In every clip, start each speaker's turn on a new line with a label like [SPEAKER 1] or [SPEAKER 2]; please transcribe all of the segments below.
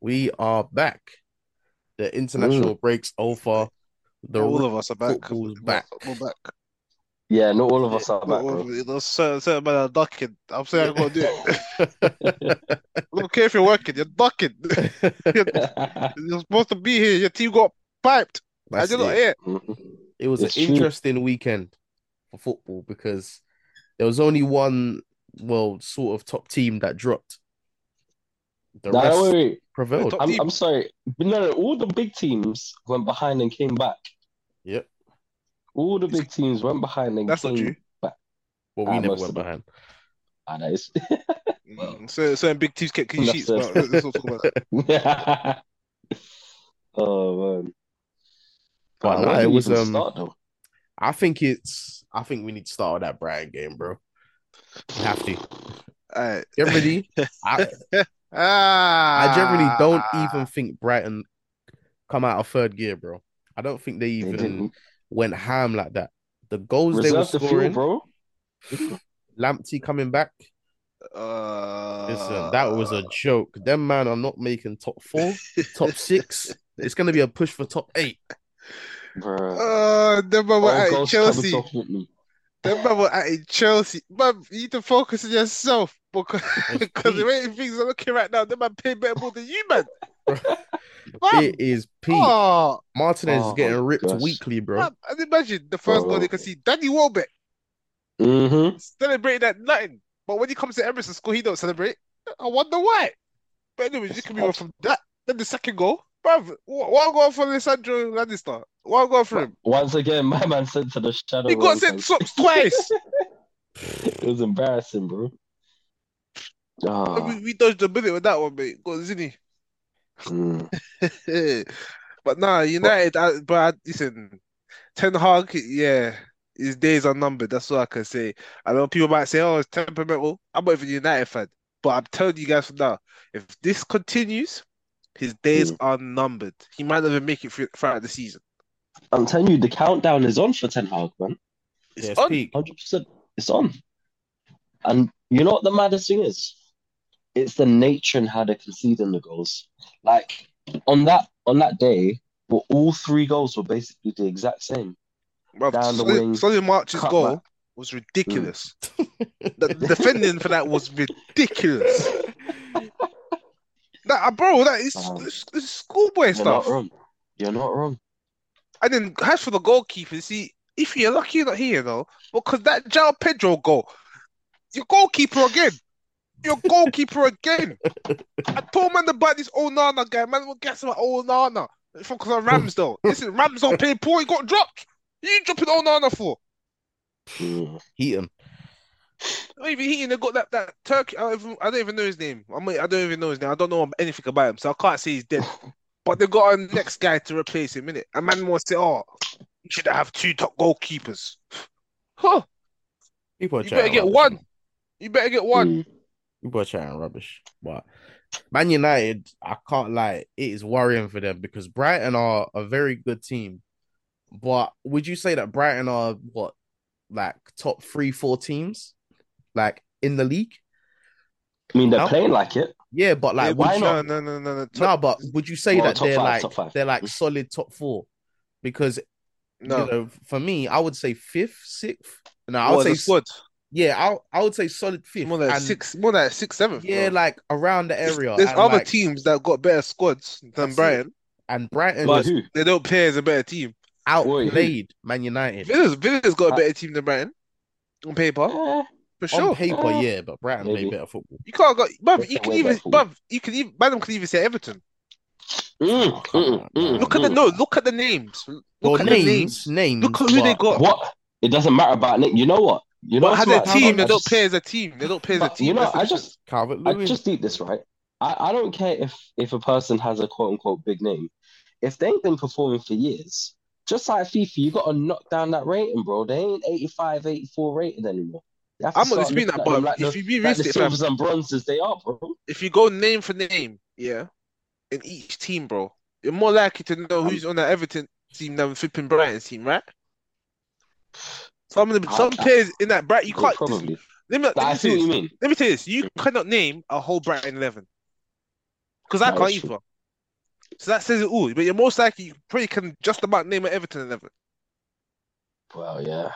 [SPEAKER 1] We are back. The international breaks over. The
[SPEAKER 2] all of us are back.
[SPEAKER 1] football's back.
[SPEAKER 2] We're back.
[SPEAKER 3] Yeah, not all of us are back,
[SPEAKER 2] All of-
[SPEAKER 3] bro.
[SPEAKER 2] There's certain, certain man are ducking. I'm saying I gotta do it. I don't care if you're working, you're ducking. You're supposed to be here. Your team got piped.
[SPEAKER 1] That's
[SPEAKER 2] and you're not
[SPEAKER 1] it.
[SPEAKER 2] here.
[SPEAKER 1] It was
[SPEAKER 3] It's
[SPEAKER 1] an
[SPEAKER 3] true.
[SPEAKER 1] interesting weekend for football because there was only one, well, sort of top team that dropped. The
[SPEAKER 3] Nah,
[SPEAKER 1] rest
[SPEAKER 3] wait, wait.
[SPEAKER 1] prevailed.
[SPEAKER 2] top-
[SPEAKER 3] I'm,
[SPEAKER 2] team.
[SPEAKER 3] I'm sorry. But no, no, all the big teams went behind and came back.
[SPEAKER 1] Yep.
[SPEAKER 3] All the big teams went behind and
[SPEAKER 2] That's
[SPEAKER 3] came
[SPEAKER 2] not true.
[SPEAKER 1] Well, we
[SPEAKER 3] Ah,
[SPEAKER 1] never
[SPEAKER 3] most
[SPEAKER 1] went
[SPEAKER 3] of them.
[SPEAKER 1] behind.
[SPEAKER 3] Ah, that is- Well.
[SPEAKER 2] So, Mm, certain big teams kept clean
[SPEAKER 3] That's
[SPEAKER 2] sheets.
[SPEAKER 3] it.
[SPEAKER 2] Well, let's not talk about that.
[SPEAKER 3] oh, man.
[SPEAKER 1] But
[SPEAKER 3] Ah,
[SPEAKER 1] no,
[SPEAKER 3] where do
[SPEAKER 1] it
[SPEAKER 3] we
[SPEAKER 1] was,
[SPEAKER 3] even
[SPEAKER 1] um,
[SPEAKER 3] start, though?
[SPEAKER 1] I think it's. I think we need to start with that Brian game, bro. We have to
[SPEAKER 2] All right.
[SPEAKER 1] get ready. I,
[SPEAKER 2] Ah,
[SPEAKER 1] I generally don't even think Brighton come out of third gear, bro. I don't think they
[SPEAKER 3] They
[SPEAKER 1] even
[SPEAKER 3] didn't
[SPEAKER 1] went ham like that. The goals they were
[SPEAKER 3] reserve the fuel,
[SPEAKER 1] scoring,
[SPEAKER 3] bro.
[SPEAKER 1] Lamptey coming back.
[SPEAKER 2] Uh,
[SPEAKER 1] Listen, that was a joke. Them man are not making top four, top six. It's gonna be a push for top eight.
[SPEAKER 3] Bro.
[SPEAKER 2] Uh, them man were
[SPEAKER 3] All
[SPEAKER 2] at
[SPEAKER 3] goals
[SPEAKER 2] Chelsea.
[SPEAKER 3] covered completely.
[SPEAKER 2] Them man were at Chelsea. Man, you need to focus on yourself because because the way things are looking right now, them man pay better more than you, man. man,
[SPEAKER 1] It is Pete.
[SPEAKER 2] oh,
[SPEAKER 1] Martinez is
[SPEAKER 3] Oh,
[SPEAKER 1] getting ripped
[SPEAKER 3] gosh.
[SPEAKER 1] weekly, bro.
[SPEAKER 2] man, and imagine the first goal
[SPEAKER 3] Bro.
[SPEAKER 2] they can see. Danny Welbeck
[SPEAKER 3] Mhm.
[SPEAKER 2] celebrating at nothing, but when he comes to Emerson School, he don't celebrate. I wonder why. But anyways, you can move on from that. Then the second goal, bruv. What what goal for Alessandro Lannister? What goal for him?
[SPEAKER 3] Once again, my man sent to the shadow.
[SPEAKER 2] He got
[SPEAKER 3] once,
[SPEAKER 2] sent
[SPEAKER 3] like,
[SPEAKER 2] swaps twice.
[SPEAKER 3] It was embarrassing, bro. Ah,
[SPEAKER 2] We, we dodged a bullet with that one, mate. Got Zinny.
[SPEAKER 3] mm.
[SPEAKER 2] But nah, United, I, but I, listen, Ten Hag, yeah, his days are numbered. That's all I can say. I know people might say, "Oh, it's temperamental." I'm not even a United fan, but I'm telling you guys from now, if this continues, his days
[SPEAKER 3] Hmm.
[SPEAKER 2] are numbered. He might not even make it through, throughout the season.
[SPEAKER 3] I'm telling you, the countdown is on for Ten Hag, man.
[SPEAKER 2] It's
[SPEAKER 1] Yes,
[SPEAKER 2] on.
[SPEAKER 1] Pete.
[SPEAKER 3] Hundred percent, it's on. And you know what the maddest thing is? It's the nature and how they're conceding the goals. Like on that on that day, well, all three goals were basically the exact same.
[SPEAKER 2] Bruv,
[SPEAKER 3] Down the
[SPEAKER 2] Solly,
[SPEAKER 3] wing,
[SPEAKER 2] Solly March's
[SPEAKER 3] cut
[SPEAKER 2] goal
[SPEAKER 3] back. Hmm.
[SPEAKER 2] was ridiculous. The defending for that was ridiculous. That, uh, bro, that is
[SPEAKER 3] Um,
[SPEAKER 2] it's, it's schoolboy
[SPEAKER 3] You're not
[SPEAKER 2] stuff.
[SPEAKER 3] wrong. You're not wrong.
[SPEAKER 2] And then as for the goalkeeper, see, if you're lucky you're not here though, because that Jao Pedro goal, your goalkeeper again. Your goalkeeper again. I told man about this Onana guy. Man, what guess about Onana? It's because of Ramsdale. Listen, Ramsdale played poor. He got dropped. Who you dropping Onana for?
[SPEAKER 3] Mm.
[SPEAKER 1] Heat him.
[SPEAKER 2] Not even he and they got that, that Turkey. I don't, even, I don't even know his name. I mean, I don't even know his name. I don't know anything about him, so I can't say he's dead. But they got a next guy to replace him, innit? A man wants to say, oh, you should have two top goalkeepers. Huh,
[SPEAKER 1] People are
[SPEAKER 2] you
[SPEAKER 1] chatting
[SPEAKER 2] better get
[SPEAKER 1] rubbish,
[SPEAKER 2] one.
[SPEAKER 1] man.
[SPEAKER 2] You better get one.
[SPEAKER 3] Mm.
[SPEAKER 1] People are chatting rubbish. But Man United, I can't lie, it is worrying for them because Brighton are a very good team. But would you say that Brighton are what, like top three, four teams, like in the league?
[SPEAKER 3] I mean, they're
[SPEAKER 1] No.
[SPEAKER 3] playing like it.
[SPEAKER 1] Yeah, but like, would
[SPEAKER 3] why
[SPEAKER 1] you-
[SPEAKER 3] not?
[SPEAKER 2] No, no, no, no, no.
[SPEAKER 1] No,
[SPEAKER 2] Top,
[SPEAKER 1] but would you say
[SPEAKER 3] Well,
[SPEAKER 1] that
[SPEAKER 3] top
[SPEAKER 1] they're
[SPEAKER 3] five, top
[SPEAKER 1] like
[SPEAKER 3] five.
[SPEAKER 1] they're like solid top four? Because
[SPEAKER 2] no.
[SPEAKER 1] you know, for me, I would say fifth, sixth. No, I
[SPEAKER 2] What,
[SPEAKER 1] would
[SPEAKER 2] the
[SPEAKER 1] say
[SPEAKER 2] squad.
[SPEAKER 1] yeah, I I would say solid fifth.
[SPEAKER 2] More like
[SPEAKER 1] and-
[SPEAKER 2] six. More like six, seventh.
[SPEAKER 1] Yeah,
[SPEAKER 2] bro.
[SPEAKER 1] like around the area.
[SPEAKER 2] There's
[SPEAKER 1] and,
[SPEAKER 2] other
[SPEAKER 1] like-
[SPEAKER 2] teams that got better squads than
[SPEAKER 1] That's it.
[SPEAKER 2] Brighton.
[SPEAKER 1] and Brighton
[SPEAKER 3] But
[SPEAKER 1] just
[SPEAKER 3] who?
[SPEAKER 2] They don't play as a better team.
[SPEAKER 3] Wait, who?
[SPEAKER 1] outplayed Man United
[SPEAKER 2] Villa's Villa's got a
[SPEAKER 3] Uh,
[SPEAKER 2] better team than Brighton on paper
[SPEAKER 3] Eh,
[SPEAKER 2] for sure. Oh.
[SPEAKER 1] on paper.
[SPEAKER 3] Uh,
[SPEAKER 1] Yeah, but Brighton
[SPEAKER 3] maybe.
[SPEAKER 1] played better football.
[SPEAKER 2] You can't go, bruv.
[SPEAKER 3] That's
[SPEAKER 2] You
[SPEAKER 3] the
[SPEAKER 2] can
[SPEAKER 3] way
[SPEAKER 2] even,
[SPEAKER 3] back forward.
[SPEAKER 2] bruv. You can even, madam can even say Everton.
[SPEAKER 3] mm,
[SPEAKER 1] Oh, come
[SPEAKER 3] mm,
[SPEAKER 1] on,
[SPEAKER 3] mm,
[SPEAKER 1] man.
[SPEAKER 2] Look at the
[SPEAKER 3] mm.
[SPEAKER 2] no. Look at the names. Look
[SPEAKER 1] Well,
[SPEAKER 2] at the
[SPEAKER 1] names,
[SPEAKER 2] names.
[SPEAKER 1] names.
[SPEAKER 2] Look at who they
[SPEAKER 1] but
[SPEAKER 2] got.
[SPEAKER 3] What? It doesn't matter about Nick. You know what? You know
[SPEAKER 2] But had
[SPEAKER 3] what's
[SPEAKER 2] their
[SPEAKER 3] mad?
[SPEAKER 2] team. They
[SPEAKER 3] I
[SPEAKER 2] don't
[SPEAKER 3] just-
[SPEAKER 2] play as a team. They don't play as a
[SPEAKER 3] But, you
[SPEAKER 2] team.
[SPEAKER 3] know,
[SPEAKER 2] That's the
[SPEAKER 3] I
[SPEAKER 2] difference.
[SPEAKER 3] just I
[SPEAKER 1] Calvert-Lewin.
[SPEAKER 3] just need this right. I, I don't care if if a person has a quote unquote big name. If they ain't been performing for years, just like FIFA, you got to knock down that rating, bro. They ain't 85, 84 rated anymore. They have to
[SPEAKER 2] I'm not
[SPEAKER 3] start
[SPEAKER 2] disputing that,
[SPEAKER 3] looking at
[SPEAKER 2] but
[SPEAKER 3] them like
[SPEAKER 2] if
[SPEAKER 3] the,
[SPEAKER 2] you be
[SPEAKER 3] like the
[SPEAKER 2] realistic, fam,
[SPEAKER 3] silvers and bronzes they are, bro.
[SPEAKER 2] if you go name for name, yeah, in each team, bro, you're more likely to know who's on that Everton team than flipping Brighton's team, right? Some of the,
[SPEAKER 3] I-
[SPEAKER 2] some
[SPEAKER 3] I-
[SPEAKER 2] players in that Brighton, you can't. Let me,
[SPEAKER 3] probably.
[SPEAKER 2] let me,
[SPEAKER 3] But I see
[SPEAKER 2] say
[SPEAKER 3] what
[SPEAKER 2] this.
[SPEAKER 3] you mean.
[SPEAKER 2] Let me tell you this. You cannot name a whole Brighton 11. Because I
[SPEAKER 3] That
[SPEAKER 2] can't
[SPEAKER 3] is true.
[SPEAKER 2] either. So that says it all. But you're most likely you probably can just about name an Everton eleven.
[SPEAKER 3] Well, yeah.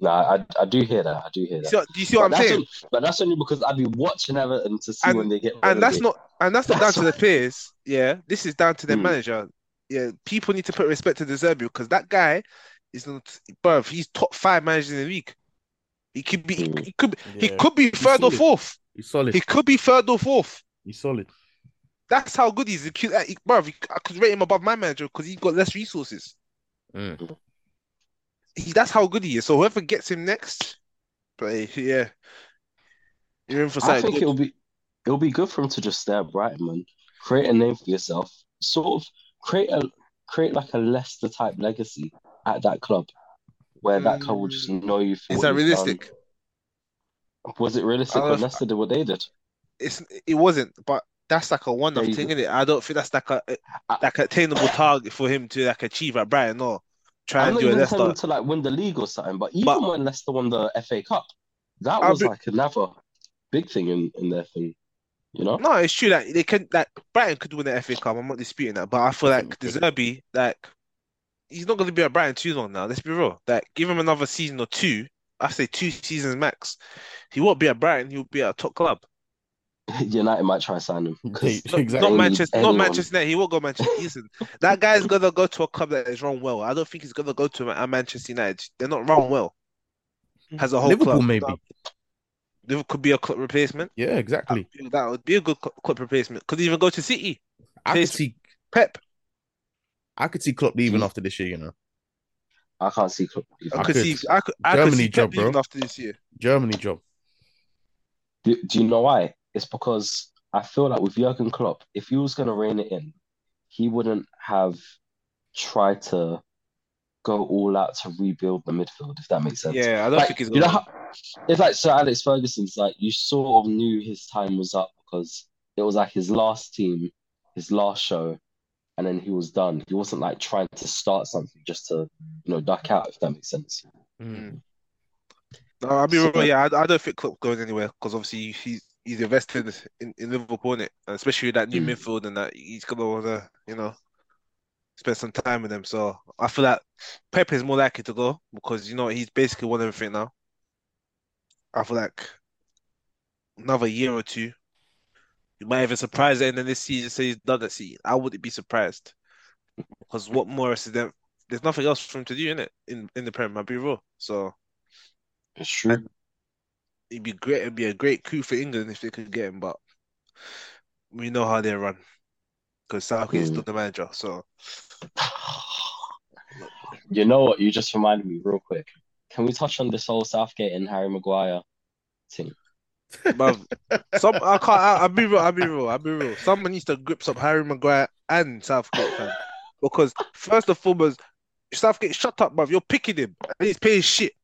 [SPEAKER 3] Nah, I, I do hear that. I do hear that.
[SPEAKER 2] See, do you see
[SPEAKER 3] But
[SPEAKER 2] what I'm
[SPEAKER 3] that's
[SPEAKER 2] saying?
[SPEAKER 3] only- but that's only because I've been watching Everton to see
[SPEAKER 2] And-
[SPEAKER 3] when they get.
[SPEAKER 2] and that's
[SPEAKER 3] relegated.
[SPEAKER 2] not and that's not down
[SPEAKER 3] That's
[SPEAKER 2] to the players. Yeah, this is down to their
[SPEAKER 3] Hmm.
[SPEAKER 2] manager. Yeah, people need to put respect to the Zerbi because that guy is not, bruv, he's top five managers in the league. He could be,
[SPEAKER 3] Hmm.
[SPEAKER 2] he could, he
[SPEAKER 1] Yeah,
[SPEAKER 2] could be third or
[SPEAKER 1] solid.
[SPEAKER 2] fourth.
[SPEAKER 1] he's solid.
[SPEAKER 2] He could be third or fourth.
[SPEAKER 1] he's solid.
[SPEAKER 2] That's how good he is. He could, uh, he, bruv, he- I could rate him above my manager because he got less resources.
[SPEAKER 1] Mm.
[SPEAKER 2] He, that's how good he is. So whoever gets him next, but eh, yeah, you're in for
[SPEAKER 3] I
[SPEAKER 2] something.
[SPEAKER 3] think
[SPEAKER 2] good.
[SPEAKER 3] it'll be it'll be good for him to just stay at Brighton, man. Create a name for yourself. Sort of create a create like a Leicester type legacy at that club, where that club will just know you. For
[SPEAKER 2] Is
[SPEAKER 3] what
[SPEAKER 2] that
[SPEAKER 3] you've
[SPEAKER 2] realistic?
[SPEAKER 3] done. Was it realistic
[SPEAKER 2] I
[SPEAKER 3] when
[SPEAKER 2] don't-
[SPEAKER 3] Leicester did what they did?
[SPEAKER 2] it's it wasn't, but that's like a one off
[SPEAKER 3] There you
[SPEAKER 2] thing,
[SPEAKER 3] go.
[SPEAKER 2] is it? I don't think that's like a
[SPEAKER 3] I-
[SPEAKER 2] like attainable target for him to like achieve at Brighton or try
[SPEAKER 3] I'm
[SPEAKER 2] and
[SPEAKER 3] not
[SPEAKER 2] do a
[SPEAKER 3] even telling
[SPEAKER 2] Leicester.
[SPEAKER 3] them to like win the league or something, but even
[SPEAKER 2] But-
[SPEAKER 3] when Leicester won the FA Cup, that
[SPEAKER 2] I'll
[SPEAKER 3] was
[SPEAKER 2] be-
[SPEAKER 3] like another big thing in, in their thing, you know.
[SPEAKER 2] No, it's true that they can like Brighton could win the FA Cup. I'm not disputing that, but I feel like the Zerbi, like he's not going to be at Brighton too long now. Let's be real. Like give him another season or two. I say two seasons max. He won't be at Brighton. He'll be at a top club.
[SPEAKER 3] United might try to sign him because
[SPEAKER 1] They-
[SPEAKER 2] Not,
[SPEAKER 1] Exactly.
[SPEAKER 2] not
[SPEAKER 3] Any-
[SPEAKER 2] Manchester.
[SPEAKER 3] anyone.
[SPEAKER 2] Not Manchester. United. He won't go Manchester. Listen, that guy's gonna go to a club that is run well. I don't think he's gonna go to a Manchester United. They're not run well. Has a whole
[SPEAKER 1] Mm. Liverpool
[SPEAKER 2] club.
[SPEAKER 1] maybe.
[SPEAKER 2] Liverpool could be a club replacement.
[SPEAKER 1] Yeah, exactly.
[SPEAKER 2] That would be a good cl- club replacement. Could even go to City.
[SPEAKER 1] I could
[SPEAKER 2] Taste-
[SPEAKER 1] see
[SPEAKER 2] Pep.
[SPEAKER 1] I could see Klopp
[SPEAKER 2] Mm.
[SPEAKER 1] leaving after this year, you know.
[SPEAKER 3] I can't see. Klopp leaving.
[SPEAKER 2] I
[SPEAKER 1] I
[SPEAKER 2] could
[SPEAKER 1] could.
[SPEAKER 2] see. I could. I could
[SPEAKER 1] Germany
[SPEAKER 2] see
[SPEAKER 1] job,
[SPEAKER 2] Pep
[SPEAKER 1] bro.
[SPEAKER 2] leaving after this year.
[SPEAKER 1] Germany job.
[SPEAKER 3] Do, do you know why? It's because I feel like with Jurgen Klopp, if he was going to rein it in, he wouldn't have tried to go all out to rebuild the midfield, if that makes sense.
[SPEAKER 2] Yeah, I don't
[SPEAKER 3] Like,
[SPEAKER 2] think he's
[SPEAKER 3] you
[SPEAKER 2] gonna.
[SPEAKER 3] know how, it's like Sir Alex Ferguson's like you sort of knew his time was up because it was like his last team, his last show, and then he was done. He wasn't like trying to start something just to, you know, duck out, if that makes sense.
[SPEAKER 2] Mm. No, I'll be
[SPEAKER 3] So-
[SPEAKER 2] real. Yeah, I, I don't think Klopp going anywhere because obviously he's he's invested in, in Liverpool, innit? And especially with that new
[SPEAKER 3] Mm.
[SPEAKER 2] midfield and that he's gonna wanna you know spend some time with them. So I feel like Pep is more likely to go because you know he's basically won everything now. I feel like another year or two, you might even surprise it, and then this season say he's done at City. I wouldn't be surprised because what more is there? There's nothing else for him to do in it in in the Premier. I'll be real. So.
[SPEAKER 3] It's true.
[SPEAKER 2] it'd be great. It'd be a great coup for England if they could get him, but we know how they run because Southgate's
[SPEAKER 3] Mm.
[SPEAKER 2] still the manager. So
[SPEAKER 3] You know what? You just reminded me real quick. Can we touch on this whole Southgate and Harry Maguire thing?
[SPEAKER 2] bruv, some I can't. I, I'll be real. I'll be real. I'll be real. Someone needs to grips up Harry Maguire and Southgate fam. because first and foremost, Southgate, shut up, bruv. You're picking him and he's paying shit.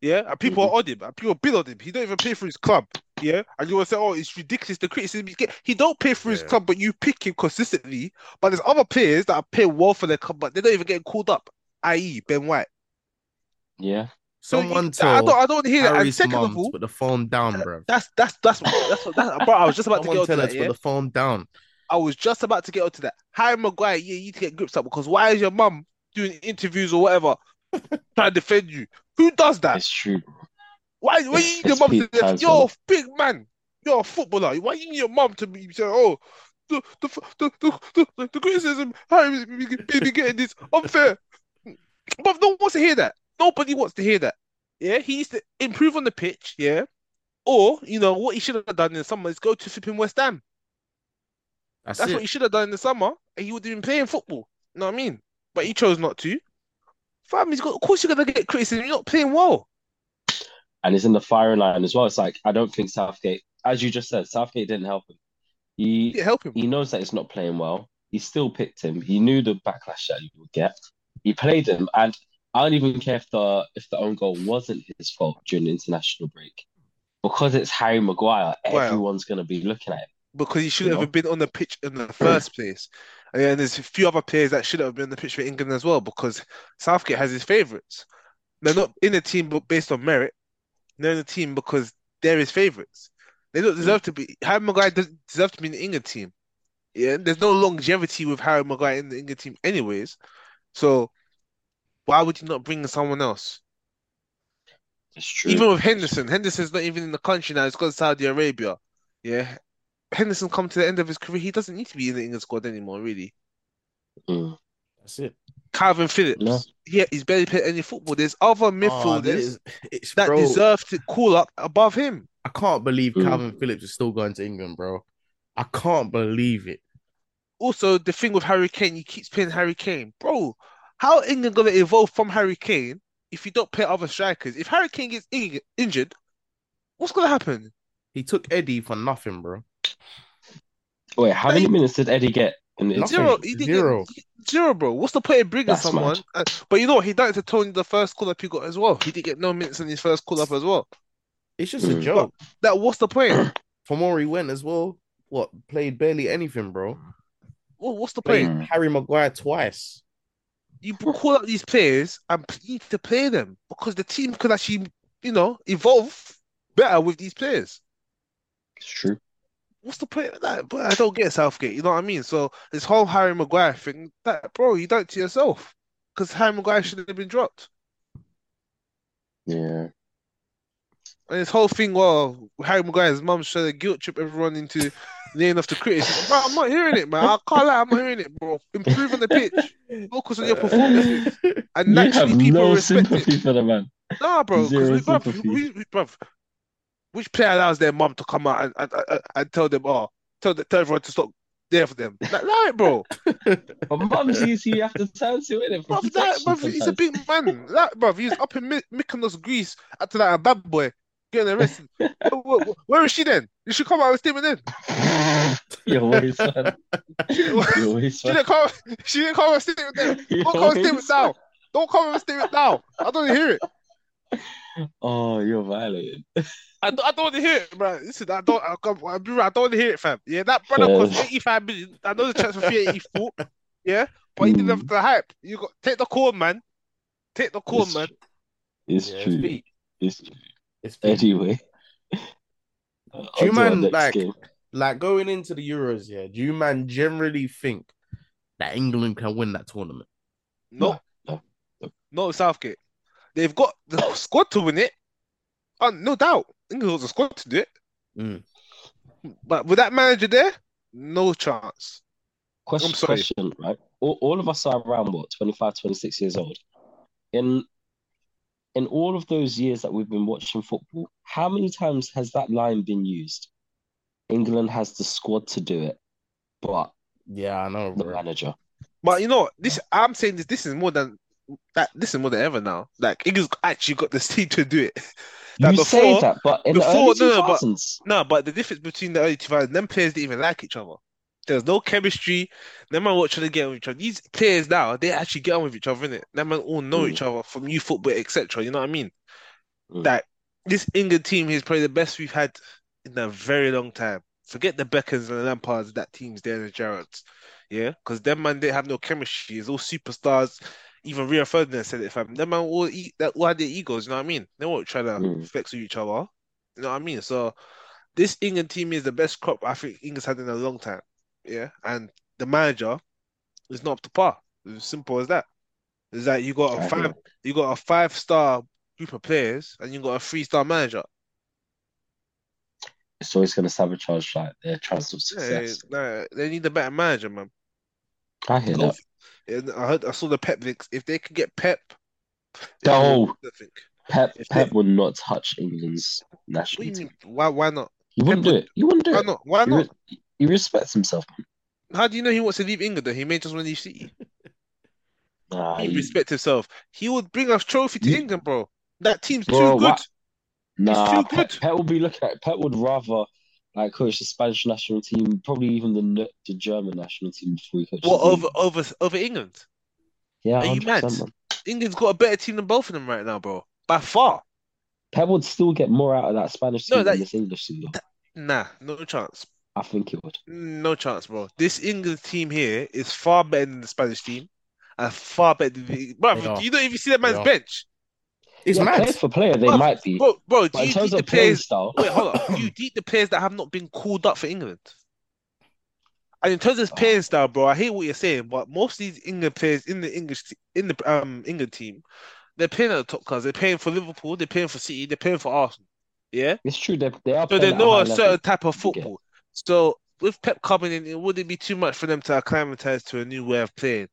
[SPEAKER 2] Yeah, and people are on him. And people build on him. He don't even pay for his club. Yeah, and you want to say, oh, it's ridiculous. The criticism he's getting. He don't pay for his
[SPEAKER 1] Yeah.
[SPEAKER 2] club, but you pick him consistently. But there's other players that are paying well for their club, but they don't even get called up. I.e. Ben White.
[SPEAKER 3] Yeah.
[SPEAKER 1] Someone
[SPEAKER 2] So, I
[SPEAKER 1] tell
[SPEAKER 2] don't. I don't hear that. And
[SPEAKER 1] Harry's
[SPEAKER 2] second
[SPEAKER 1] mum
[SPEAKER 2] of
[SPEAKER 1] to
[SPEAKER 2] all,
[SPEAKER 1] put the phone down, bro.
[SPEAKER 2] that's that's that's that's what that's. Bro, I was just about to
[SPEAKER 1] Someone
[SPEAKER 2] get
[SPEAKER 1] tell her
[SPEAKER 2] onto that.
[SPEAKER 1] to
[SPEAKER 2] Yeah?
[SPEAKER 1] put the phone down.
[SPEAKER 2] I was just about to get onto that. Harry Maguire, yeah, you need to get grips up because why is your mum doing interviews or whatever trying to defend you? Who does that?
[SPEAKER 3] It's true.
[SPEAKER 2] Why why you need your
[SPEAKER 3] it's
[SPEAKER 2] mum to
[SPEAKER 3] peak
[SPEAKER 2] defend?
[SPEAKER 3] times,
[SPEAKER 2] You're a big man. You're a footballer. Why you need your mum to be saying, oh, the the the the, the, the, criticism Harry is be, be, be getting is unfair. But no one wants to hear that. Nobody wants to hear that. Yeah, he needs to improve on the pitch. Yeah, or you know what he should have done in the summer is go to flipping West Ham.
[SPEAKER 1] That's,
[SPEAKER 2] That's
[SPEAKER 1] it.
[SPEAKER 2] what he should have done in the summer, and he would have been playing football. You know what I mean? But he chose not to. Fam, he's got. Of course, you're gonna get criticism. You're not playing well.
[SPEAKER 3] and it's in the firing line as well. It's like I don't think Southgate, as you just said, Southgate didn't help him.
[SPEAKER 2] You
[SPEAKER 3] He
[SPEAKER 2] can't help him.
[SPEAKER 3] he knows that it's not playing well. He still picked him. He knew the backlash that he would get. He played him, and I don't even care if the if the own goal wasn't his fault during the international break, because it's Harry Maguire.
[SPEAKER 2] Wow.
[SPEAKER 3] Everyone's gonna be looking at him.
[SPEAKER 2] because he shouldn't
[SPEAKER 3] You
[SPEAKER 2] have been on the pitch in the first place. And then there's a few other players that should have been on the pitch for England as well because Southgate has his favourites. They're not in the team but based on merit. They're in the team because they're his favourites. They don't deserve to be. Harry Maguire doesn't deserve to be in the England team. Yeah, there's no longevity with Harry Maguire in the England team, anyways. So why would you not bring in someone else?
[SPEAKER 3] It's true.
[SPEAKER 2] Even with Henderson, Henderson's not even in the country now. He's gone to Saudi Arabia. Yeah, Henderson come to the end of his career. He doesn't need to be in the England squad anymore, really.
[SPEAKER 3] Mm,
[SPEAKER 1] That's it. Ah,
[SPEAKER 2] Calvin Phillips,
[SPEAKER 3] No.
[SPEAKER 2] yeah, he's barely played any football. There's other
[SPEAKER 1] Oh,
[SPEAKER 2] midfielders
[SPEAKER 1] that is- it's-
[SPEAKER 2] that
[SPEAKER 1] bro,
[SPEAKER 2] deserve to call up above him.
[SPEAKER 1] I can't believe
[SPEAKER 3] Mm.
[SPEAKER 1] Calvin Phillips is still going to England, bro. I can't believe it.
[SPEAKER 2] Also, the thing with Harry Kane, he keeps playing Harry Kane, bro. How England gonna evolve from Harry Kane if you don't play other strikers? If Harry Kane gets in- injured, what's gonna happen?
[SPEAKER 1] He took Eddie for nothing, bro.
[SPEAKER 3] Wait, how many minutes did Eddie get? In the
[SPEAKER 1] Nothing.
[SPEAKER 2] Zero, he didn't get-
[SPEAKER 1] Zero.
[SPEAKER 2] zero, bro. What's the point of bringing
[SPEAKER 3] That's
[SPEAKER 2] someone? Uh, but you know what? He done it to Tony the first call up he got as well. He didn't get no minutes in his first call up as well.
[SPEAKER 1] It's just a
[SPEAKER 3] Mm.
[SPEAKER 1] joke.
[SPEAKER 2] That what's the point?
[SPEAKER 1] From where he went as well, what played barely anything, bro.
[SPEAKER 2] What, what's the
[SPEAKER 1] Played
[SPEAKER 2] point?
[SPEAKER 3] Mm.
[SPEAKER 1] Harry Maguire twice.
[SPEAKER 2] You call up these players and p- you need to play them because the team could actually, you know, evolve better with these players.
[SPEAKER 3] It's true.
[SPEAKER 2] What's the point of that? But I don't get Southgate. You know what I mean? So this whole Harry Maguire thing, that bro, you don't to yourself because Harry Maguire should have been dropped.
[SPEAKER 3] Yeah.
[SPEAKER 2] And this whole thing, well, Harry Maguire's mum should have guilt trip everyone into laying off the criticism. Bro, I'm not hearing it, man. I can't lie, I'm not hearing it, bro. Improve on the pitch, focus
[SPEAKER 3] Uh,
[SPEAKER 2] on your performances, and
[SPEAKER 3] You
[SPEAKER 2] naturally
[SPEAKER 3] have
[SPEAKER 2] people
[SPEAKER 3] no
[SPEAKER 2] respect
[SPEAKER 3] sympathy for the man.
[SPEAKER 2] it. Nah, bro, because
[SPEAKER 3] Zero
[SPEAKER 2] we, bruv,
[SPEAKER 3] sympathy.
[SPEAKER 2] we, we- bruv, which player allows their mum to come out and, and, and, and tell them, oh, tell, the, tell everyone to stop there for them? Like, like bro,
[SPEAKER 3] But mum sees you have to turn to it.
[SPEAKER 2] bruv, that, bruv, he's a big man. That, bruv, he's up in Mi- Mykonos, Greece, after that, a bad boy, getting arrested. Where- where- where is she then? You should come out with a statement then.
[SPEAKER 3] You're waste, man. You're waste,
[SPEAKER 2] She
[SPEAKER 3] man.
[SPEAKER 2] didn't come. She didn't come and stay with them.
[SPEAKER 3] You're
[SPEAKER 2] Don't come and stay
[SPEAKER 3] waste,
[SPEAKER 2] with now. Don't come and stay with now. I don't wanna hear it.
[SPEAKER 3] Oh, you're violated.
[SPEAKER 2] I don't, I don't want to hear it, bro. Listen, I don't. I, come, I, be real, I don't want to hear it, fam. Yeah, that brother
[SPEAKER 3] Fair.
[SPEAKER 2] cost eighty five million. I know the transfer fee eighty four. Yeah, but he didn't
[SPEAKER 3] Mm.
[SPEAKER 2] have the hype. You got take the call, man. Take the call,
[SPEAKER 3] It's
[SPEAKER 2] man.
[SPEAKER 3] It's
[SPEAKER 1] Yeah,
[SPEAKER 3] true.
[SPEAKER 1] it's peak.
[SPEAKER 3] It's true.
[SPEAKER 1] It's peak.
[SPEAKER 3] Anyway.
[SPEAKER 1] Do you
[SPEAKER 3] On to our
[SPEAKER 1] man,
[SPEAKER 3] next
[SPEAKER 1] like-
[SPEAKER 3] game.
[SPEAKER 1] like going into the Euros, yeah, do you man generally think that England can win that tournament?
[SPEAKER 2] No,
[SPEAKER 3] No, no.
[SPEAKER 2] no, Southgate. They've got the squad to win it. Uh, no doubt, England has the squad to do it.
[SPEAKER 1] Mm.
[SPEAKER 2] But with that manager there, no chance.
[SPEAKER 3] Question,
[SPEAKER 2] I'm sorry.
[SPEAKER 3] question, right? All, all of us are around what 25, 26 years old. In in all of those years that we've been watching football, how many times has that line been used? England has the squad to do it, but
[SPEAKER 1] Yeah, I know,
[SPEAKER 3] the
[SPEAKER 1] bro.
[SPEAKER 3] manager.
[SPEAKER 2] But you know what? This I'm saying this. This is more than that. This is more than ever now. Like England's actually got the team to do it.
[SPEAKER 3] You
[SPEAKER 2] Like
[SPEAKER 3] say
[SPEAKER 2] before-
[SPEAKER 3] that, but in
[SPEAKER 2] before-
[SPEAKER 3] the
[SPEAKER 2] no,
[SPEAKER 3] early
[SPEAKER 2] no, but-
[SPEAKER 3] 2000s,
[SPEAKER 2] No, but the difference between the early 2000s, them players didn't even like each other. There's no chemistry. Them man watching to get on with each other. These players now, they actually get on with each other, innit? Them man all know
[SPEAKER 3] Mm.
[SPEAKER 2] each other from youth football, etc. You know what I mean?
[SPEAKER 3] Mm.
[SPEAKER 2] Like this England team is probably the best we've had in a very long time. Forget the Beckons and the Lampards, that team's there and the Gerrards. Yeah, because them man they have no chemistry. It's all superstars. Even Rio Ferdinand said it, fam. Them man all eat that all had their egos, you know what I mean? They won't try to
[SPEAKER 3] Mm.
[SPEAKER 2] flex with each other. You know what I mean? So this England team is the best crop I think England's had in a long time. Yeah. And the manager is not up to par. It's as simple as that. It's like you got
[SPEAKER 3] I
[SPEAKER 2] a five
[SPEAKER 3] hear.
[SPEAKER 2] you got a five star group of players and you got a three star manager.
[SPEAKER 3] it's always going to sabotage like their chance of
[SPEAKER 2] Yeah,
[SPEAKER 3] success.
[SPEAKER 2] nah, they need a better manager, man.
[SPEAKER 3] I hear that.
[SPEAKER 2] And I heard I saw the Pep links. If they could get Pep,
[SPEAKER 3] No.
[SPEAKER 2] I think.
[SPEAKER 3] Pep,
[SPEAKER 2] If
[SPEAKER 3] Pep will not touch England's national
[SPEAKER 2] What do you
[SPEAKER 3] team.
[SPEAKER 2] mean? Why? Why not?
[SPEAKER 3] You wouldn't do it. You wouldn't do
[SPEAKER 2] Why
[SPEAKER 3] it.
[SPEAKER 2] not? Why
[SPEAKER 3] He
[SPEAKER 2] not?
[SPEAKER 3] re- He respects himself.
[SPEAKER 2] How do you know he wants to leave England? Though he may just want to leave City.
[SPEAKER 3] Nah,
[SPEAKER 2] He
[SPEAKER 3] he-
[SPEAKER 2] respect himself. He would bring us trophy to
[SPEAKER 3] You-
[SPEAKER 2] England, bro. That team's
[SPEAKER 3] Bro,
[SPEAKER 2] too good.
[SPEAKER 3] what- Nah,
[SPEAKER 2] too
[SPEAKER 3] Pep,
[SPEAKER 2] good.
[SPEAKER 3] Pep would be looking at Pep would rather like coach the Spanish national team, probably even the the German national team before he coaches.
[SPEAKER 2] What
[SPEAKER 3] the
[SPEAKER 2] over
[SPEAKER 3] league.
[SPEAKER 2] over over England?
[SPEAKER 3] Yeah,
[SPEAKER 2] are you
[SPEAKER 3] 100%,
[SPEAKER 2] mad?
[SPEAKER 3] man.
[SPEAKER 2] England's got a better team than both of them right now, bro. By far.
[SPEAKER 3] Pep would still get more out of that Spanish
[SPEAKER 2] No,
[SPEAKER 3] team
[SPEAKER 2] that-
[SPEAKER 3] than this English team. though.
[SPEAKER 2] Nah, no chance.
[SPEAKER 3] I think he would.
[SPEAKER 2] No chance, bro. This England team here is far better than the Spanish team, and far better than the. Bro,
[SPEAKER 1] They are.
[SPEAKER 2] you don't even see that man's
[SPEAKER 1] are.
[SPEAKER 2] bench,
[SPEAKER 1] It's
[SPEAKER 3] yeah,
[SPEAKER 1] mad.
[SPEAKER 3] player for player, they
[SPEAKER 2] Bro,
[SPEAKER 3] might be.
[SPEAKER 2] bro. Bro, do
[SPEAKER 3] But in
[SPEAKER 2] you
[SPEAKER 3] terms
[SPEAKER 2] think
[SPEAKER 3] of
[SPEAKER 2] the
[SPEAKER 3] playing
[SPEAKER 2] players?
[SPEAKER 3] style,
[SPEAKER 2] Wait, hold up. Do you deep the players that have not been called up for England? And in terms of his playing style, bro, I hate what you're saying, but most of these England players in the English te- in the um England team, they're playing at the top class. They're playing for Liverpool. They're playing for City. They're playing for Arsenal. Yeah,
[SPEAKER 3] It's true. They, they are
[SPEAKER 2] so they
[SPEAKER 3] playing at
[SPEAKER 2] know
[SPEAKER 3] high
[SPEAKER 2] a
[SPEAKER 3] level.
[SPEAKER 2] certain type of football. So with Pep coming in, it wouldn't be too much for them to acclimatize to a new way of playing.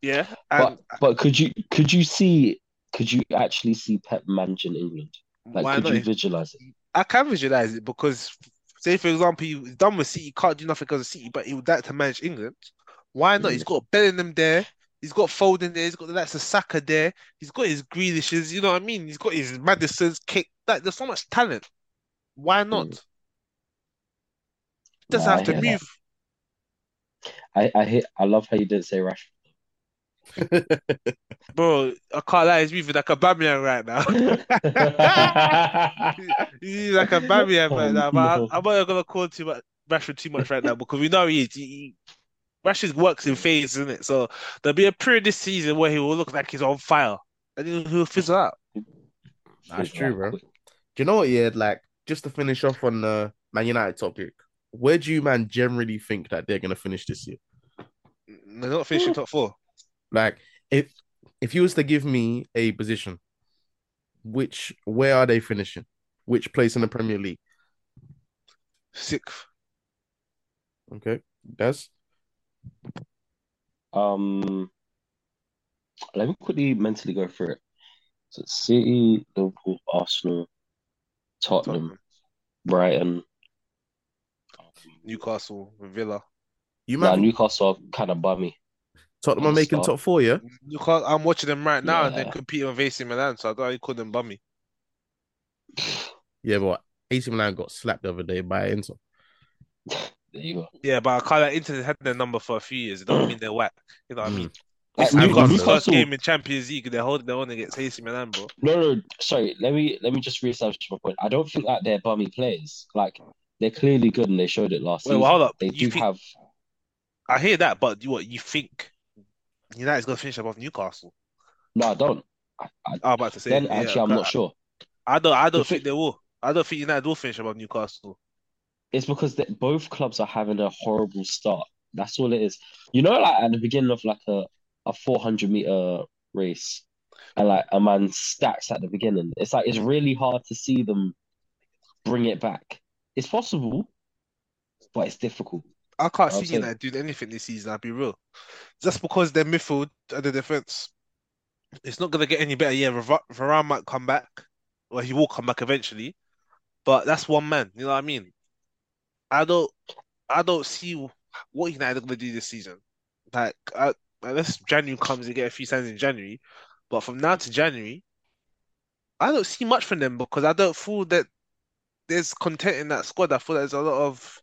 [SPEAKER 2] Yeah, and
[SPEAKER 3] But, but could you could you see could you actually see Pep managing England? Like,
[SPEAKER 2] why
[SPEAKER 3] could
[SPEAKER 2] not?
[SPEAKER 3] you visualize it?
[SPEAKER 2] I can visualize it because, say for example, you he's done with City, you can't do nothing because of City, but he would like to manage England. Why not?
[SPEAKER 3] Mm.
[SPEAKER 2] He's got Bellingham there, he's got Foden there, he's got the likes of Saka there, he's got his Grealishes, you know what I mean? He's got his Madison's kick. Like, there's so much talent. Why not?
[SPEAKER 3] Mm.
[SPEAKER 2] Doesn't
[SPEAKER 3] Nah, I
[SPEAKER 2] have to
[SPEAKER 3] hear that.
[SPEAKER 2] move.
[SPEAKER 3] I I hate, I love how you didn't say Rashford.
[SPEAKER 2] Bro, I can't lie, he's moving like a Bamian right now. He's like a Bamian
[SPEAKER 3] Oh,
[SPEAKER 2] right now, but I-
[SPEAKER 3] no.
[SPEAKER 2] I'm not gonna call too much Rashford too much right now because we know he is. He, he, Rashford works in phases, isn't it? So there'll be a period this season where he will look like he's on fire, and then he'll fizzle out.
[SPEAKER 1] That's true, bro. Do you know what? Yeah, like just to finish off on the Man United topic, where do you man generally think that they're gonna finish this year?
[SPEAKER 2] They're not finishing top four.
[SPEAKER 1] Like, if if you was to give me a position, which where are they finishing? Which place in the Premier League?
[SPEAKER 2] Sixth.
[SPEAKER 1] Okay, that's
[SPEAKER 3] Um, let me quickly mentally go through it. So City, Liverpool, Arsenal, Tottenham,
[SPEAKER 2] Tottenham, Um,
[SPEAKER 3] Brighton.
[SPEAKER 2] Newcastle, Villa.
[SPEAKER 1] you
[SPEAKER 3] Nah,
[SPEAKER 1] man.
[SPEAKER 3] Newcastle are kind of bummy.
[SPEAKER 1] Tottenham are making top four, yeah.
[SPEAKER 2] Newcastle. I'm watching them right now, and they're
[SPEAKER 3] Yeah.
[SPEAKER 2] competing with AC Milan, so I don't really call them bummy.
[SPEAKER 1] Yeah, but AC Milan got slapped the other day by Inter.
[SPEAKER 3] There you go.
[SPEAKER 2] Yeah, but I can't lie, Inter had their number for a few years. It doesn't mean they're whack. You know what I mean?
[SPEAKER 3] Like,
[SPEAKER 1] I've
[SPEAKER 2] They've
[SPEAKER 1] got
[SPEAKER 2] got
[SPEAKER 1] the
[SPEAKER 2] the
[SPEAKER 3] Newcastle,
[SPEAKER 2] first game in Champions League. They're holding their own against AC Milan, bro.
[SPEAKER 3] No, no, sorry. Let me let me just reestablish my point. I don't think that they're bummy players. Like they're clearly good, and they showed it last
[SPEAKER 2] Wait, well,
[SPEAKER 3] season.
[SPEAKER 2] hold up.
[SPEAKER 3] They
[SPEAKER 2] You
[SPEAKER 3] do
[SPEAKER 2] think-
[SPEAKER 3] have.
[SPEAKER 2] I hear that, but you, what you think United's gonna finish above Newcastle?
[SPEAKER 3] No, I don't. I, I,
[SPEAKER 2] I'm about to say,
[SPEAKER 3] then
[SPEAKER 2] yeah,
[SPEAKER 3] actually, I'm
[SPEAKER 2] but
[SPEAKER 3] not sure.
[SPEAKER 2] I don't, I don't
[SPEAKER 3] The thi-
[SPEAKER 2] think they will. I don't think United will finish above Newcastle.
[SPEAKER 3] It's because that both clubs are having a horrible start. That's all it is. You know, like at the beginning of like a, a 400 meter race, and like a man stacks at the beginning. It's like it's really hard to see them bring it back. It's possible, but it's difficult.
[SPEAKER 2] I can't
[SPEAKER 3] I'm
[SPEAKER 2] see
[SPEAKER 3] saying-
[SPEAKER 2] United doing anything this season. I'll be real. Just because their midfield and the defense, it's not gonna get any better. Yeah, Var- Varane might come back. Well, he will come back eventually, but that's one man. You know what I mean? I don't, I don't see what United are gonna do this season. Like, I, unless January comes and get a few signs in January, but from now to January, I don't see much from them because I don't feel that there's content in that squad. I feel there's a lot of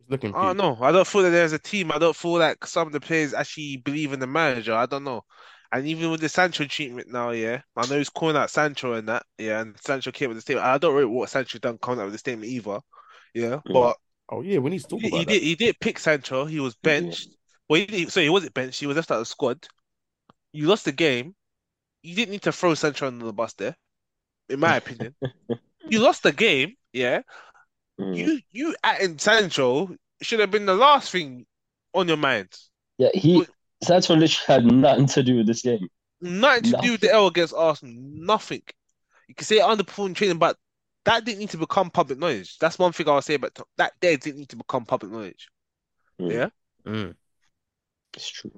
[SPEAKER 1] It's looking.
[SPEAKER 2] I don't know. I don't feel that there's a team. I don't feel like some of the players actually believe in the manager. I don't know. And even with the Sancho treatment now, yeah, I know he's calling out Sancho and that, yeah, and Sancho came with the statement. I don't really what Sancho done coming out with the statement either, yeah.
[SPEAKER 3] Mm.
[SPEAKER 2] But
[SPEAKER 1] Oh yeah, we need to talk
[SPEAKER 2] he,
[SPEAKER 1] about
[SPEAKER 2] he
[SPEAKER 1] that.
[SPEAKER 2] did he did pick Sancho. He was
[SPEAKER 3] Yeah.
[SPEAKER 2] benched. Well, he didn't, so he wasn't benched. He was left out of the squad. You lost the game. You didn't need to throw Sancho under the bus there, in my opinion. you lost the game, yeah.
[SPEAKER 3] Mm.
[SPEAKER 2] You you at Sancho should have been the last thing on your mind.
[SPEAKER 3] Yeah, he Sancho literally had nothing to do with this game.
[SPEAKER 2] Nothing to do with the L against Arsenal. Nothing. You can say underperforming training, but that didn't need to become public knowledge. That's one thing I would say about Tot- that. There didn't need to become public knowledge.
[SPEAKER 3] Mm.
[SPEAKER 2] Yeah.
[SPEAKER 1] Mm.
[SPEAKER 3] It's true.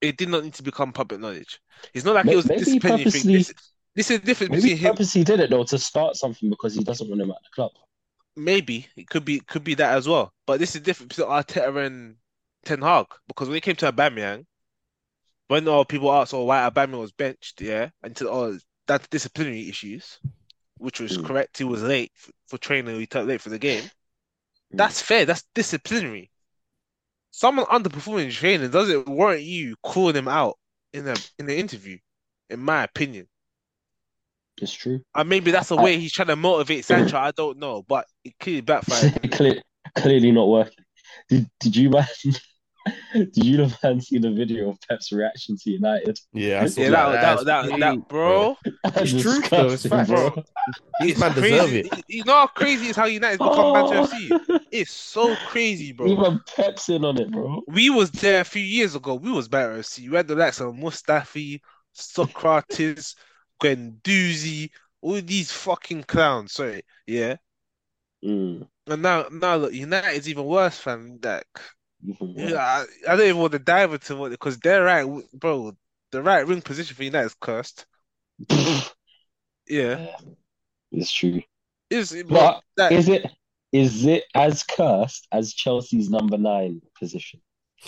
[SPEAKER 2] It did not need to become public knowledge. It's not like
[SPEAKER 3] May-
[SPEAKER 2] it was
[SPEAKER 3] maybe he
[SPEAKER 2] disciplinary thing.
[SPEAKER 3] purposely-
[SPEAKER 2] This, this is the difference
[SPEAKER 3] Maybe
[SPEAKER 2] between
[SPEAKER 3] he
[SPEAKER 2] him.
[SPEAKER 3] purposely did it though to start something because he doesn't want him at the club.
[SPEAKER 2] Maybe it could be could be that as well. But this is different between Arteta and Ten Hag because when it came to Aubameyang, when all people asked, "Oh, why Aubameyang was benched?" Yeah, and said, "Oh, that's disciplinary issues," which was
[SPEAKER 3] Mm.
[SPEAKER 2] correct. He was late f- for training. He turned late for the game.
[SPEAKER 3] Mm.
[SPEAKER 2] That's fair. That's disciplinary. Someone underperforming in training doesn't warrant you calling him out in a in the interview, in my opinion.
[SPEAKER 3] It's true.
[SPEAKER 2] And maybe that's the
[SPEAKER 3] I-
[SPEAKER 2] way he's trying to motivate Sancho. I don't know, but it clearly backfired.
[SPEAKER 3] Cle- clearly not working. Did, did you man? Did you the man see the video of Pep's reaction to United?
[SPEAKER 1] Yeah, I saw
[SPEAKER 2] Yeah,
[SPEAKER 1] that.
[SPEAKER 2] that, that,
[SPEAKER 1] That's
[SPEAKER 2] that, that,
[SPEAKER 1] cute,
[SPEAKER 2] bro.
[SPEAKER 1] It's true, though. It's
[SPEAKER 3] Disgusting,
[SPEAKER 1] fact.
[SPEAKER 3] bro.
[SPEAKER 1] These
[SPEAKER 2] It's
[SPEAKER 1] man deserve
[SPEAKER 2] crazy. You know how crazy is how United become Manchester FC?
[SPEAKER 3] Oh,
[SPEAKER 2] It's so crazy, bro.
[SPEAKER 3] Even Pep's in on it, bro.
[SPEAKER 2] We was there a few years ago. We was better FC. We had the likes of Mustafi, Socrates, Guendouzi, all these fucking clowns. Sorry, yeah.
[SPEAKER 3] Mm.
[SPEAKER 2] And now, now look, United's even worse, fam. Like,
[SPEAKER 3] Even
[SPEAKER 2] yeah,
[SPEAKER 3] worse.
[SPEAKER 2] I, I don't even want to dive into what because they're right, bro. The right wing position for United is cursed. Yeah,
[SPEAKER 3] Yeah, it's true.
[SPEAKER 2] is it?
[SPEAKER 3] But
[SPEAKER 2] that,
[SPEAKER 3] Is it is it as cursed as Chelsea's number nine position?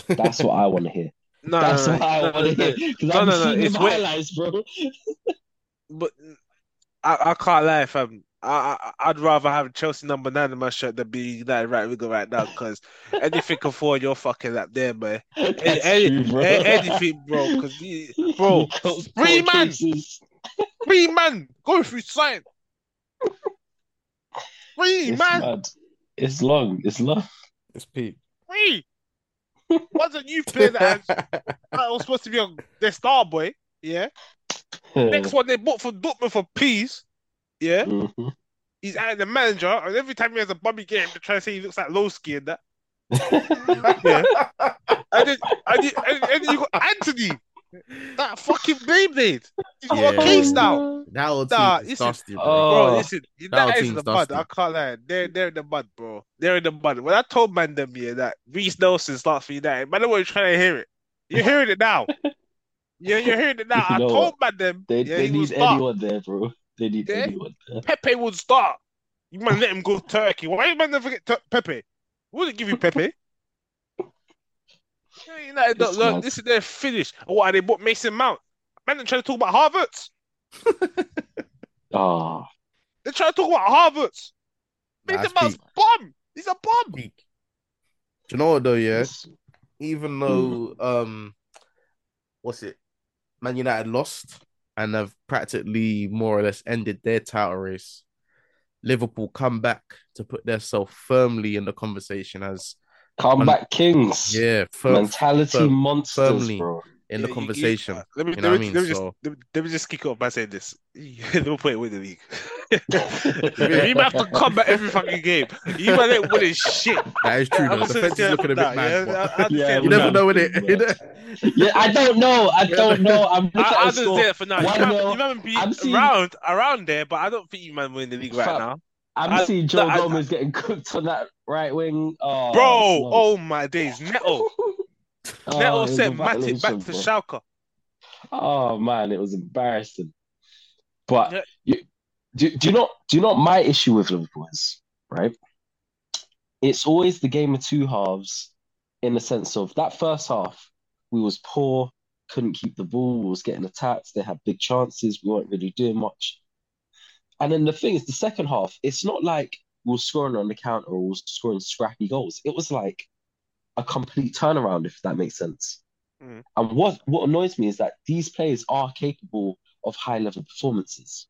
[SPEAKER 3] That's what I want to hear.
[SPEAKER 2] no, no,
[SPEAKER 3] That's
[SPEAKER 2] no,
[SPEAKER 3] what I
[SPEAKER 2] no,
[SPEAKER 3] want to
[SPEAKER 2] no,
[SPEAKER 3] hear.
[SPEAKER 2] no.
[SPEAKER 3] Because
[SPEAKER 2] No,
[SPEAKER 3] I'm
[SPEAKER 2] no, no,
[SPEAKER 3] seeing
[SPEAKER 2] it's
[SPEAKER 3] them
[SPEAKER 2] wait-
[SPEAKER 3] highlights, bro.
[SPEAKER 2] But I, I can't lie, fam. I, I I'd rather have Chelsea number nine in my shirt than be United right winger right now because anything can fall on your fucking lap there, man.
[SPEAKER 3] That's
[SPEAKER 2] any-
[SPEAKER 3] true, bro.
[SPEAKER 2] A- anything, bro. Because bro,
[SPEAKER 3] Cold-
[SPEAKER 2] three
[SPEAKER 3] cold
[SPEAKER 2] man,
[SPEAKER 3] cases.
[SPEAKER 2] three man going through sign. Three
[SPEAKER 3] It's
[SPEAKER 2] man,
[SPEAKER 3] mad. It's long. It's long.
[SPEAKER 1] It's peak.
[SPEAKER 2] three. Wasn't you playing that as- that was supposed to be on their star boy? Yeah. Next one they bought from Dortmund for peas. Yeah.
[SPEAKER 3] Mhm.
[SPEAKER 2] He's at the manager, and every time he has a bummy game, they try to say he looks like Lowski and that.
[SPEAKER 3] Mm-hmm.
[SPEAKER 2] Yeah. And then, and then, and then you got Anthony, that fucking Beyblade. He's got
[SPEAKER 1] Yeah.
[SPEAKER 2] a case now.
[SPEAKER 1] That old
[SPEAKER 2] Nah,
[SPEAKER 1] team is
[SPEAKER 2] it's a-
[SPEAKER 1] dusty, bro.
[SPEAKER 3] Oh.
[SPEAKER 2] Bro, listen,
[SPEAKER 1] That
[SPEAKER 2] that is in
[SPEAKER 1] team's
[SPEAKER 2] the mud.
[SPEAKER 1] dusty.
[SPEAKER 2] I can't lie. They're, they're in the mud, bro. They're in the mud. When I told man them here that Reese Nelson starts for United, man, they weren't trying to hear it. You're hearing it now. You're, you're hearing it now.
[SPEAKER 3] You
[SPEAKER 2] I
[SPEAKER 3] know
[SPEAKER 2] told man them.
[SPEAKER 3] They,
[SPEAKER 2] yeah,
[SPEAKER 3] they
[SPEAKER 2] he will
[SPEAKER 3] need
[SPEAKER 2] start.
[SPEAKER 3] anyone there, bro. They need
[SPEAKER 2] Yeah.
[SPEAKER 3] anyone there.
[SPEAKER 2] Pepe would start. You man let him go Turkey. Why you man never get Tur- Pepe? Wouldn't give you Pepe. Yeah, United don't
[SPEAKER 3] It's
[SPEAKER 2] learn.
[SPEAKER 3] mad.
[SPEAKER 2] This is their finish. What are they bought Mason Mount? Man, they're trying to talk about Harvard's.
[SPEAKER 3] Ah,
[SPEAKER 2] They're trying to talk about Harvard's.
[SPEAKER 1] Nah,
[SPEAKER 2] Mason
[SPEAKER 1] it's
[SPEAKER 2] Mount's
[SPEAKER 1] peak.
[SPEAKER 2] bomb. He's a bomb.
[SPEAKER 1] peak. Do you know what though? Yeah,
[SPEAKER 3] it's-
[SPEAKER 2] Hmm.
[SPEAKER 1] even though um, what's it? Man United lost and have practically more or less ended their title race. Liverpool come back to put themselves firmly in the conversation as
[SPEAKER 3] comeback kings.
[SPEAKER 1] yeah, firm,
[SPEAKER 3] Mentality
[SPEAKER 1] firm-
[SPEAKER 3] monsters,
[SPEAKER 1] firmly.
[SPEAKER 3] bro.
[SPEAKER 1] in
[SPEAKER 2] Yeah,
[SPEAKER 1] the
[SPEAKER 2] you- you-
[SPEAKER 1] conversation.
[SPEAKER 2] let me,
[SPEAKER 1] You
[SPEAKER 2] let
[SPEAKER 1] know what I
[SPEAKER 2] me,
[SPEAKER 1] mean?
[SPEAKER 2] let me just,
[SPEAKER 1] So-
[SPEAKER 2] let me, let me just kick it off by saying this. Liverpool win the league. you might have to come back every fucking game. You might not win this shit.
[SPEAKER 1] That is true. Though.
[SPEAKER 2] I'm just
[SPEAKER 1] The fence is
[SPEAKER 2] saying
[SPEAKER 1] looking a
[SPEAKER 2] that,
[SPEAKER 1] bit mad.
[SPEAKER 2] yeah,
[SPEAKER 1] but-
[SPEAKER 2] I- I
[SPEAKER 3] Yeah,
[SPEAKER 2] understand
[SPEAKER 1] you
[SPEAKER 2] that.
[SPEAKER 1] never know in it.
[SPEAKER 3] Yeah. Yeah, I don't know. I don't know. I'm looking
[SPEAKER 2] I,
[SPEAKER 3] at the
[SPEAKER 2] I just
[SPEAKER 3] score.
[SPEAKER 2] did it for now. You
[SPEAKER 3] One
[SPEAKER 2] might,
[SPEAKER 3] nil.
[SPEAKER 2] you might be
[SPEAKER 3] I'm seeing-
[SPEAKER 2] around around there, but I don't think you might win the league right
[SPEAKER 3] Fuck.
[SPEAKER 2] now,
[SPEAKER 3] I'm
[SPEAKER 2] I-
[SPEAKER 3] seeing Joe
[SPEAKER 2] I- I-
[SPEAKER 3] Gomez getting cooked on that right wing. Oh,
[SPEAKER 2] bro.
[SPEAKER 3] no.
[SPEAKER 2] Oh my days, Neto.
[SPEAKER 3] Oh,
[SPEAKER 2] Neto
[SPEAKER 3] it was
[SPEAKER 2] sent
[SPEAKER 3] a
[SPEAKER 2] Matic back
[SPEAKER 3] violation,
[SPEAKER 2] to
[SPEAKER 3] bro.
[SPEAKER 2] Schalke.
[SPEAKER 3] Oh man, it was embarrassing. But
[SPEAKER 2] Yeah.
[SPEAKER 3] you, do, do you not do you not my issue with Liverpool is right? It's always the game of two halves, in the sense of that first half we was poor, couldn't keep the ball, we was getting attacked. They had big chances, we weren't really doing much. And then the thing is, the second half, it's not like we were scoring on the counter or we were scoring scrappy goals. It was like a complete turnaround, if that makes sense.
[SPEAKER 2] Mm.
[SPEAKER 3] And what what annoys me is that these players are capable of high level performances.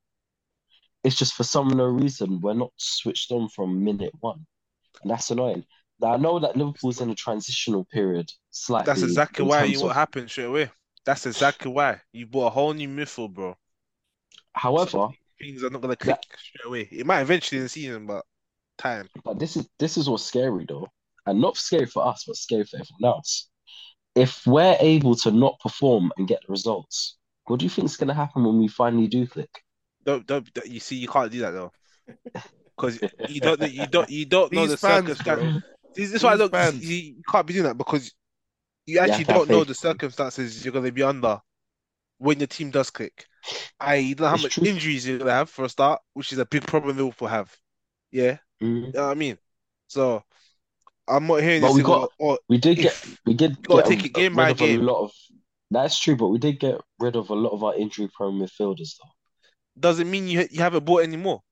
[SPEAKER 3] It's just for some no reason we're not switched on from minute one, and that's annoying. Now I know that Liverpool's in a transitional period slightly.
[SPEAKER 2] That's exactly
[SPEAKER 3] in
[SPEAKER 2] why
[SPEAKER 3] terms
[SPEAKER 2] you what
[SPEAKER 3] of-
[SPEAKER 2] happened straight away. That's exactly why you bought a whole new midfield, bro.
[SPEAKER 3] However,
[SPEAKER 2] Things are not gonna click straight away. It might eventually in the season, but time.
[SPEAKER 3] But this is this is what's scary though, and not scary for us, but scary for everyone else. If we're able to not perform and get the results, what do you think is going to happen when we finally do click?
[SPEAKER 2] Don't don't don't- you see you can't do that though. Because you don't you don't you don't know
[SPEAKER 1] These
[SPEAKER 2] the
[SPEAKER 1] fans,
[SPEAKER 2] circumstances.
[SPEAKER 1] bro.
[SPEAKER 2] This, this is why I
[SPEAKER 1] These
[SPEAKER 2] don't.
[SPEAKER 1] fans.
[SPEAKER 2] You, you can't be doing that because you
[SPEAKER 3] have
[SPEAKER 2] actually
[SPEAKER 3] to have
[SPEAKER 2] don't know
[SPEAKER 3] faith.
[SPEAKER 2] the circumstances you're going to be under when your team does click. I you don't know how
[SPEAKER 3] It's
[SPEAKER 2] much
[SPEAKER 3] true.
[SPEAKER 2] injuries you're going to have for a start, which is a big problem Liverpool have. Yeah,
[SPEAKER 3] Mm.
[SPEAKER 2] you know what I mean. So I'm not hearing
[SPEAKER 3] But
[SPEAKER 2] this.
[SPEAKER 3] we
[SPEAKER 2] thing
[SPEAKER 3] got-
[SPEAKER 2] or, or
[SPEAKER 3] We did get
[SPEAKER 2] if
[SPEAKER 3] we did
[SPEAKER 2] gotta
[SPEAKER 3] get
[SPEAKER 2] take it game
[SPEAKER 3] rid
[SPEAKER 2] by
[SPEAKER 3] of
[SPEAKER 2] game.
[SPEAKER 3] a lot of. That's true, but we did get rid of a lot of our injury-prone midfielders though.
[SPEAKER 2] doesn't mean you you haven't bought anymore.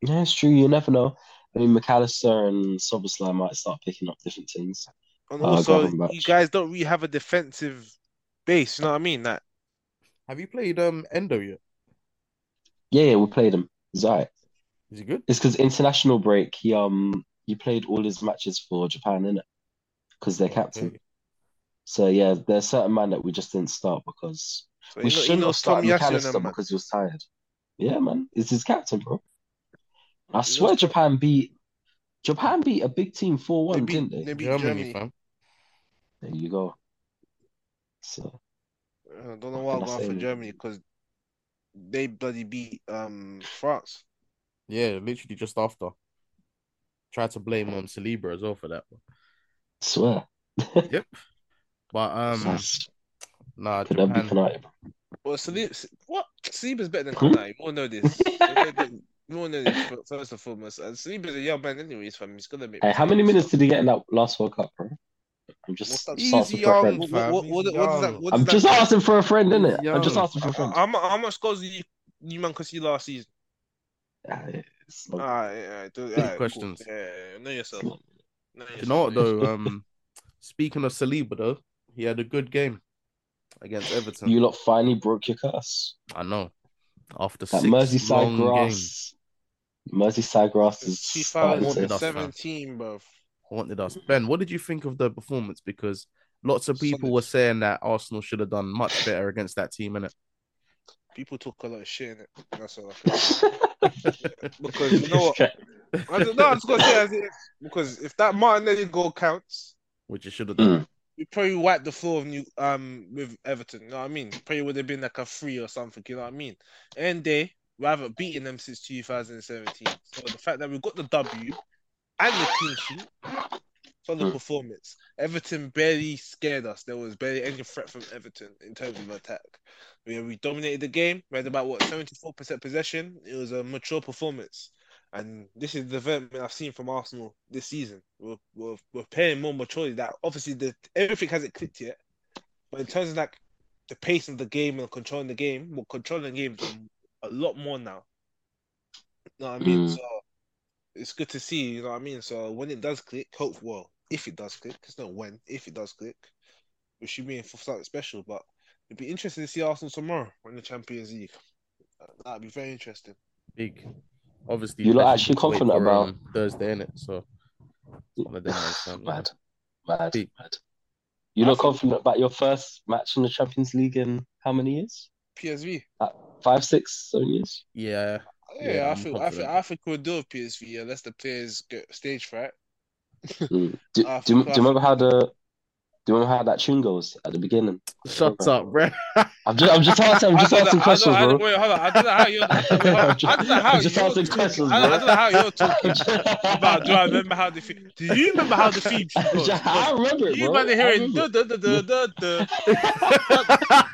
[SPEAKER 3] Yeah, it's true. You never know. I mean, McAllister and Soboslai might start picking up different things.
[SPEAKER 2] And
[SPEAKER 3] Oh,
[SPEAKER 2] also,
[SPEAKER 3] Gavin Batch.
[SPEAKER 2] you guys don't really have a defensive base. You know what I mean? That
[SPEAKER 1] Have you played um Endo yet?
[SPEAKER 3] Yeah, yeah, we played him. It's all right.
[SPEAKER 1] Is he good?
[SPEAKER 3] It's because international break. He um he played all his matches for Japan, innit? Because they're captain.
[SPEAKER 1] Okay.
[SPEAKER 3] So yeah, there's certain man that we just didn't start because
[SPEAKER 2] So
[SPEAKER 3] we
[SPEAKER 2] he knows- he
[SPEAKER 3] shouldn't have
[SPEAKER 2] knows Tommy
[SPEAKER 3] started
[SPEAKER 2] Asu and them,
[SPEAKER 3] McAllister
[SPEAKER 2] man.
[SPEAKER 3] because he was tired. Yeah, man, it's his captain, bro. I
[SPEAKER 2] knows
[SPEAKER 3] swear,
[SPEAKER 2] Tom-
[SPEAKER 3] Japan beat Japan beat a big team four one,
[SPEAKER 2] They beat-
[SPEAKER 3] didn't they?
[SPEAKER 2] they beat
[SPEAKER 1] Germany,
[SPEAKER 2] Germany.
[SPEAKER 1] fam.
[SPEAKER 3] There you go. So
[SPEAKER 2] I don't know why I'm
[SPEAKER 3] Fucking
[SPEAKER 2] going for
[SPEAKER 3] same.
[SPEAKER 2] Germany because they bloody beat um France.
[SPEAKER 1] Yeah, literally just after. Tried to blame um Saliba as well for that.
[SPEAKER 3] swear,
[SPEAKER 1] But um,
[SPEAKER 3] That's-
[SPEAKER 1] nah,
[SPEAKER 3] could that be
[SPEAKER 1] Japan.
[SPEAKER 3] Canada?
[SPEAKER 2] Well, Salib, what Saliba's better than
[SPEAKER 3] Hmm?
[SPEAKER 2] Konate. We all know this. We all know- we all know this fir- first and foremost. And Saliba's a young man, anyways, fam. He's gonna make.
[SPEAKER 3] Hey, how many
[SPEAKER 2] mistakes.
[SPEAKER 3] minutes did he get in that last World Cup, bro? I'm
[SPEAKER 2] What's
[SPEAKER 3] just
[SPEAKER 2] that-
[SPEAKER 1] He's
[SPEAKER 3] asking for a
[SPEAKER 1] young,
[SPEAKER 3] friend.
[SPEAKER 2] What,
[SPEAKER 1] fam?
[SPEAKER 2] what, what,
[SPEAKER 1] He's
[SPEAKER 2] what does that?
[SPEAKER 1] young.
[SPEAKER 2] What does
[SPEAKER 3] I'm
[SPEAKER 2] that
[SPEAKER 3] just
[SPEAKER 2] mean?
[SPEAKER 3] asking for a friend, innit? I'm just
[SPEAKER 1] Young.
[SPEAKER 3] asking for a friend.
[SPEAKER 2] How, mu- how much goals did you, you man concede last season?
[SPEAKER 3] Ah, it's
[SPEAKER 2] All
[SPEAKER 3] not-
[SPEAKER 2] right, all right, do, all
[SPEAKER 1] Good
[SPEAKER 2] right, cool.
[SPEAKER 1] questions.
[SPEAKER 2] Yeah, yeah, yeah, know yourself.
[SPEAKER 3] Do
[SPEAKER 2] Know
[SPEAKER 1] Do
[SPEAKER 2] yourself.
[SPEAKER 1] you know what though? Um, speaking of Saliba though, he had a good game against Everton.
[SPEAKER 3] You lot finally broke your curse.
[SPEAKER 1] I know. After
[SPEAKER 3] That
[SPEAKER 1] six
[SPEAKER 3] Merseyside
[SPEAKER 1] long games,
[SPEAKER 3] grass. Merseyside grass is starting to.
[SPEAKER 1] wanted us,
[SPEAKER 2] 2017, bro.
[SPEAKER 1] wanted us. Ben, what did you think of the performance? Because lots of people
[SPEAKER 2] Solid.
[SPEAKER 1] were saying that Arsenal should have done much better against that team, innit?
[SPEAKER 2] People talk a lot of shit in it. That's all I feel. Because you know what? I don't know. I just gotta say as it is. Because if that Martinelli goal counts,
[SPEAKER 1] Which it should have done.
[SPEAKER 3] Mm.
[SPEAKER 2] we probably wiped the floor of New um with Everton. You know what I mean? Probably would have been like a three or something. You know what I mean? And they we haven't beaten them since 2017. So the fact that we got the W and the clean sheet, solid
[SPEAKER 3] Mm.
[SPEAKER 2] performance. Everton barely scared us. There was barely any threat from Everton in terms of attack. We, we dominated the game. We had about what 74% possession. It was a mature performance. And this is the development I've seen from Arsenal this season. We're, we're, we're playing more maturely. That obviously the everything hasn't clicked yet, but in terms of like the pace of the game and controlling the game, we're controlling the game a lot more now. You know what I mean?
[SPEAKER 3] Mm.
[SPEAKER 2] So it's good to see. You know what I mean? So when it does click, hope well if it does click, it's not when if it does click, we should be in for something special. But it'd be interesting to see Arsenal tomorrow in the Champions League. That'd be very interesting.
[SPEAKER 1] Big. Obviously,
[SPEAKER 3] You lot
[SPEAKER 1] legends
[SPEAKER 3] actually
[SPEAKER 1] wait
[SPEAKER 3] confident
[SPEAKER 1] for,
[SPEAKER 3] about-
[SPEAKER 1] um, Thursday, innit? So it's one of them ones, fam.
[SPEAKER 3] Mad, mad,
[SPEAKER 1] Pete.
[SPEAKER 3] mad. You not
[SPEAKER 2] think-
[SPEAKER 3] confident about your first match in the Champions League in how many years?
[SPEAKER 2] PSV.
[SPEAKER 3] Five, six, seven years.
[SPEAKER 1] Yeah.
[SPEAKER 2] Yeah,
[SPEAKER 1] Yeah,
[SPEAKER 2] I
[SPEAKER 1] I'm
[SPEAKER 2] think I think
[SPEAKER 1] confident.
[SPEAKER 2] I think we'll do with PSV unless the players get stage fright.
[SPEAKER 3] Mm. Do,
[SPEAKER 2] Ah,
[SPEAKER 3] do, you- do
[SPEAKER 2] fuck.
[SPEAKER 3] you remember how the do you remember how that tune goes at the beginning?
[SPEAKER 1] Shut up, bro.
[SPEAKER 3] I'm just I'm just asking I'm just
[SPEAKER 2] I don't
[SPEAKER 3] asking
[SPEAKER 2] know- I don't-
[SPEAKER 3] questions,
[SPEAKER 2] I don't-
[SPEAKER 3] bro.
[SPEAKER 2] Wait, hold on. I don't know how you're. I don't know how
[SPEAKER 3] I'm just
[SPEAKER 2] you're
[SPEAKER 3] asking
[SPEAKER 2] talking.
[SPEAKER 3] questions,
[SPEAKER 2] I don't,
[SPEAKER 3] bro.
[SPEAKER 2] I don't know how you're talking about. Do I remember how the? fe- Do you remember how the theme
[SPEAKER 3] I
[SPEAKER 2] goes?
[SPEAKER 3] remember it,
[SPEAKER 2] You
[SPEAKER 3] bro.
[SPEAKER 2] man are
[SPEAKER 3] I
[SPEAKER 2] hearing
[SPEAKER 3] remember
[SPEAKER 2] duh,
[SPEAKER 3] it.
[SPEAKER 2] duh, duh, duh, duh, duh.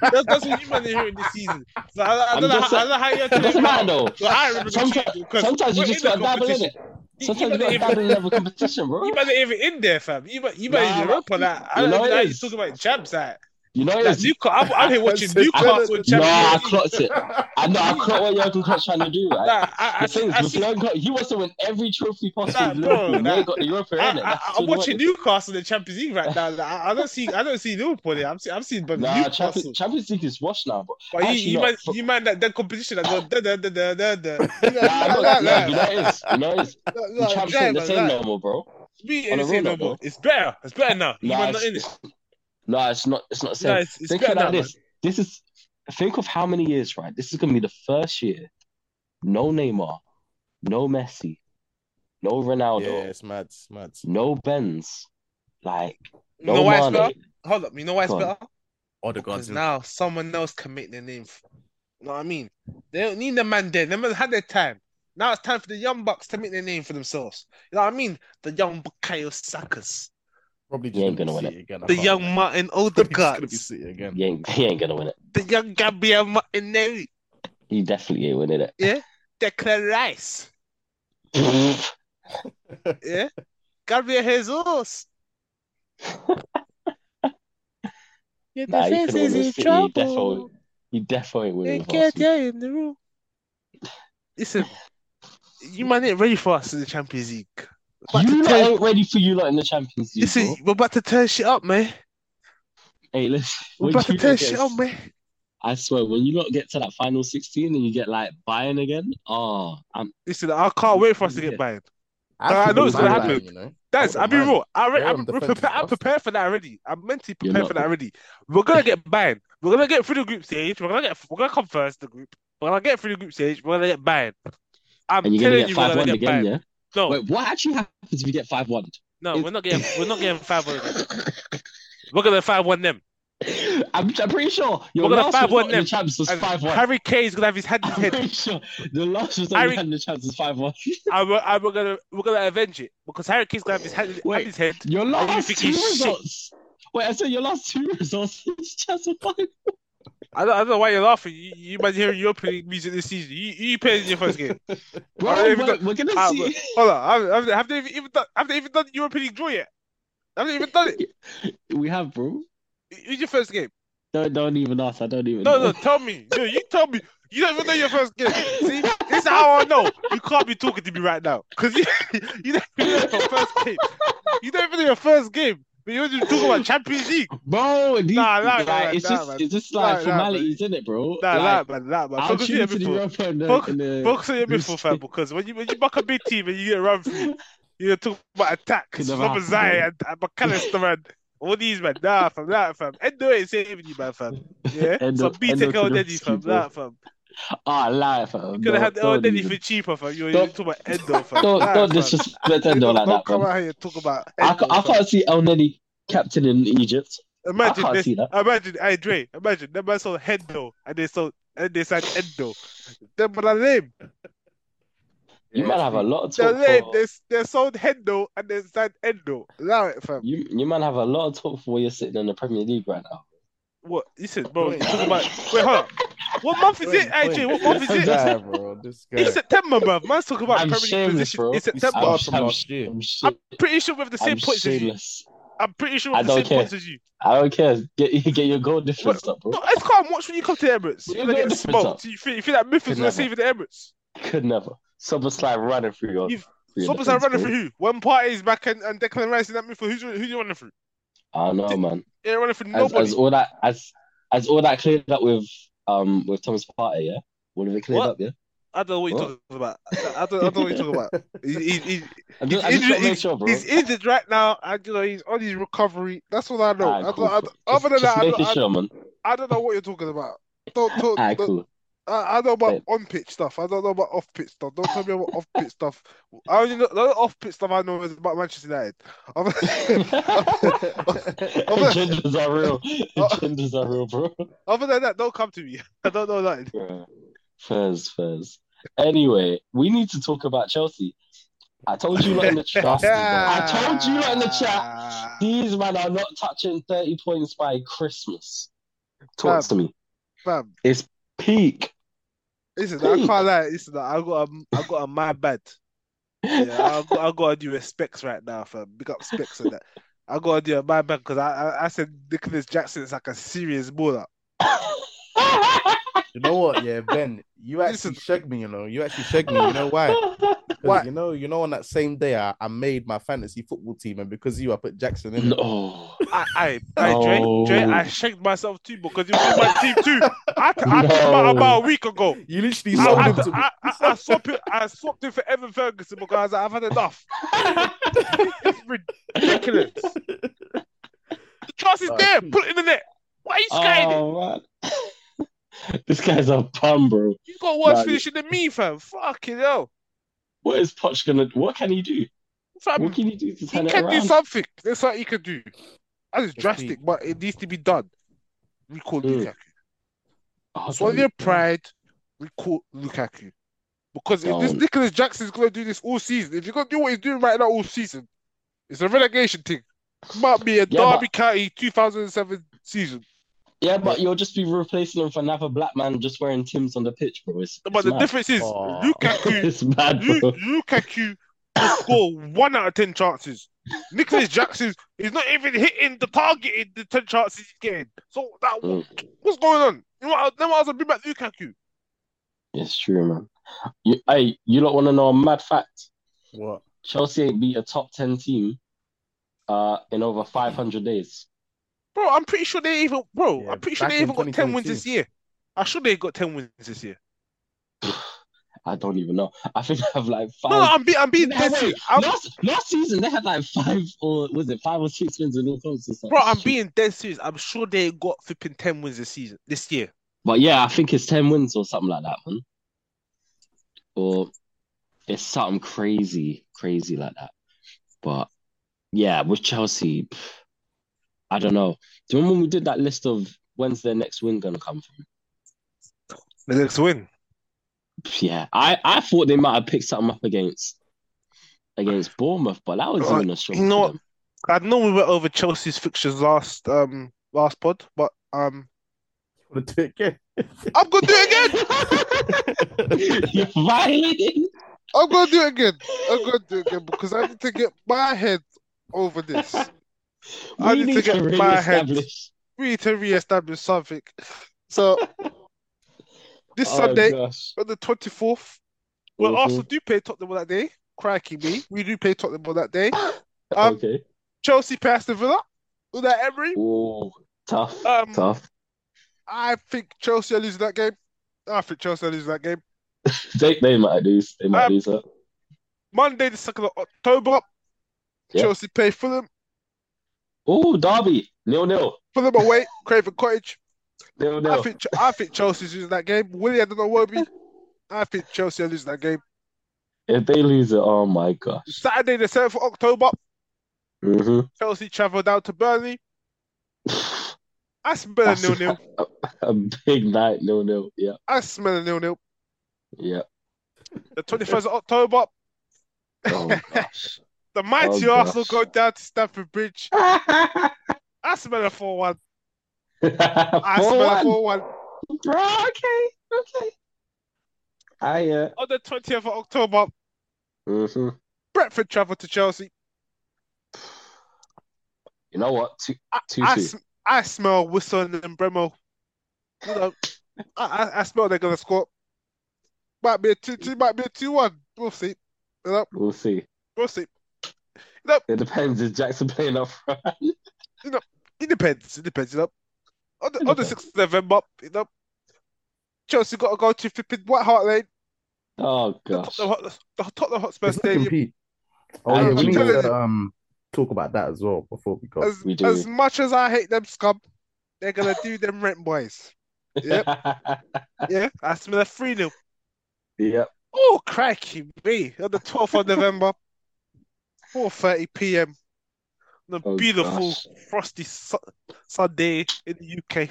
[SPEAKER 2] That's, that's what you man are hearing this season. So I, I,
[SPEAKER 3] I'm
[SPEAKER 2] don't know
[SPEAKER 3] just
[SPEAKER 2] how, I
[SPEAKER 3] saying-
[SPEAKER 2] don't know how you're
[SPEAKER 3] It doesn't
[SPEAKER 2] talking
[SPEAKER 3] matter
[SPEAKER 2] about.
[SPEAKER 3] though.
[SPEAKER 2] Well, I remember the
[SPEAKER 3] Sometimes,
[SPEAKER 2] season because
[SPEAKER 3] sometimes you
[SPEAKER 2] we're
[SPEAKER 3] just
[SPEAKER 2] in the
[SPEAKER 3] gotta dabble in it.
[SPEAKER 2] competition. You- you
[SPEAKER 3] Sometimes you
[SPEAKER 2] man
[SPEAKER 3] gotta
[SPEAKER 2] ain't
[SPEAKER 3] dabble
[SPEAKER 2] even-
[SPEAKER 3] in level competition, bro.
[SPEAKER 2] You man ain't even in there, fam. You man, you man
[SPEAKER 3] Nah,
[SPEAKER 2] in Europe on that. I
[SPEAKER 3] you
[SPEAKER 2] don't
[SPEAKER 3] know
[SPEAKER 2] know
[SPEAKER 3] it
[SPEAKER 2] how you're
[SPEAKER 3] is.
[SPEAKER 2] talking about jabs at.
[SPEAKER 3] You know
[SPEAKER 2] Like,
[SPEAKER 3] it's
[SPEAKER 2] Newca- I'm, I'm here watching
[SPEAKER 1] I-
[SPEAKER 2] Newcastle
[SPEAKER 1] I-
[SPEAKER 2] and
[SPEAKER 3] no, I
[SPEAKER 2] Champions League.
[SPEAKER 3] clocked it. I know I clocked what Jurgen Klopp's trying to do, right?
[SPEAKER 2] Nah, I, I,
[SPEAKER 3] the thing
[SPEAKER 2] see,
[SPEAKER 3] is,
[SPEAKER 2] I,
[SPEAKER 3] with
[SPEAKER 2] see,
[SPEAKER 3] Jurgen Klopp, he wants to win every trophy possible.
[SPEAKER 2] Nah,
[SPEAKER 3] with
[SPEAKER 2] bro,
[SPEAKER 3] Liverpool.
[SPEAKER 2] nah.
[SPEAKER 3] they ain't got the Europa
[SPEAKER 2] I,
[SPEAKER 3] in it.
[SPEAKER 2] I,
[SPEAKER 3] That's
[SPEAKER 2] I'm
[SPEAKER 3] all
[SPEAKER 2] watching
[SPEAKER 3] he
[SPEAKER 2] Newcastle in the Champions League right now. Like, I, I don't see, I don't see Liverpool there. I'm, see, I'm seeing, but
[SPEAKER 3] wanted. Nah,
[SPEAKER 2] Newcastle.
[SPEAKER 3] Champions, Champions League is washed now, bro.
[SPEAKER 2] But
[SPEAKER 3] Actually,
[SPEAKER 2] you, you
[SPEAKER 3] no,
[SPEAKER 2] man,
[SPEAKER 3] for-
[SPEAKER 2] you man, that, that competition that go da da da da da da.
[SPEAKER 3] Nah, I'm not, nah, you know it is. You know it is. The champs ain't the same no more, bro.
[SPEAKER 2] Be
[SPEAKER 3] On a roll,
[SPEAKER 2] anything no more.
[SPEAKER 3] though.
[SPEAKER 2] It's better. It's better now. You
[SPEAKER 3] Nah,
[SPEAKER 2] man not
[SPEAKER 3] it's,
[SPEAKER 2] in it.
[SPEAKER 3] it's, nah, it's not. It's not the same.
[SPEAKER 2] Nah, it's, it's
[SPEAKER 3] think
[SPEAKER 2] better now.
[SPEAKER 3] about
[SPEAKER 2] man.
[SPEAKER 3] this. This is think of how many years, right? This is gonna be the first year. No Neymar, no Messi, no Ronaldo,
[SPEAKER 1] Yeah, it's mad. It's mad.
[SPEAKER 3] no Benz. Like
[SPEAKER 2] You
[SPEAKER 3] no
[SPEAKER 2] know why it's
[SPEAKER 3] Mane.
[SPEAKER 2] better? Hold up. You know why it's
[SPEAKER 3] Go on.
[SPEAKER 2] better?
[SPEAKER 1] Odegaard's
[SPEAKER 2] Because
[SPEAKER 1] in.
[SPEAKER 2] now someone else can make their name. f- You know what I mean? They don't need the man there. They man had their time. Now it's time for the young bucks to make their name for themselves. You know what I mean? The young Bukayo Sakas,
[SPEAKER 1] Probably just
[SPEAKER 3] He ain't
[SPEAKER 1] gonna be
[SPEAKER 3] gonna
[SPEAKER 1] City again. I
[SPEAKER 2] the
[SPEAKER 1] can't
[SPEAKER 2] young
[SPEAKER 1] lie.
[SPEAKER 2] Martin
[SPEAKER 1] He's gonna be
[SPEAKER 2] Odegaard,
[SPEAKER 1] City again.
[SPEAKER 3] He ain't, he ain't gonna win it.
[SPEAKER 2] the young Gabriel Martinelli,
[SPEAKER 3] He definitely ain't winning it.
[SPEAKER 2] Declan Rice.
[SPEAKER 3] Pfft.
[SPEAKER 2] Yeah. Gabriel Jesus. Your
[SPEAKER 3] Nah, he couldn't
[SPEAKER 2] defense
[SPEAKER 3] win with
[SPEAKER 2] is in
[SPEAKER 3] City. He
[SPEAKER 2] trouble.
[SPEAKER 3] definitely, he definitely ain't
[SPEAKER 2] They
[SPEAKER 3] winning with
[SPEAKER 2] can't
[SPEAKER 3] Arsenal.
[SPEAKER 2] tell you in the room. Listen, you man ain't ready for us in the Champions League. We're about to
[SPEAKER 3] You lot
[SPEAKER 2] turn-
[SPEAKER 3] ain't ready for you lot in the Champions League.
[SPEAKER 2] listen,
[SPEAKER 3] bro.
[SPEAKER 2] we're about to turn shit up, man.
[SPEAKER 3] Hey, listen.
[SPEAKER 2] We're
[SPEAKER 3] when
[SPEAKER 2] about to
[SPEAKER 3] you
[SPEAKER 2] turn
[SPEAKER 3] lot
[SPEAKER 2] shit
[SPEAKER 3] get-
[SPEAKER 2] up, man.
[SPEAKER 3] I swear, when you lot get to that final sixteen and you get like Bayern again, oh, I'm
[SPEAKER 2] Listen, I can't wait for us to get
[SPEAKER 3] Yeah.
[SPEAKER 2] banned.
[SPEAKER 1] I
[SPEAKER 2] know it's gonna
[SPEAKER 1] Bayern,
[SPEAKER 2] happen.
[SPEAKER 1] You know? What
[SPEAKER 2] Guys,
[SPEAKER 1] a
[SPEAKER 2] I'll be
[SPEAKER 1] man.
[SPEAKER 2] real. I re-
[SPEAKER 1] They're
[SPEAKER 2] I'm,
[SPEAKER 1] on
[SPEAKER 2] pre-
[SPEAKER 1] defensive
[SPEAKER 2] prepa- I'm
[SPEAKER 1] roster.
[SPEAKER 2] prepared for that already. I'm mentally
[SPEAKER 3] You're
[SPEAKER 2] prepared
[SPEAKER 3] not.
[SPEAKER 2] for that already. We're gonna get banned. We're gonna get through the group stage. We're gonna get. We're gonna come first. The group. We're gonna get through the group stage. We're gonna get banned. I'm
[SPEAKER 3] and you're
[SPEAKER 2] telling
[SPEAKER 3] gonna
[SPEAKER 2] you,
[SPEAKER 3] get
[SPEAKER 2] we're
[SPEAKER 3] five
[SPEAKER 2] gonna
[SPEAKER 3] one
[SPEAKER 2] get
[SPEAKER 3] again,
[SPEAKER 2] banned.
[SPEAKER 3] yeah?
[SPEAKER 2] No,
[SPEAKER 3] Wait, what actually happens if you get five one?
[SPEAKER 2] no,
[SPEAKER 3] is-
[SPEAKER 2] we're not getting. We're not getting five one. again. We're gonna five one them.
[SPEAKER 3] I'm, I'm pretty sure your
[SPEAKER 2] We're gonna
[SPEAKER 3] last
[SPEAKER 2] 5-1
[SPEAKER 3] result in
[SPEAKER 2] them.
[SPEAKER 3] the champs was
[SPEAKER 2] And
[SPEAKER 3] five one.
[SPEAKER 2] Harry Kane's gonna have his hand in
[SPEAKER 3] I'm
[SPEAKER 2] his head.
[SPEAKER 3] pretty sure the last result
[SPEAKER 2] Harry-
[SPEAKER 3] we had in the champs was five one.
[SPEAKER 2] and we're, and we're gonna we're gonna avenge it because Harry Kane's gonna have his hand in hand in
[SPEAKER 3] Wait.
[SPEAKER 2] his head.
[SPEAKER 3] Your last
[SPEAKER 2] think
[SPEAKER 3] two
[SPEAKER 2] he's shit?
[SPEAKER 3] results. Wait, I said your last two results is just a fucking.
[SPEAKER 2] I don't, I don't know why you're laughing. You, you might hear you playing music this season. You you played in your first game.
[SPEAKER 3] Bro,
[SPEAKER 2] Alright,
[SPEAKER 3] we're,
[SPEAKER 2] we've got-
[SPEAKER 3] we're gonna
[SPEAKER 2] Ah,
[SPEAKER 3] see.
[SPEAKER 2] Hold on, have, have, have they even done? Have they even done European League draw yet? Have they even done it?
[SPEAKER 3] we have, bro.
[SPEAKER 2] Who's your first game?
[SPEAKER 3] Don't, don't even ask. I don't even.
[SPEAKER 2] No,
[SPEAKER 3] know.
[SPEAKER 2] no, tell me. No, you tell me. You don't even know your first game. See, this is how I know you can't be talking to me right now because you, you don't even know your first game. You don't even know your first game. But you're just talking about Champions League.
[SPEAKER 3] bro. These,
[SPEAKER 2] Nah, nah,
[SPEAKER 3] like,
[SPEAKER 2] nah,
[SPEAKER 3] it's
[SPEAKER 2] nah,
[SPEAKER 3] just,
[SPEAKER 2] man.
[SPEAKER 3] it's just
[SPEAKER 2] Nah,
[SPEAKER 3] like
[SPEAKER 2] nah,
[SPEAKER 3] formalities, isn't it, bro?
[SPEAKER 2] Nah,
[SPEAKER 3] like,
[SPEAKER 2] nah, man, nah, man.
[SPEAKER 3] I'll
[SPEAKER 2] Focus on your
[SPEAKER 3] tune to the
[SPEAKER 2] midfield.
[SPEAKER 3] Europa in the,
[SPEAKER 2] Focus-
[SPEAKER 3] in the,
[SPEAKER 2] Focus on your
[SPEAKER 3] This-
[SPEAKER 2] midfield, fam. Because when you when you back a big team and you get run through, You're talking about attacks
[SPEAKER 3] Could
[SPEAKER 2] from
[SPEAKER 3] have happened,
[SPEAKER 2] Zai and, and McAllister, man. All these, man. Nah, fam. Nah, fam. Endo ain't saving you, man, fam. Yeah?
[SPEAKER 3] Endo-
[SPEAKER 2] so beat
[SPEAKER 3] Endo
[SPEAKER 2] the
[SPEAKER 3] could
[SPEAKER 2] El
[SPEAKER 3] have
[SPEAKER 2] Denny, fam.
[SPEAKER 3] skipped
[SPEAKER 2] Nah, fam.
[SPEAKER 3] Ah, lie, fam.
[SPEAKER 2] Could have had El
[SPEAKER 3] don't,
[SPEAKER 2] Denny
[SPEAKER 3] even-
[SPEAKER 2] for cheaper, fam. You're, you're
[SPEAKER 3] Don't-
[SPEAKER 2] talking about Endo, fam.
[SPEAKER 3] don't,
[SPEAKER 2] nah,
[SPEAKER 3] don't
[SPEAKER 2] fam.
[SPEAKER 3] disrespect
[SPEAKER 2] You
[SPEAKER 3] Endo
[SPEAKER 2] don't-
[SPEAKER 3] like
[SPEAKER 2] don't
[SPEAKER 3] that,
[SPEAKER 2] come
[SPEAKER 3] bro.
[SPEAKER 2] out here talk about
[SPEAKER 3] I, ca-
[SPEAKER 2] Endo,
[SPEAKER 3] I
[SPEAKER 2] fam.
[SPEAKER 3] can't see El Neni captain in Egypt. I
[SPEAKER 2] Imagine
[SPEAKER 3] can't
[SPEAKER 2] this.
[SPEAKER 3] see that.
[SPEAKER 2] Imagine, hey, Dre. Imagine. That man sold Hendo and they sold, and they signed Endo. They're but lame.
[SPEAKER 3] You might have a lot of
[SPEAKER 2] They're
[SPEAKER 3] talk.
[SPEAKER 2] lame.
[SPEAKER 3] for-
[SPEAKER 2] They, they sold Hendo and they signed Endo. Allow it, fam.
[SPEAKER 3] You you might have a lot of talk for where you're sitting in the Premier League right now.
[SPEAKER 2] What? Listen, bro. You're
[SPEAKER 1] Wait.
[SPEAKER 2] talking about. Wait, hold on. What month is it,
[SPEAKER 1] Wait,
[SPEAKER 2] AJ?
[SPEAKER 1] wait.
[SPEAKER 2] What month
[SPEAKER 1] This
[SPEAKER 2] is it?
[SPEAKER 1] guy, bro? This guy.
[SPEAKER 2] It's September, bro. Man's talking about
[SPEAKER 3] I'm
[SPEAKER 2] Premier League
[SPEAKER 3] shameless,
[SPEAKER 2] position.
[SPEAKER 3] bro.
[SPEAKER 2] It's
[SPEAKER 1] We
[SPEAKER 2] September.
[SPEAKER 1] start
[SPEAKER 2] I'm,
[SPEAKER 3] I'm-
[SPEAKER 1] from
[SPEAKER 3] I'm-
[SPEAKER 1] last year.
[SPEAKER 3] I'm, sh- I'm
[SPEAKER 2] pretty sure we have the same points as you.
[SPEAKER 3] shameless.
[SPEAKER 2] I'm pretty sure we
[SPEAKER 3] I
[SPEAKER 2] have the
[SPEAKER 3] don't
[SPEAKER 2] same
[SPEAKER 3] care.
[SPEAKER 2] points as you.
[SPEAKER 3] I don't care. Get get your goal difference up, bro.
[SPEAKER 2] No, it's calm. Watch when you come to the Emirates.
[SPEAKER 3] We've
[SPEAKER 2] You're gonna
[SPEAKER 3] got a
[SPEAKER 2] get
[SPEAKER 3] difference
[SPEAKER 2] smoked.
[SPEAKER 3] up.
[SPEAKER 2] You feel, you feel that Mifflin's gonna
[SPEAKER 3] Never.
[SPEAKER 2] save you the Emirates.
[SPEAKER 3] Could never. Someone's like running through your.
[SPEAKER 2] You've-
[SPEAKER 3] through your
[SPEAKER 2] Someone's like
[SPEAKER 3] defense,
[SPEAKER 2] running
[SPEAKER 3] bro.
[SPEAKER 2] through who? When Partey's back and, and Declan Rice in that midfield, who's, who you running through?
[SPEAKER 3] I don't know, man.
[SPEAKER 2] You're running
[SPEAKER 3] As,
[SPEAKER 2] through nobody.
[SPEAKER 3] as all that as as all that cleared up with um with Thomas Partey, yeah. All of it cleared
[SPEAKER 2] What?
[SPEAKER 3] up, yeah.
[SPEAKER 2] I don't know what you're
[SPEAKER 3] What?
[SPEAKER 2] talking about. I don't, I don't know what you're talking about. He- he- he-
[SPEAKER 3] I just, I
[SPEAKER 2] He's
[SPEAKER 3] just gotta
[SPEAKER 2] injured-
[SPEAKER 3] make sure, bro.
[SPEAKER 2] He's injured right now. I you know he's on his recovery. That's all I know.
[SPEAKER 3] Alright,
[SPEAKER 2] I don't,
[SPEAKER 3] cool.
[SPEAKER 2] I,
[SPEAKER 3] Just-
[SPEAKER 2] other than
[SPEAKER 3] just
[SPEAKER 2] that, I
[SPEAKER 3] making
[SPEAKER 2] don't, I,
[SPEAKER 3] sure, man.
[SPEAKER 2] I don't know what you're talking about. Don't, don't,
[SPEAKER 3] Alright,
[SPEAKER 2] don't-
[SPEAKER 3] cool.
[SPEAKER 2] I, I know about
[SPEAKER 3] Wait.
[SPEAKER 2] on pitch stuff. I don't know about off pitch stuff. Don't tell me about off pitch stuff. I only know the only off pitch stuff I know is about Manchester United. Other,
[SPEAKER 3] Agendas are real. Agendas are real, bro.
[SPEAKER 2] other than that, don't come to me. I don't know nothing.
[SPEAKER 3] Bruh. Furs, furs. Anyway, we need to talk about Chelsea. I told you lot in the
[SPEAKER 1] Trust me,
[SPEAKER 3] chat.
[SPEAKER 1] bro.
[SPEAKER 3] I told you in the chat. These men are not touching 30 points by Christmas. Talk to me.
[SPEAKER 2] Fam,
[SPEAKER 3] It's peak.
[SPEAKER 2] listen, I can't lie. Listen, I got a, I got a my bad. Yeah, I got, I got to do with specs right now, fam. Big up specs and that. I got to do a my bad because I, I, I said Nicholas Jackson is like a serious baller.
[SPEAKER 1] You know what? Yeah, Ben, you
[SPEAKER 2] Listen.
[SPEAKER 1] actually shagged me. You know, you actually shagged me. You know why?
[SPEAKER 2] Why?
[SPEAKER 1] Because you know, you know, on that same day, I, I made my fantasy football team, and because you, I put Jackson in.
[SPEAKER 3] No.
[SPEAKER 2] I, I, I Dre, Dre,
[SPEAKER 3] No.
[SPEAKER 2] I shanked myself too because it was on my team too. I, I talked about,
[SPEAKER 3] No.
[SPEAKER 2] about a week ago.
[SPEAKER 1] You literally
[SPEAKER 2] I,
[SPEAKER 1] sold
[SPEAKER 2] I,
[SPEAKER 1] him to me.
[SPEAKER 2] I, I, I swapped it. I swapped it for Evan Ferguson because I was like, I've had enough. It's ridiculous. The chance is there. Put it in the net. Why are you skying it?
[SPEAKER 3] Oh, man. this guy's a bum, bro.
[SPEAKER 2] You got worse
[SPEAKER 3] Nah,
[SPEAKER 2] finishing than me, fam. Fucking hell.
[SPEAKER 3] What is Poch gonna? What can he do?
[SPEAKER 2] Fam,
[SPEAKER 3] What can he do to
[SPEAKER 2] Um, he
[SPEAKER 3] turn it
[SPEAKER 2] can do
[SPEAKER 3] around?
[SPEAKER 2] something. There's something he can do. That is drastic,
[SPEAKER 1] deep.
[SPEAKER 2] but it needs to be done. We call
[SPEAKER 3] Mm.
[SPEAKER 2] Lukaku.
[SPEAKER 3] Oh,
[SPEAKER 2] Swallow your
[SPEAKER 3] God.
[SPEAKER 2] pride, recall Lukaku. Because if this
[SPEAKER 3] Don't.
[SPEAKER 2] Nicholas Jackson's gonna do this all season, if you're gonna do what he's doing right now all season, it's a relegation thing. Might be a
[SPEAKER 3] Yeah,
[SPEAKER 2] Derby County 2007 season.
[SPEAKER 3] Yeah, but you'll just be replacing him for another black man just wearing Tim's on the pitch, bro. It's,
[SPEAKER 2] But
[SPEAKER 3] it's
[SPEAKER 2] the
[SPEAKER 3] mad.
[SPEAKER 2] difference is
[SPEAKER 1] Aw.
[SPEAKER 2] Lukaku,
[SPEAKER 3] it's mad,
[SPEAKER 2] Lu-
[SPEAKER 3] bro.
[SPEAKER 2] Lukaku will score one out of ten chances. Nicholas Jackson is not even hitting the target in the ten chances he's getting. So that
[SPEAKER 3] Mm.
[SPEAKER 2] what's going on? You know what? Then I was a big back Lukaku.
[SPEAKER 3] It's true, man. You, hey, you lot want to know a mad fact?
[SPEAKER 1] What?
[SPEAKER 3] Chelsea ain't beat a top ten team, uh, in over five hundred days.
[SPEAKER 2] Bro, I'm pretty sure they even bro,
[SPEAKER 1] Yeah,
[SPEAKER 2] I'm pretty sure
[SPEAKER 1] back
[SPEAKER 2] they
[SPEAKER 1] in
[SPEAKER 2] even got ten wins
[SPEAKER 1] 2022.
[SPEAKER 2] this year. I sure they got ten wins this year.
[SPEAKER 3] I don't even know. I think I have like five.
[SPEAKER 2] No, I'm, be- I'm being
[SPEAKER 3] No,
[SPEAKER 2] dead
[SPEAKER 3] wait.
[SPEAKER 2] serious. I'm,
[SPEAKER 3] last, last season they had like five or was it five or six wins in all comps or something.
[SPEAKER 2] bro, I'm being dead serious. I'm sure they got flipping 10 wins this season, this year.
[SPEAKER 3] But yeah, I think it's ten wins or something like that, man. Or it's something crazy, crazy like that. But yeah, with Chelsea, pff, I don't know. Do you remember when we did that list of when's their next win gonna come from?
[SPEAKER 2] The next win.
[SPEAKER 3] Pff, Yeah, I, I thought they might have picked something up against against Bournemouth, but that was
[SPEAKER 2] Uh,
[SPEAKER 3] even a strong.
[SPEAKER 2] you know
[SPEAKER 3] for
[SPEAKER 2] what?
[SPEAKER 3] them.
[SPEAKER 2] I know we went over Chelsea's fixtures last um last pod, but um
[SPEAKER 1] Wanna do it again?
[SPEAKER 2] I'm gonna do it again.
[SPEAKER 3] You're violating.
[SPEAKER 2] I'm gonna do it again. I'm gonna do it again because I need to get my head over this.
[SPEAKER 3] We
[SPEAKER 2] I need to get my head.
[SPEAKER 3] re-establish.
[SPEAKER 2] We need to re-establish something. So this
[SPEAKER 3] Oh,
[SPEAKER 2] Sunday
[SPEAKER 3] gosh.
[SPEAKER 2] on the twenty fourth, well
[SPEAKER 3] Mhm.
[SPEAKER 2] Arsenal do play Tottenham on that day. Crikey me, we do play Tottenham on that day. Um,
[SPEAKER 3] Okay.
[SPEAKER 2] Chelsea play Aston Villa with that Emery.
[SPEAKER 3] Oh, tough.
[SPEAKER 2] Um,
[SPEAKER 3] tough.
[SPEAKER 2] I think Chelsea are losing that game. I think Chelsea are losing that game.
[SPEAKER 3] They, they might lose. They might
[SPEAKER 2] um,
[SPEAKER 3] lose that.
[SPEAKER 2] Monday the second of October,
[SPEAKER 3] Yeah.
[SPEAKER 2] Chelsea play Fulham.
[SPEAKER 3] Oh, Derby. Nil nil.
[SPEAKER 2] Fulham away, Craven Cottage.
[SPEAKER 3] Nil
[SPEAKER 2] I
[SPEAKER 3] nil.
[SPEAKER 2] think I think Chelsea's losing that game. William and Awobi. I think Chelsea are losing that game.
[SPEAKER 3] If they lose it, oh my gosh.
[SPEAKER 2] Saturday the seventh of October,
[SPEAKER 3] Mm-hmm.
[SPEAKER 2] Chelsea travel down to Burnley. I smell a
[SPEAKER 3] That's
[SPEAKER 2] nil nil.
[SPEAKER 3] A, a big night. Nil nil. Yeah.
[SPEAKER 2] I smell a nil nil.
[SPEAKER 3] Yeah.
[SPEAKER 2] The twenty first of October,
[SPEAKER 3] Oh gosh.
[SPEAKER 2] the mighty
[SPEAKER 3] Oh,
[SPEAKER 2] Arsenal
[SPEAKER 3] gosh.
[SPEAKER 2] go down to Stamford Bridge. I smell a four one. I smell
[SPEAKER 3] Four-one.
[SPEAKER 2] a four one.
[SPEAKER 3] Bro, okay, okay. I uh,
[SPEAKER 2] On the twentieth of October,
[SPEAKER 3] mhm.
[SPEAKER 2] Brentford travel to Chelsea.
[SPEAKER 3] you know what? Two,
[SPEAKER 2] I,
[SPEAKER 3] two,
[SPEAKER 2] I,
[SPEAKER 3] two.
[SPEAKER 2] sm- I smell Whistle and Bremo. You know, I, I, I smell they're gonna score. Might be a two two, might be a two one. We'll see. You know,
[SPEAKER 3] We'll see.
[SPEAKER 2] we'll see.
[SPEAKER 3] It depends. Is Jackson playing up front?
[SPEAKER 2] It depends. It depends. You know, on the,
[SPEAKER 3] It
[SPEAKER 2] on the
[SPEAKER 3] depends.
[SPEAKER 2] sixth of November, you know, Chelsea got to go to flipping White Hart Lane,
[SPEAKER 3] Oh
[SPEAKER 2] the
[SPEAKER 3] gosh.
[SPEAKER 2] Tottenham, Hot, the Tottenham Hotspur
[SPEAKER 1] Let's not
[SPEAKER 2] Stadium.
[SPEAKER 1] compete. Oh yeah,
[SPEAKER 3] I'm
[SPEAKER 1] we need
[SPEAKER 2] telling
[SPEAKER 1] to
[SPEAKER 2] you.
[SPEAKER 1] um talk about that as well before we go.
[SPEAKER 2] As
[SPEAKER 3] We do.
[SPEAKER 2] as much as I hate them scum, they're gonna do them rent boys. Yep, yeah. I smell a three 0
[SPEAKER 3] yep.
[SPEAKER 2] Oh, crikey me. On the 12th of November, 4.30 p.m. The
[SPEAKER 3] Oh,
[SPEAKER 2] beautiful,
[SPEAKER 3] gosh.
[SPEAKER 2] frosty su- Sunday in the UK.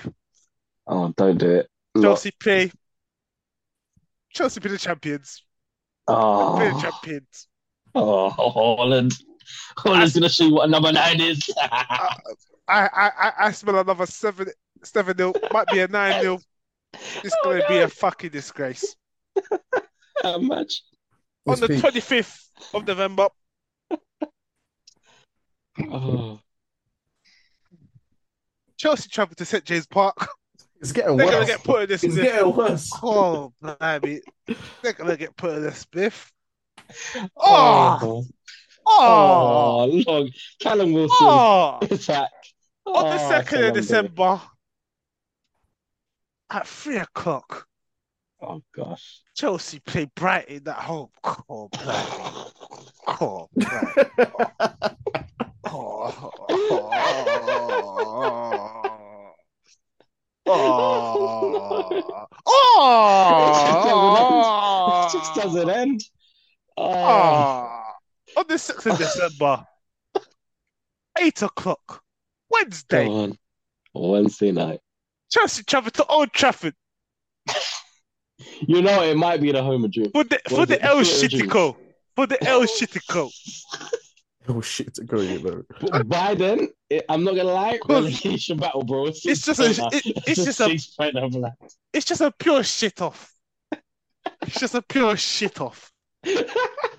[SPEAKER 3] Oh, don't do it. Not-
[SPEAKER 2] Chelsea play. Chelsea be the champions. They Play the
[SPEAKER 3] Oh,
[SPEAKER 2] champions.
[SPEAKER 3] oh, Holland. Holland's gonna show you what a number nine is.
[SPEAKER 2] I, I, I, I smell another 7 seven 0. Might be a 9 0. It's
[SPEAKER 3] Oh,
[SPEAKER 2] going to be a
[SPEAKER 3] no.
[SPEAKER 2] fucking disgrace.
[SPEAKER 3] How much?
[SPEAKER 2] On
[SPEAKER 1] Let's
[SPEAKER 2] the
[SPEAKER 1] speak.
[SPEAKER 2] 25th of November,
[SPEAKER 3] Oh,
[SPEAKER 2] Chelsea travel to St. James Park.
[SPEAKER 1] It's getting
[SPEAKER 2] They're going
[SPEAKER 1] worse.
[SPEAKER 2] to get put in this.
[SPEAKER 1] It's getting worse.
[SPEAKER 2] Oh, blimey. They're going to get put in the spiff. Oh,
[SPEAKER 3] oh,
[SPEAKER 2] oh,
[SPEAKER 3] oh, long. Callum Wilson.
[SPEAKER 2] oh.
[SPEAKER 3] attack.
[SPEAKER 2] On the
[SPEAKER 3] Oh,
[SPEAKER 2] second of
[SPEAKER 3] Colombia.
[SPEAKER 2] December at three o'clock,
[SPEAKER 3] Oh gosh.
[SPEAKER 2] Chelsea play Brighton at home. Oh, blimey. oh, blimey. oh, oh, oh, oh,
[SPEAKER 3] It just doesn't end. Oh,
[SPEAKER 2] Oh. On the 6th of December, 8 o'clock, Wednesday,
[SPEAKER 3] go on. Wednesday night.
[SPEAKER 2] Chelsea travel to Old Trafford
[SPEAKER 3] You know it might be the home of dream.
[SPEAKER 2] for the, for
[SPEAKER 3] Was
[SPEAKER 2] the
[SPEAKER 3] it
[SPEAKER 2] El
[SPEAKER 3] Virgil?
[SPEAKER 2] Shitico. For the El Shitico.
[SPEAKER 1] Oh shit, to go you know.
[SPEAKER 3] But By then, it, I'm not gonna lie,
[SPEAKER 2] Cause-
[SPEAKER 3] relegation battle, bro.
[SPEAKER 2] It's just a- it- it's just a-
[SPEAKER 3] point of life.
[SPEAKER 2] It's just a pure shit off. It's just a pure shit off.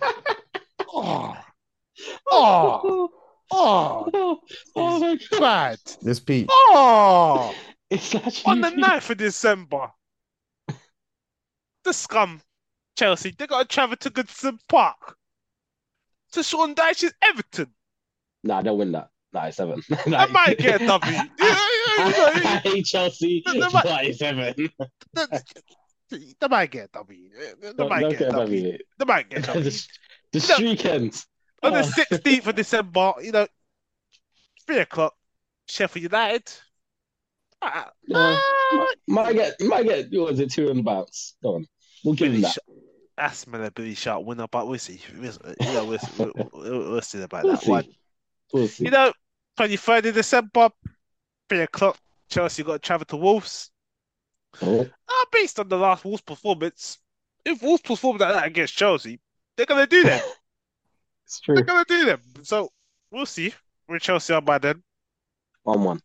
[SPEAKER 2] Oh, Oh. oh,
[SPEAKER 3] oh, oh my god!
[SPEAKER 2] bad.
[SPEAKER 1] Let's Pete.
[SPEAKER 2] Oh,
[SPEAKER 3] It's actually
[SPEAKER 2] on the 9th of December, the scum, Chelsea, they got to travel to Goodson Park to Sean Dyche's Everton.
[SPEAKER 3] Nah, don't win that. Nah, it's seven.
[SPEAKER 2] I might get a W.
[SPEAKER 3] I hate Chelsea.
[SPEAKER 2] But they might-
[SPEAKER 3] but it's seven.
[SPEAKER 2] the, They might get a W. They
[SPEAKER 3] Don't,
[SPEAKER 2] might
[SPEAKER 3] don't
[SPEAKER 2] get
[SPEAKER 3] get
[SPEAKER 2] a
[SPEAKER 3] above
[SPEAKER 2] W.
[SPEAKER 3] you.
[SPEAKER 2] They might get a W.
[SPEAKER 3] the, the streak ends.
[SPEAKER 2] On the
[SPEAKER 3] Oh.
[SPEAKER 2] sixteenth of December, you know, three o'clock, Sheffield United. Ah,
[SPEAKER 3] No.
[SPEAKER 2] ah,
[SPEAKER 3] Might get, might get, what is it, two and bounce? Go on. We'll give him
[SPEAKER 2] Billy
[SPEAKER 3] that.
[SPEAKER 2] Sh- that's man, a Billy Sharp winner, but we'll see. We'll, you know, we'll, we'll, we'll, we'll see about
[SPEAKER 3] We'll
[SPEAKER 2] that one.
[SPEAKER 3] see. We'll see.
[SPEAKER 2] You know, twenty third of December, three o'clock, Chelsea got to travel to Wolves.
[SPEAKER 3] Oh,
[SPEAKER 2] Ah, based on the last Wolves performance, if Wolves perform like that against Chelsea, they're gonna do that.
[SPEAKER 3] it's true.
[SPEAKER 2] they're gonna do them. So we'll see. We're Chelsea are by then.
[SPEAKER 3] One one.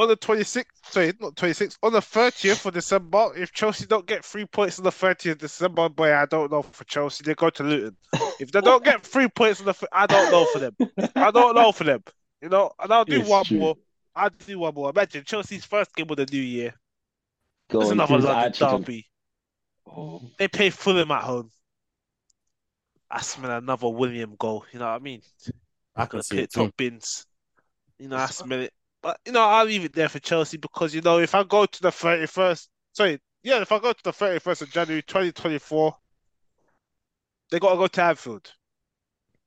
[SPEAKER 2] on the 26th, sorry, not 26th, on the 30th of December, if Chelsea don't get three points on the 30th of December, boy, I don't know for Chelsea. They go to Luton. If they don't get three points on the, fir- I don't know for them. I don't know for them. You know, and I'll do
[SPEAKER 3] It's
[SPEAKER 2] one
[SPEAKER 3] true.
[SPEAKER 2] more. I'll do one more. Imagine Chelsea's first game of the new year.
[SPEAKER 3] Go
[SPEAKER 2] There's
[SPEAKER 3] on,
[SPEAKER 2] another
[SPEAKER 3] who's
[SPEAKER 2] London
[SPEAKER 3] actually done-
[SPEAKER 2] derby.
[SPEAKER 3] Oh,
[SPEAKER 2] They play Fulham at home. I smell another William goal. You know what I mean?
[SPEAKER 1] I
[SPEAKER 2] Gonna
[SPEAKER 1] can see
[SPEAKER 2] pick
[SPEAKER 1] it
[SPEAKER 3] Mm.
[SPEAKER 1] too.
[SPEAKER 2] top bins. You know, I smell it. But you know, I'll leave it there for Chelsea because you know, if I go to the thirty first, sorry, yeah, if I go to the thirty first of January, twenty twenty four, they gotta go to Anfield.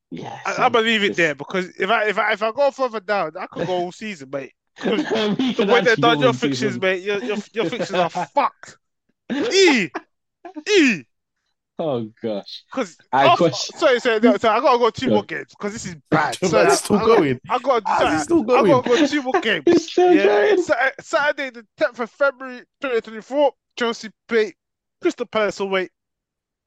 [SPEAKER 3] yeah.
[SPEAKER 2] I,
[SPEAKER 3] son.
[SPEAKER 2] I'm gonna leave it
[SPEAKER 3] it's-
[SPEAKER 2] there because if I if I if I go further down, I could go all season, mate.
[SPEAKER 3] We
[SPEAKER 2] The
[SPEAKER 3] can
[SPEAKER 2] way they're
[SPEAKER 3] actually
[SPEAKER 2] done,
[SPEAKER 3] go
[SPEAKER 2] your
[SPEAKER 3] on
[SPEAKER 2] fixtures,
[SPEAKER 3] season.
[SPEAKER 2] mate, your your your fixtures are fucked. E, e,
[SPEAKER 3] Oh gosh.
[SPEAKER 2] because
[SPEAKER 3] I
[SPEAKER 2] oh,
[SPEAKER 3] question-
[SPEAKER 2] sorry, sorry, no, sorry, I gotta go two
[SPEAKER 3] Go.
[SPEAKER 2] more games because this is bad.
[SPEAKER 1] But
[SPEAKER 2] Sorry, I,
[SPEAKER 1] it's still
[SPEAKER 2] I,
[SPEAKER 1] going.
[SPEAKER 2] I got
[SPEAKER 1] Ah,
[SPEAKER 2] sorry,
[SPEAKER 1] it's still
[SPEAKER 2] I
[SPEAKER 1] going.
[SPEAKER 2] gotta go two more games.
[SPEAKER 3] It's still
[SPEAKER 2] Yeah,
[SPEAKER 3] going.
[SPEAKER 2] Sat- Saturday the 10th of February 2024, Chelsea play Crystal Palace away.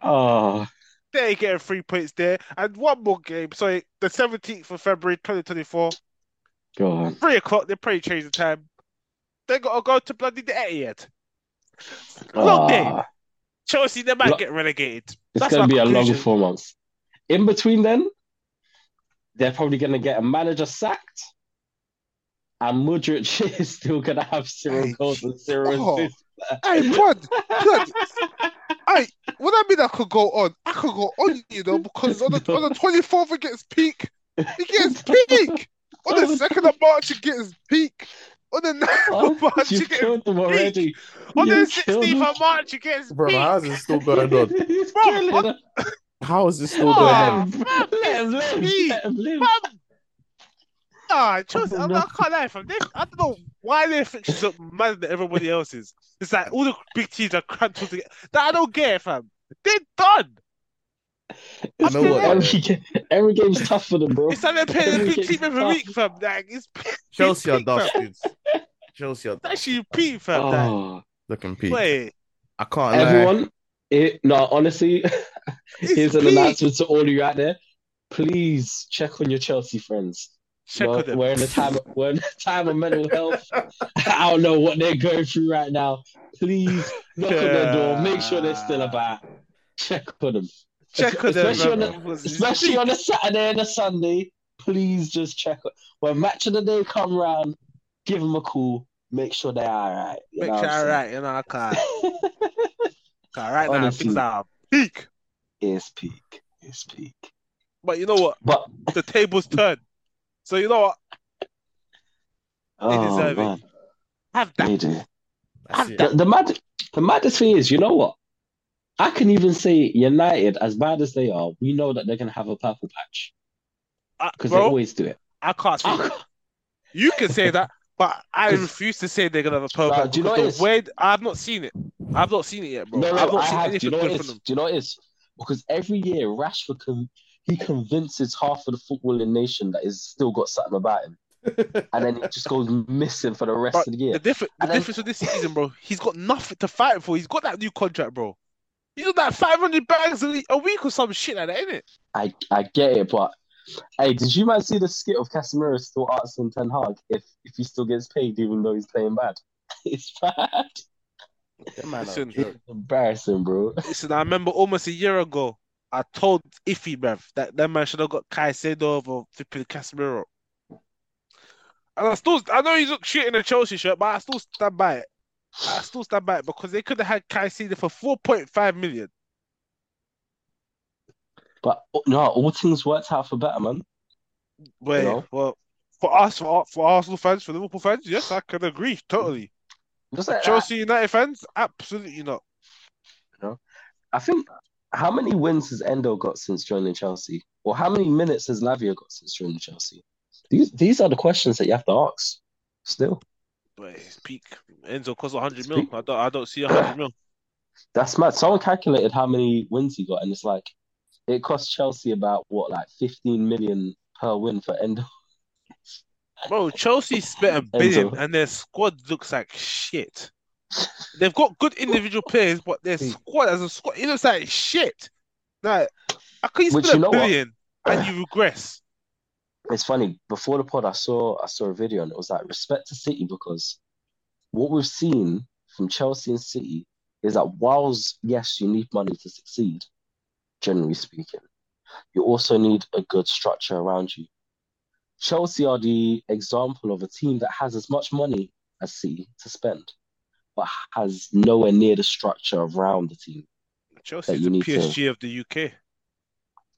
[SPEAKER 3] Oh,
[SPEAKER 2] They're getting three points there. And one more game, sorry, the 17th of February 2024,
[SPEAKER 3] go on.
[SPEAKER 2] 3 o'clock, they probably change the time. They got to go to bloody the Etihad. Long day.
[SPEAKER 3] Ah,
[SPEAKER 2] Chelsea, they might
[SPEAKER 3] Lo-
[SPEAKER 2] get relegated.
[SPEAKER 3] It's
[SPEAKER 2] That's
[SPEAKER 3] going
[SPEAKER 2] my
[SPEAKER 3] to be a long
[SPEAKER 2] conclusion.
[SPEAKER 3] four months. In between then, they're probably going to get a manager sacked. And Mudrich is still going to have zero
[SPEAKER 2] Hey,
[SPEAKER 3] goals and zero
[SPEAKER 2] oh.
[SPEAKER 3] assists.
[SPEAKER 2] Hey, Pod, Pod, I, what I mean I could go on, I could go on, you know, because on the, on the 24th it gets peak. It gets peak. On the 2nd of March it gets peak. On the 9th of March it
[SPEAKER 3] You've
[SPEAKER 2] gets
[SPEAKER 3] killed them already.
[SPEAKER 2] On the
[SPEAKER 3] You've killed
[SPEAKER 2] 16th of March, you get his
[SPEAKER 1] Bro,
[SPEAKER 2] beat.
[SPEAKER 1] how's it still going on?
[SPEAKER 3] He's
[SPEAKER 2] Bro,
[SPEAKER 3] killing
[SPEAKER 2] what-
[SPEAKER 3] them.
[SPEAKER 1] How is it still
[SPEAKER 2] Oh,
[SPEAKER 1] going on?
[SPEAKER 2] man,
[SPEAKER 3] Let him live.
[SPEAKER 2] me.
[SPEAKER 3] Let him live.
[SPEAKER 2] Fam. Nah, Chelsea,
[SPEAKER 3] don't
[SPEAKER 2] Ah, I'm
[SPEAKER 3] know.
[SPEAKER 2] not, I can't lie, fam. They, I don't know why they fix it up mad than everybody else's. It's like all the big teams are cramped all together. That I don't get, it, fam. They're done.
[SPEAKER 1] You know what?
[SPEAKER 2] Every-
[SPEAKER 3] Every, game, every game's tough for them, bro.
[SPEAKER 2] It's like they're playing a
[SPEAKER 3] Every
[SPEAKER 2] big team
[SPEAKER 3] game's
[SPEAKER 2] every
[SPEAKER 3] tough.
[SPEAKER 2] week, fam. Like, it's,
[SPEAKER 1] Chelsea are
[SPEAKER 2] it's peak, fam.
[SPEAKER 1] dusted. Chelsea are
[SPEAKER 2] It's actually peak, fam. Like,
[SPEAKER 3] Oh,
[SPEAKER 1] looking peak.
[SPEAKER 2] wait,
[SPEAKER 1] I can't lie.
[SPEAKER 3] everyone, it, no, honestly,
[SPEAKER 2] it's
[SPEAKER 3] here's an
[SPEAKER 2] peak.
[SPEAKER 3] announcement to all of you out there. Please check on your Chelsea friends.
[SPEAKER 2] Check
[SPEAKER 3] we're,
[SPEAKER 2] on them.
[SPEAKER 3] we're in a time. We're in a time of mental health. I don't know what they're going through right now. Please knock on their door. Make sure they're still about. Check on them.
[SPEAKER 2] Check on them,
[SPEAKER 3] especially
[SPEAKER 2] fam.
[SPEAKER 3] on
[SPEAKER 2] because it's
[SPEAKER 3] especially
[SPEAKER 2] peak.
[SPEAKER 3] on a Saturday and a Sunday. Please just check when match of the day come round. Give them a call. Make sure they're all right. you
[SPEAKER 2] Make
[SPEAKER 3] know
[SPEAKER 2] sure
[SPEAKER 3] what I'm
[SPEAKER 2] I write, you know, I can't.
[SPEAKER 3] saying?
[SPEAKER 2] can't. Right now,
[SPEAKER 3] Honestly.
[SPEAKER 2] things are peak.
[SPEAKER 3] it's peak. It's peak.
[SPEAKER 2] But you know what?
[SPEAKER 3] But
[SPEAKER 2] the tables turn. So you know what?
[SPEAKER 3] oh
[SPEAKER 2] deserve it.
[SPEAKER 3] man,
[SPEAKER 2] Have
[SPEAKER 3] they
[SPEAKER 2] that.
[SPEAKER 3] do.
[SPEAKER 1] That's it.
[SPEAKER 3] The, the mad, the maddest thing is, you know what? I can even say United, as bad as they are, we know that they're gonna have a purple patch
[SPEAKER 2] Uh,
[SPEAKER 3] because they
[SPEAKER 2] bro,
[SPEAKER 3] always Ah. do it.
[SPEAKER 2] I can't speak. You can say that, but I refuse to say they're gonna have a purple.
[SPEAKER 3] Nah, do you know
[SPEAKER 2] because
[SPEAKER 3] what it is?
[SPEAKER 2] the way I've not seen it. I've not seen it yet, bro.
[SPEAKER 3] No, no,
[SPEAKER 2] I've not
[SPEAKER 3] I
[SPEAKER 2] seen
[SPEAKER 3] have. Do you
[SPEAKER 2] anything
[SPEAKER 3] know what
[SPEAKER 2] good
[SPEAKER 3] it
[SPEAKER 2] from
[SPEAKER 3] is?
[SPEAKER 2] them.
[SPEAKER 3] Do you know what it is? Because every year Rashford can he convinces half of the footballing nation that he's still got something about him, and then he just goes missing for the rest
[SPEAKER 2] But
[SPEAKER 3] of the
[SPEAKER 2] The
[SPEAKER 3] year.
[SPEAKER 2] difference, the
[SPEAKER 3] And then-
[SPEAKER 2] difference with this season, bro. He's got nothing to fight for. He's got that new contract, bro. He's got that five hundred bags a week, a week or some shit like that, isn't it?
[SPEAKER 3] I I get it, but hey, did you man see the skit of Casemiro still asking Ten Hag if if he still gets paid even though he's playing bad? It's bad.
[SPEAKER 1] That man are a
[SPEAKER 2] Listen.
[SPEAKER 1] joke.
[SPEAKER 3] It's embarrassing, bro.
[SPEAKER 2] Listen, I remember almost a year ago, I told Iffy, bruv, that that man should have got Caicedo over flipping Casemiro. And I still, I know he's looked shit in a Chelsea shirt, but I still stand by it. I still stand by it because they could have had Caicedo for 4.5 million.
[SPEAKER 3] But oh, no, all things worked out for better, man.
[SPEAKER 2] Wait,
[SPEAKER 3] know?
[SPEAKER 2] well, for us, for, Ar- for Arsenal fans, for Liverpool fans, yes, I can agree totally.
[SPEAKER 3] Just like that.
[SPEAKER 2] Chelsea United fans, absolutely not.
[SPEAKER 3] You know, I think how many wins has Endo got since joining Chelsea, or how many minutes has Lavia got since joining Chelsea? These these are the questions that you have to ask. Still,
[SPEAKER 2] But his peak Enzo costs 100
[SPEAKER 3] His
[SPEAKER 2] mil.
[SPEAKER 3] peak.
[SPEAKER 2] I don't, I don't see 100 mil.
[SPEAKER 3] that's mad. Someone calculated how many wins he got, and it's like it cost Chelsea about what like fifteen million per win for Endo.
[SPEAKER 2] Bro, Chelsea spent a billion
[SPEAKER 3] Enzo.
[SPEAKER 2] and their squad looks like shit. They've got good individual players, but their
[SPEAKER 3] Hmm.
[SPEAKER 2] squad as a squad, it looks like shit. Like, I could
[SPEAKER 3] Which
[SPEAKER 2] spend a
[SPEAKER 3] you know what?
[SPEAKER 2] billion and you regress.
[SPEAKER 3] it's funny before the pod i saw i saw a video and it was like respect to city because what we've seen from chelsea and city is that whilst yes you need money to succeed generally speaking you also need a good structure around you chelsea are the example of a team that has as much money as city to spend but has nowhere near the structure around the team
[SPEAKER 2] Chelsea's
[SPEAKER 3] you
[SPEAKER 2] the
[SPEAKER 3] need to-
[SPEAKER 2] PSG of the UK.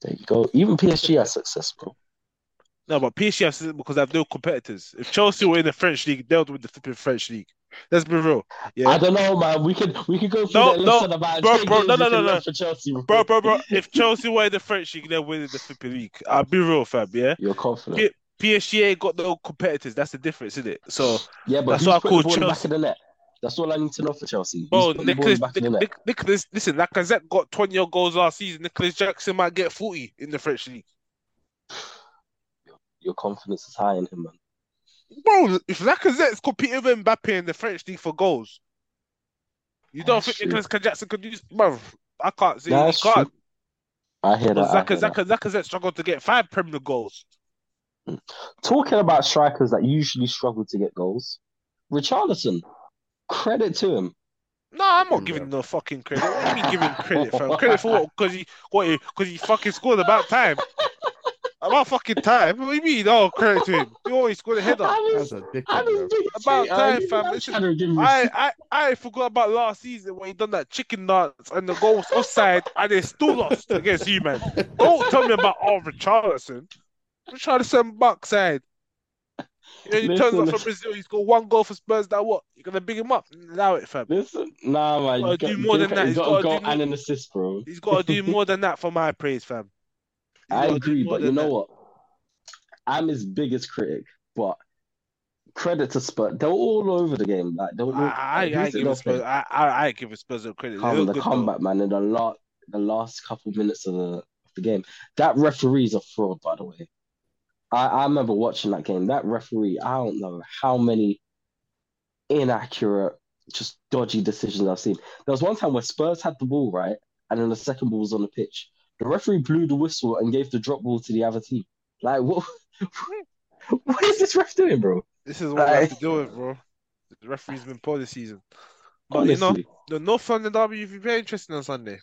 [SPEAKER 3] there you go even psg are successful
[SPEAKER 2] No, but PSG have to- because they have no competitors. If Chelsea were in the French league, they would win the flipping French league. Let's be real. Yeah.
[SPEAKER 3] I don't know, man. We could we could go through
[SPEAKER 2] No,
[SPEAKER 3] that
[SPEAKER 2] no,
[SPEAKER 3] list and about
[SPEAKER 2] bro,
[SPEAKER 3] ten
[SPEAKER 2] bro, no,
[SPEAKER 3] games
[SPEAKER 2] no,
[SPEAKER 3] we
[SPEAKER 2] no,
[SPEAKER 3] can
[SPEAKER 2] no.
[SPEAKER 3] run for Chelsea,
[SPEAKER 2] Bro, bro, bro. If Chelsea were in the French league, they're winning the flipping league. I'll be real, fam. Yeah.
[SPEAKER 3] You're confident.
[SPEAKER 2] Yeah. PSG ain't got no competitors. That's the difference, isn't it? So,
[SPEAKER 3] Yeah, but
[SPEAKER 2] That's
[SPEAKER 3] who's
[SPEAKER 2] what I
[SPEAKER 3] putting the
[SPEAKER 2] call
[SPEAKER 3] ball in the back
[SPEAKER 2] Chelsea.
[SPEAKER 3] of the net? That's all I need to know for Chelsea. Who's
[SPEAKER 2] bro,
[SPEAKER 3] putting the ball in
[SPEAKER 2] Nicholas,
[SPEAKER 3] the back of
[SPEAKER 2] Nic-
[SPEAKER 3] the net?
[SPEAKER 2] Nic- Nicholas, listen, Lacazette got 20 odd goals last season. Nicholas Jackson might get 40 in the French league.
[SPEAKER 3] Your confidence is high in him, man.
[SPEAKER 2] Bro, if Lacazette's competing with Mbappe in the French league for goals, you don't
[SPEAKER 3] That's
[SPEAKER 2] think
[SPEAKER 3] true.
[SPEAKER 2] Nicholas Jackson could use. Bro, I can't see.
[SPEAKER 3] That's
[SPEAKER 2] he can't.
[SPEAKER 3] true. I hear that. I
[SPEAKER 2] Zaka,
[SPEAKER 3] hear that.
[SPEAKER 2] Zaka, Lacazette struggled to get five Premier goals.
[SPEAKER 3] Talking about strikers that usually struggle to get goals, Richarlison. Credit to him.
[SPEAKER 2] No, I'm not
[SPEAKER 1] Mm,
[SPEAKER 2] giving
[SPEAKER 1] yeah.
[SPEAKER 2] no fucking credit. What do you mean giving credit, fam? Credit for what? Because he, what? Because he fucking scored about time. About fucking time. What do you mean? Oh, credit to him. He always scored a header.
[SPEAKER 3] I was,
[SPEAKER 1] That's a
[SPEAKER 3] I
[SPEAKER 1] dickhead.
[SPEAKER 3] was
[SPEAKER 1] bro.
[SPEAKER 3] thinking-
[SPEAKER 2] About
[SPEAKER 3] I
[SPEAKER 2] time,
[SPEAKER 3] was
[SPEAKER 2] fam.
[SPEAKER 3] trying
[SPEAKER 2] Listen,
[SPEAKER 3] to give him-
[SPEAKER 2] I, I, I forgot about last season when he done that chicken dance and the goal was offside and they still lost against you, man. Don't tell me about oh Richarlison. Richarlison backside. You know, he turns
[SPEAKER 3] Listen,
[SPEAKER 2] up for Brazil. He's got one goal for Spurs. Now what? You're gonna big him up? Allow it, fam.
[SPEAKER 3] Listen, nah, man.
[SPEAKER 2] Gotta
[SPEAKER 3] You got,
[SPEAKER 2] do more than that.
[SPEAKER 3] you
[SPEAKER 2] He's
[SPEAKER 3] got a
[SPEAKER 2] gotta
[SPEAKER 3] goal
[SPEAKER 2] do more.
[SPEAKER 3] and an assist, bro.
[SPEAKER 2] He's got to do more than that for my praise, fam. He's
[SPEAKER 3] I
[SPEAKER 2] gotta do
[SPEAKER 3] agree,
[SPEAKER 2] more
[SPEAKER 3] but you
[SPEAKER 2] than
[SPEAKER 3] know
[SPEAKER 2] that.
[SPEAKER 3] what? I'm his biggest critic, but credit to Spurs. They were all over the game. Like they were,
[SPEAKER 2] I, I, I
[SPEAKER 3] who's the
[SPEAKER 2] give it
[SPEAKER 3] last
[SPEAKER 2] Spurs.
[SPEAKER 3] player?
[SPEAKER 2] I, I, I give it Spurs a credit. They
[SPEAKER 3] Come,
[SPEAKER 2] look
[SPEAKER 3] the
[SPEAKER 2] good,
[SPEAKER 3] comeback, man, in the last the last couple minutes of the of the game. That referee's a fraud, by the way. I, I remember watching that game. That referee, I don't know how many inaccurate, just dodgy decisions I've seen. There was one time where Spurs had the ball, right? And then the second ball was on the pitch. The referee blew the whistle and gave the drop ball to the other team. Like, what, what is this ref doing, bro?
[SPEAKER 2] though. This is what I have to
[SPEAKER 3] Aye.
[SPEAKER 2] deal with, bro. The referee's been poor this season. But
[SPEAKER 3] Honestly,
[SPEAKER 2] you know, the North London derby will be very interesting on Sunday.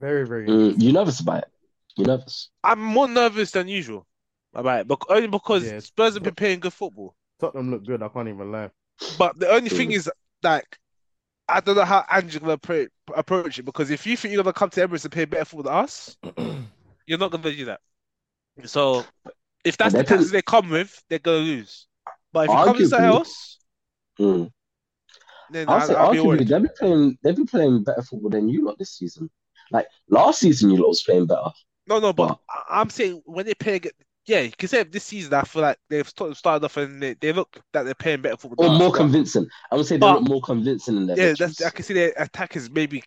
[SPEAKER 1] Very, very.
[SPEAKER 3] Mm, you nervous about it. You nervous.
[SPEAKER 2] I'm more nervous than usual about it, but only because
[SPEAKER 1] Yeah.
[SPEAKER 2] Spurs have been playing good football.
[SPEAKER 1] Tottenham look good. I can't even lie.
[SPEAKER 2] But the only thing is, like, I don't know how Angela appro- approach it because if you think you're gonna come to Emirates and play better football than us, You're not gonna do that. So if that's
[SPEAKER 3] But
[SPEAKER 2] the
[SPEAKER 3] they
[SPEAKER 2] tax they come with, they're gonna lose. But if you come with something
[SPEAKER 3] Arguably-
[SPEAKER 2] else,
[SPEAKER 3] Mm.
[SPEAKER 2] then
[SPEAKER 3] I'll
[SPEAKER 2] I'll,
[SPEAKER 3] say,
[SPEAKER 2] I'll be
[SPEAKER 3] arguably,
[SPEAKER 2] worried.
[SPEAKER 3] they've been playing. They've been playing better football than you lot this season. Like last season, you lot was playing better.
[SPEAKER 2] No, no, but
[SPEAKER 3] Well-
[SPEAKER 2] I- I'm saying when they play, ag- yeah, you can say this season I feel like they've sort of started off and they, they look that they're playing better football.
[SPEAKER 3] Or
[SPEAKER 2] than us,
[SPEAKER 3] more
[SPEAKER 2] but-
[SPEAKER 3] convincing. I would say they
[SPEAKER 2] But-
[SPEAKER 3] look more convincing in their
[SPEAKER 2] Yeah,
[SPEAKER 3] pictures.
[SPEAKER 2] that's I can see their attack is maybe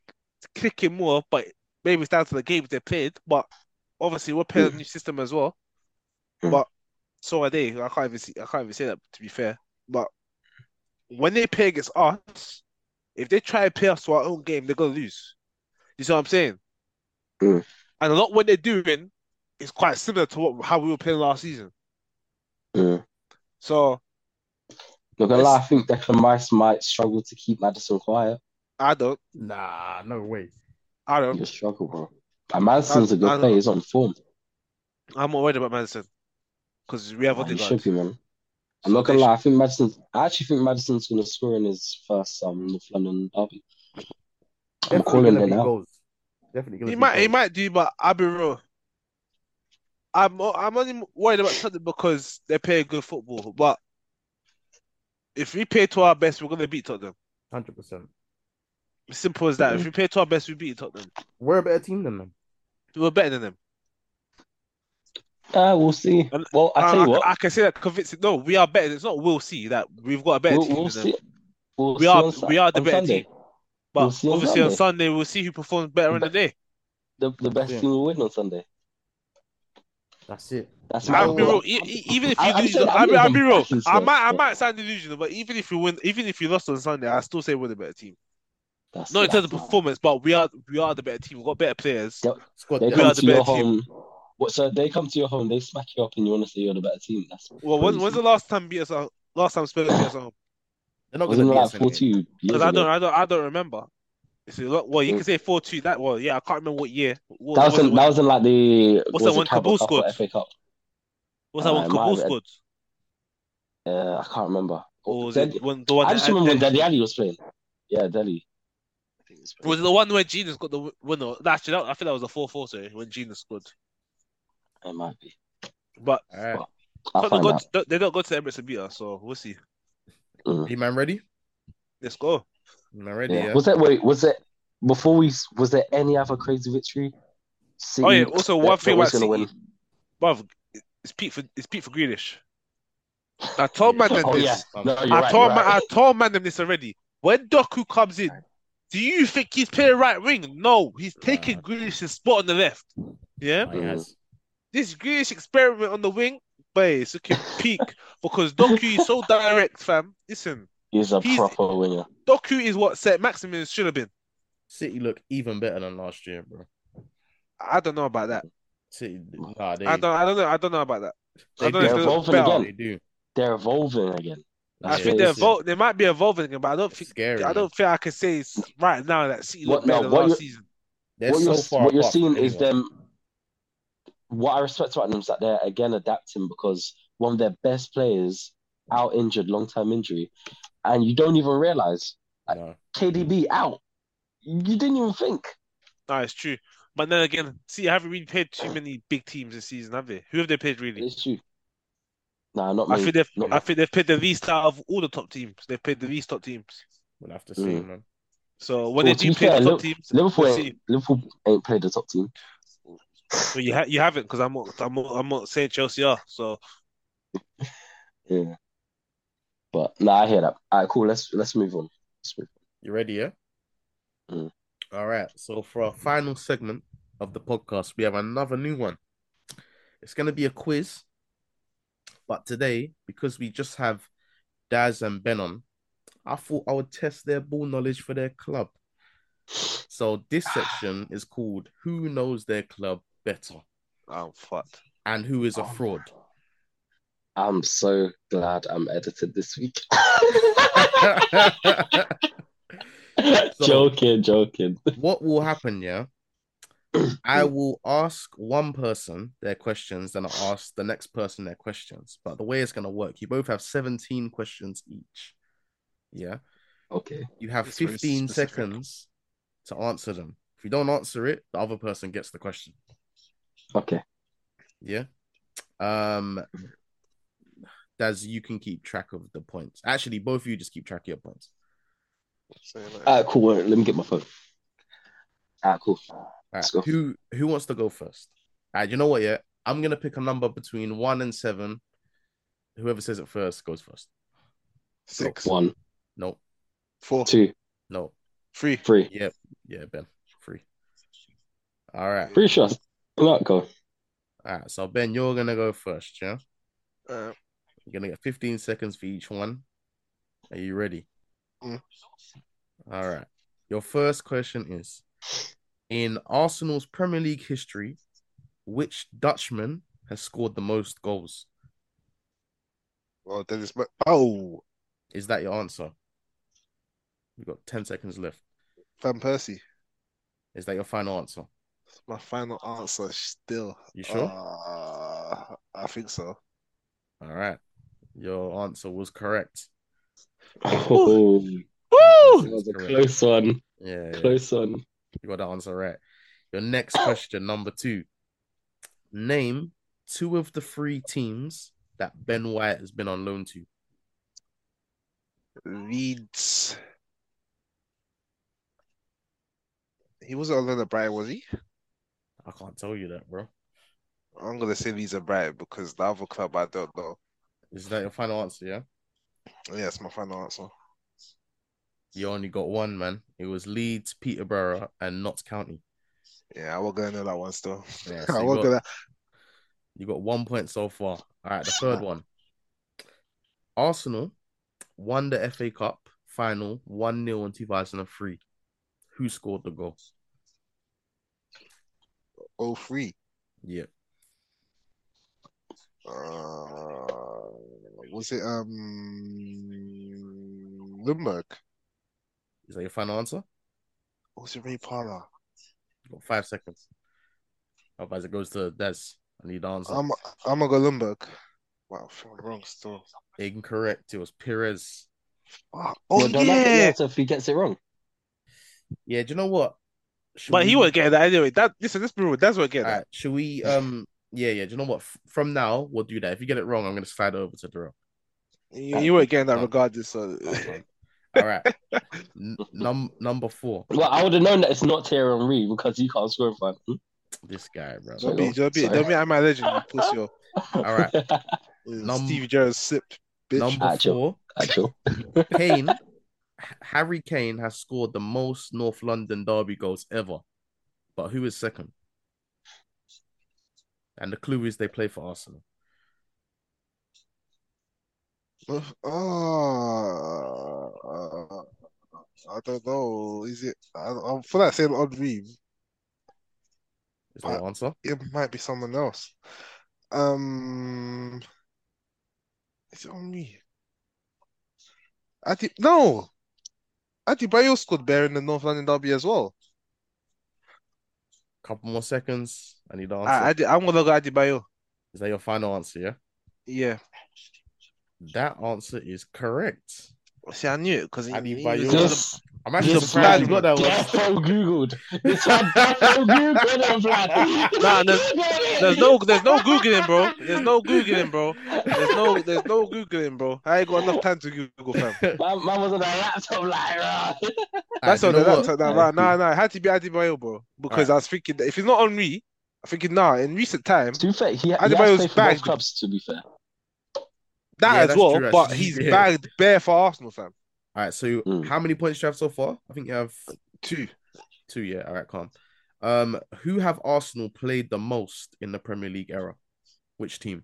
[SPEAKER 2] clicking more, but maybe it's down to the games they played. But obviously we're playing a new system as well.
[SPEAKER 3] Mm.
[SPEAKER 2] But so are they. I can't even see, I can't even say that to be fair. But when they play against us, if they try and play us to our own game, they're gonna lose. You see what I'm saying?
[SPEAKER 3] Mm.
[SPEAKER 2] And a lot what they're doing is quite similar to what how we were playing last season.
[SPEAKER 3] Mm.
[SPEAKER 2] So
[SPEAKER 3] Not gonna lie, I think Declan Rice might struggle to keep Madison quiet.
[SPEAKER 2] I don't,
[SPEAKER 1] Nah, no way.
[SPEAKER 2] I don't,
[SPEAKER 3] He'll struggle, bro. And Madison's a
[SPEAKER 2] I- I
[SPEAKER 3] good
[SPEAKER 2] don't-
[SPEAKER 3] player. He's on form.
[SPEAKER 2] I'm not worried about Madison because we have
[SPEAKER 3] He
[SPEAKER 2] Odegaard.
[SPEAKER 3] should be, man. I'm not gonna lie. I think Madison. I actually think Madison's gonna score in his first um North London derby. I'm
[SPEAKER 1] Definitely
[SPEAKER 3] calling
[SPEAKER 1] gonna
[SPEAKER 3] it
[SPEAKER 1] be
[SPEAKER 3] now.
[SPEAKER 1] goals. Definitely gonna
[SPEAKER 2] He
[SPEAKER 1] be
[SPEAKER 2] might, he
[SPEAKER 1] goals.
[SPEAKER 2] might do, but I'll be real. I'm, I'm only worried about Tottenham because they play good football. But if we play to our best, we're gonna beat Tottenham.
[SPEAKER 1] Hundred percent.
[SPEAKER 2] Simple as that. If we play to our best, we beat Tottenham.
[SPEAKER 1] We're a better team than them.
[SPEAKER 2] We were better than them.
[SPEAKER 3] Ah, we'll see.
[SPEAKER 2] And-
[SPEAKER 3] Well, I
[SPEAKER 2] And
[SPEAKER 3] tell you what,
[SPEAKER 2] I, can say that convincing. No, we are better. It's not we'll see that we've got a better
[SPEAKER 3] we'll,
[SPEAKER 2] team
[SPEAKER 3] we'll
[SPEAKER 2] than them.
[SPEAKER 3] see. We'll
[SPEAKER 2] We
[SPEAKER 3] see
[SPEAKER 2] are-
[SPEAKER 3] on Sa-
[SPEAKER 2] we are the
[SPEAKER 3] on
[SPEAKER 2] better
[SPEAKER 3] Sunday.
[SPEAKER 2] team. But
[SPEAKER 3] We'll see on
[SPEAKER 2] obviously on
[SPEAKER 3] Sunday.
[SPEAKER 2] Sunday we'll see who performs better in the day.
[SPEAKER 3] The, the best
[SPEAKER 1] Yeah.
[SPEAKER 3] team will win on Sunday.
[SPEAKER 1] That's it.
[SPEAKER 3] That's
[SPEAKER 1] No.
[SPEAKER 3] my
[SPEAKER 2] I'll be real.
[SPEAKER 3] goal.
[SPEAKER 2] E- e- Even if
[SPEAKER 3] I-
[SPEAKER 2] you
[SPEAKER 3] I'm
[SPEAKER 2] lose,
[SPEAKER 3] saying
[SPEAKER 2] I'll
[SPEAKER 3] I'm
[SPEAKER 2] be, I'll be
[SPEAKER 3] even
[SPEAKER 2] real.
[SPEAKER 3] fucking
[SPEAKER 2] I
[SPEAKER 3] scared.
[SPEAKER 2] might, I might sound delusional, but even if we win, even if we lost on Sunday, I still say we're the better team.
[SPEAKER 3] That's
[SPEAKER 2] Not in
[SPEAKER 3] it.
[SPEAKER 2] terms of performance, but we are, we are the better team. We've got better players.
[SPEAKER 3] Yeah.
[SPEAKER 1] Squad
[SPEAKER 3] They
[SPEAKER 2] We
[SPEAKER 1] depth.
[SPEAKER 2] are
[SPEAKER 3] come
[SPEAKER 2] the
[SPEAKER 3] to your
[SPEAKER 2] better
[SPEAKER 3] home. What? So they come to your home. They smack you up, and you want to say you're the better team. That's
[SPEAKER 2] Well, when,
[SPEAKER 3] crazy.
[SPEAKER 2] when's the last time beat us? on- Last time Spurs beat us on home?
[SPEAKER 1] They're not going to
[SPEAKER 3] Wasn't it
[SPEAKER 1] beat
[SPEAKER 3] like
[SPEAKER 1] us.
[SPEAKER 3] four
[SPEAKER 1] anyway.
[SPEAKER 3] two?
[SPEAKER 2] Because I don't, I don't, I don't remember. It's a lot, well, you can
[SPEAKER 3] Mm.
[SPEAKER 2] say four two. That well, yeah, I can't remember what year. What,
[SPEAKER 3] That was
[SPEAKER 2] was
[SPEAKER 3] in, that was in like the
[SPEAKER 2] what's
[SPEAKER 3] was
[SPEAKER 2] that
[SPEAKER 3] it
[SPEAKER 2] one
[SPEAKER 3] Carabao
[SPEAKER 2] Kabul
[SPEAKER 3] Cup or
[SPEAKER 2] squad?
[SPEAKER 3] FA Cup.
[SPEAKER 2] Was that
[SPEAKER 3] Uh,
[SPEAKER 2] when
[SPEAKER 3] it might
[SPEAKER 2] Kabul
[SPEAKER 3] have-
[SPEAKER 2] scored?
[SPEAKER 3] Uh, I can't remember.
[SPEAKER 2] Or was
[SPEAKER 3] Ded-
[SPEAKER 2] it when the one?
[SPEAKER 3] I
[SPEAKER 2] that
[SPEAKER 3] just remember when
[SPEAKER 2] Anthony-
[SPEAKER 3] Deli Ali was playing. Yeah, Delhi. I think it's
[SPEAKER 2] Was it the one where Genius got the w- winner? Nah, Actually, that, I think that was the four four. Sorry, when Genius scored.
[SPEAKER 3] It might be.
[SPEAKER 2] But
[SPEAKER 1] All right.
[SPEAKER 3] I'll
[SPEAKER 2] Tottenham
[SPEAKER 3] find
[SPEAKER 2] got
[SPEAKER 3] out.
[SPEAKER 2] to- they don't go to the Emirates to beat us, so we'll see.
[SPEAKER 1] You man ready?
[SPEAKER 2] Let's go.
[SPEAKER 1] You man ready?
[SPEAKER 3] Yeah.
[SPEAKER 1] Yeah.
[SPEAKER 3] Was it wait? Was it before we? Was there any other crazy victory? City,
[SPEAKER 2] Oh yeah. Also,
[SPEAKER 3] that-
[SPEAKER 2] one
[SPEAKER 3] that
[SPEAKER 2] thing
[SPEAKER 3] was
[SPEAKER 2] about City,
[SPEAKER 3] gonna win.
[SPEAKER 2] bruv, it's Pete for it's Pete for Grealish. I told man them
[SPEAKER 3] Oh
[SPEAKER 2] this.
[SPEAKER 3] yeah.
[SPEAKER 1] Um,
[SPEAKER 3] No, you're
[SPEAKER 2] I
[SPEAKER 3] right,
[SPEAKER 2] told
[SPEAKER 3] you're
[SPEAKER 2] man
[SPEAKER 3] right.
[SPEAKER 2] I told man them this already. When Doku comes in, do you think he's playing right wing? No, he's taking
[SPEAKER 1] Nah.
[SPEAKER 2] Grealish's spot on the left. Yeah,
[SPEAKER 1] Oh, yes.
[SPEAKER 2] this Grealish experiment on the wing, boy, it's looking peak because Doku is so direct, fam. Listen,
[SPEAKER 3] He's a
[SPEAKER 2] He's-
[SPEAKER 3] proper winner.
[SPEAKER 2] Doku is what set Maximin should have been.
[SPEAKER 1] City look even better than last year, bro.
[SPEAKER 2] I don't know about that.
[SPEAKER 1] City, nah, they,
[SPEAKER 2] I don't. I don't know. I don't know about that. I
[SPEAKER 1] They
[SPEAKER 2] don't know if
[SPEAKER 1] do.
[SPEAKER 2] they
[SPEAKER 3] They're
[SPEAKER 2] look
[SPEAKER 3] evolving
[SPEAKER 2] better.
[SPEAKER 3] again.
[SPEAKER 1] they do.
[SPEAKER 3] They're evolving again.
[SPEAKER 2] I
[SPEAKER 3] Yeah,
[SPEAKER 2] think they're
[SPEAKER 3] it's-
[SPEAKER 2] evol- they might be evolving again, but I don't
[SPEAKER 1] It's
[SPEAKER 2] think
[SPEAKER 1] scary.
[SPEAKER 2] I don't think I can say it's right now that City
[SPEAKER 3] What-
[SPEAKER 2] look better
[SPEAKER 3] no,
[SPEAKER 2] than
[SPEAKER 3] what
[SPEAKER 2] last
[SPEAKER 3] you-
[SPEAKER 2] season.
[SPEAKER 1] They're
[SPEAKER 3] what
[SPEAKER 1] so
[SPEAKER 3] you're
[SPEAKER 1] far
[SPEAKER 3] what you're
[SPEAKER 1] apart
[SPEAKER 3] seeing
[SPEAKER 1] from
[SPEAKER 3] is
[SPEAKER 1] anyone.
[SPEAKER 3] them. What I respect about them is that they're again adapting because one of their best players out injured, long term injury, and you don't even realize
[SPEAKER 1] No.
[SPEAKER 3] KDB out. You didn't even think.
[SPEAKER 2] No, it's true. But then again, see, I haven't really played too many big teams this season, have they? Who have they played really?
[SPEAKER 3] It's you. Nah, not me.
[SPEAKER 2] I think they've
[SPEAKER 3] Not me.
[SPEAKER 2] I think they've played the least out of all the top teams. They've played the least top teams.
[SPEAKER 1] We'll have to see,
[SPEAKER 3] Mm.
[SPEAKER 1] man.
[SPEAKER 2] So
[SPEAKER 3] Well,
[SPEAKER 2] when they
[SPEAKER 3] to be
[SPEAKER 2] do play
[SPEAKER 3] fair,
[SPEAKER 2] the top
[SPEAKER 3] look,
[SPEAKER 2] teams,
[SPEAKER 3] Liverpool,
[SPEAKER 2] We'll
[SPEAKER 3] ain't,
[SPEAKER 2] see.
[SPEAKER 3] Liverpool ain't played the top team.
[SPEAKER 2] well, you ha- you haven't because I'm not I'm not, I'm not saying Chelsea are. So
[SPEAKER 3] Yeah. But nah, I hear that. All right, cool. Let's let's move on. Let's move
[SPEAKER 1] You ready, yeah?
[SPEAKER 3] Mm.
[SPEAKER 1] All right. So for our final segment of the podcast, we have another new one. It's gonna be a quiz. But today, because we just have Daz and Ben on, I thought I would test their ball knowledge for their club. So this
[SPEAKER 2] Ah.
[SPEAKER 1] section is called Who Knows Their Club Better
[SPEAKER 2] I'm fucked.
[SPEAKER 1] and Who is a
[SPEAKER 3] Oh.
[SPEAKER 1] Fraud.
[SPEAKER 3] on. I'm so glad I'm edited this week. joking, joking.
[SPEAKER 1] what will happen, yeah? I will ask one person their questions, then I'll ask the next person their questions. But the way it's gonna work, you both have 17 questions each. Yeah.
[SPEAKER 3] Okay.
[SPEAKER 1] You have
[SPEAKER 2] That's very
[SPEAKER 1] 15
[SPEAKER 2] specific.
[SPEAKER 1] seconds to answer them. If you don't answer it, the other person gets the question.
[SPEAKER 3] Okay.
[SPEAKER 1] Yeah. Um Daz, you can keep track of the points. Actually, both of you just keep track of your points.
[SPEAKER 2] So, like,
[SPEAKER 3] All right, Uh, cool. Wait, Let me get my phone. All right, cool.
[SPEAKER 1] All
[SPEAKER 3] Let's
[SPEAKER 1] right,
[SPEAKER 3] go.
[SPEAKER 1] who who wants to go first? All right, you know what? Yeah, I'm gonna pick a number between one and seven. Whoever says it first goes first.
[SPEAKER 2] six,
[SPEAKER 3] One,
[SPEAKER 1] No,
[SPEAKER 2] four,
[SPEAKER 3] two,
[SPEAKER 1] no,
[SPEAKER 2] three.
[SPEAKER 3] three.
[SPEAKER 1] yeah, yeah, Ben, free. All right,
[SPEAKER 3] Pretty sure. Not go.
[SPEAKER 1] all right. So Ben, you're gonna go first. Yeah,
[SPEAKER 2] Uh,
[SPEAKER 1] you're gonna get 15 seconds for each one. Are you ready?
[SPEAKER 2] Mm.
[SPEAKER 1] All right. Your first question is: In Arsenal's Premier League history, which Dutchman has scored the most goals?
[SPEAKER 2] oh, Dennis. Ma- Oh,
[SPEAKER 1] Is that your answer? We've got 10 seconds left.
[SPEAKER 2] Van Persie.
[SPEAKER 1] Is that your final answer?
[SPEAKER 2] My final answer still.
[SPEAKER 1] You sure?
[SPEAKER 2] Uh, I think so.
[SPEAKER 1] All right. Your answer was correct.
[SPEAKER 3] Oh,
[SPEAKER 1] Woo!
[SPEAKER 3] that was a close one.
[SPEAKER 1] Yeah, yeah,
[SPEAKER 3] Close one.
[SPEAKER 1] you got that answer right. Your next question, number two. Name two of the three teams that Ben White has been on loan to.
[SPEAKER 2] Leeds. He wasn't on loan at Brighton, was he?
[SPEAKER 1] I can't tell you that, bro.
[SPEAKER 2] I'm gonna say Leeds and Brighton because the other club I don't know.
[SPEAKER 1] Is that your final answer? Yeah,
[SPEAKER 2] Yeah, it's my final answer.
[SPEAKER 1] you only got one, man. It was Leeds, Peterborough, and Notts County.
[SPEAKER 2] Yeah, I was gonna know that one still.
[SPEAKER 1] Yeah, so
[SPEAKER 2] I
[SPEAKER 1] you
[SPEAKER 2] was
[SPEAKER 1] got-
[SPEAKER 2] gonna.
[SPEAKER 1] You got one point so far. All right, the third one. Arsenal won the FA Cup final 1 0 in 2003. Who scored the goal?
[SPEAKER 2] Oh three.
[SPEAKER 1] Yeah.
[SPEAKER 2] Uh, was it um Lindbergh?
[SPEAKER 1] Is that your final answer?
[SPEAKER 2] Or was it Ray Parra?
[SPEAKER 1] You got five seconds. Otherwise, it goes to Des. I need the answer.
[SPEAKER 2] I'm I'm gonna go Lindbergh. Wow, I feel wrong still.
[SPEAKER 1] Incorrect. It was Perez.
[SPEAKER 2] Ah, Oh
[SPEAKER 3] Well, don't knock it
[SPEAKER 2] yeah,
[SPEAKER 3] after if he gets it wrong.
[SPEAKER 1] Yeah, do you know what? Should
[SPEAKER 2] but he
[SPEAKER 1] we-
[SPEAKER 2] would get that anyway. That listen, this bro, that's what get
[SPEAKER 1] All
[SPEAKER 2] that.
[SPEAKER 1] right, should we? Um, yeah, yeah. Do you know what? F- From now, we'll do that. If you get it wrong, I'm gonna slide it over to Darrell.
[SPEAKER 2] You, you weren't getting that
[SPEAKER 1] Oh.
[SPEAKER 2] regardless. uh, So
[SPEAKER 1] That's fine. All right. N- num- number four.
[SPEAKER 3] Well, I would have known that it's not Thierry Henry because he can't score in front.
[SPEAKER 1] This guy, bro.
[SPEAKER 3] So-
[SPEAKER 2] don't be, don't be, don't be. I'm a legend. You pussy. yo.
[SPEAKER 1] All right. Num-
[SPEAKER 2] Stevie Gerrard sipped. Bitch.
[SPEAKER 1] Number
[SPEAKER 3] Ah, chill.
[SPEAKER 1] four,
[SPEAKER 3] Actually,
[SPEAKER 1] Kane. H- Harry Kane has scored the most North London derby goals ever, but who is second? And the clue is they play for Arsenal.
[SPEAKER 2] Uh, uh, I don't know. Is it? I, I feel like saying odd ream.
[SPEAKER 1] Is that your answer?
[SPEAKER 2] It might be someone else. Um, is it on me? Adi, no. Adebayo scored there in the North London derby as well.
[SPEAKER 1] Couple more seconds. I need the answer.
[SPEAKER 2] I, Ah, Adi, I'm gonna go Adebayo.
[SPEAKER 1] Is that your final answer? Yeah.
[SPEAKER 2] Yeah.
[SPEAKER 1] That answer is correct.
[SPEAKER 2] See, I knew it because he, he
[SPEAKER 1] Adebayo.
[SPEAKER 2] was
[SPEAKER 1] Just-
[SPEAKER 3] this,
[SPEAKER 1] I'm actually
[SPEAKER 3] this
[SPEAKER 1] surprised you
[SPEAKER 3] man
[SPEAKER 1] got that one.
[SPEAKER 3] defo googled. This man defo googled him, blood.
[SPEAKER 2] Nah, there's- There's no, there's no googling, bro. There's no googling, bro. There's
[SPEAKER 3] There's
[SPEAKER 2] no, there's no googling, bro. I ain't got enough time to Google, fam.
[SPEAKER 3] Man, man was on a laptop like, bro.
[SPEAKER 2] That's
[SPEAKER 1] Alright, do Ah, you
[SPEAKER 2] on the
[SPEAKER 1] know what?
[SPEAKER 2] laptop now,
[SPEAKER 3] Yeah,
[SPEAKER 2] right?
[SPEAKER 3] cool.
[SPEAKER 2] Nah, nah, it had to be Adebayo, bro. Because I was thinking that if it's not on me, I'm thinking, nah, in recent time,
[SPEAKER 3] To be fair, he, he has
[SPEAKER 2] Adebayo's
[SPEAKER 3] played for
[SPEAKER 2] bagged.
[SPEAKER 3] both clubs. To be fair,
[SPEAKER 2] that
[SPEAKER 1] Yeah,
[SPEAKER 2] as
[SPEAKER 1] that's
[SPEAKER 2] well,
[SPEAKER 1] true,
[SPEAKER 2] but
[SPEAKER 1] actually.
[SPEAKER 2] he's
[SPEAKER 1] Yeah.
[SPEAKER 2] bagged bare for Arsenal, fam.
[SPEAKER 1] All right. So,
[SPEAKER 3] Mm.
[SPEAKER 1] how many points do you have so far? I think you have
[SPEAKER 2] Two.
[SPEAKER 1] two. Yeah. All right. Calm. Um, who have Arsenal played the most in the Premier League era? Which team?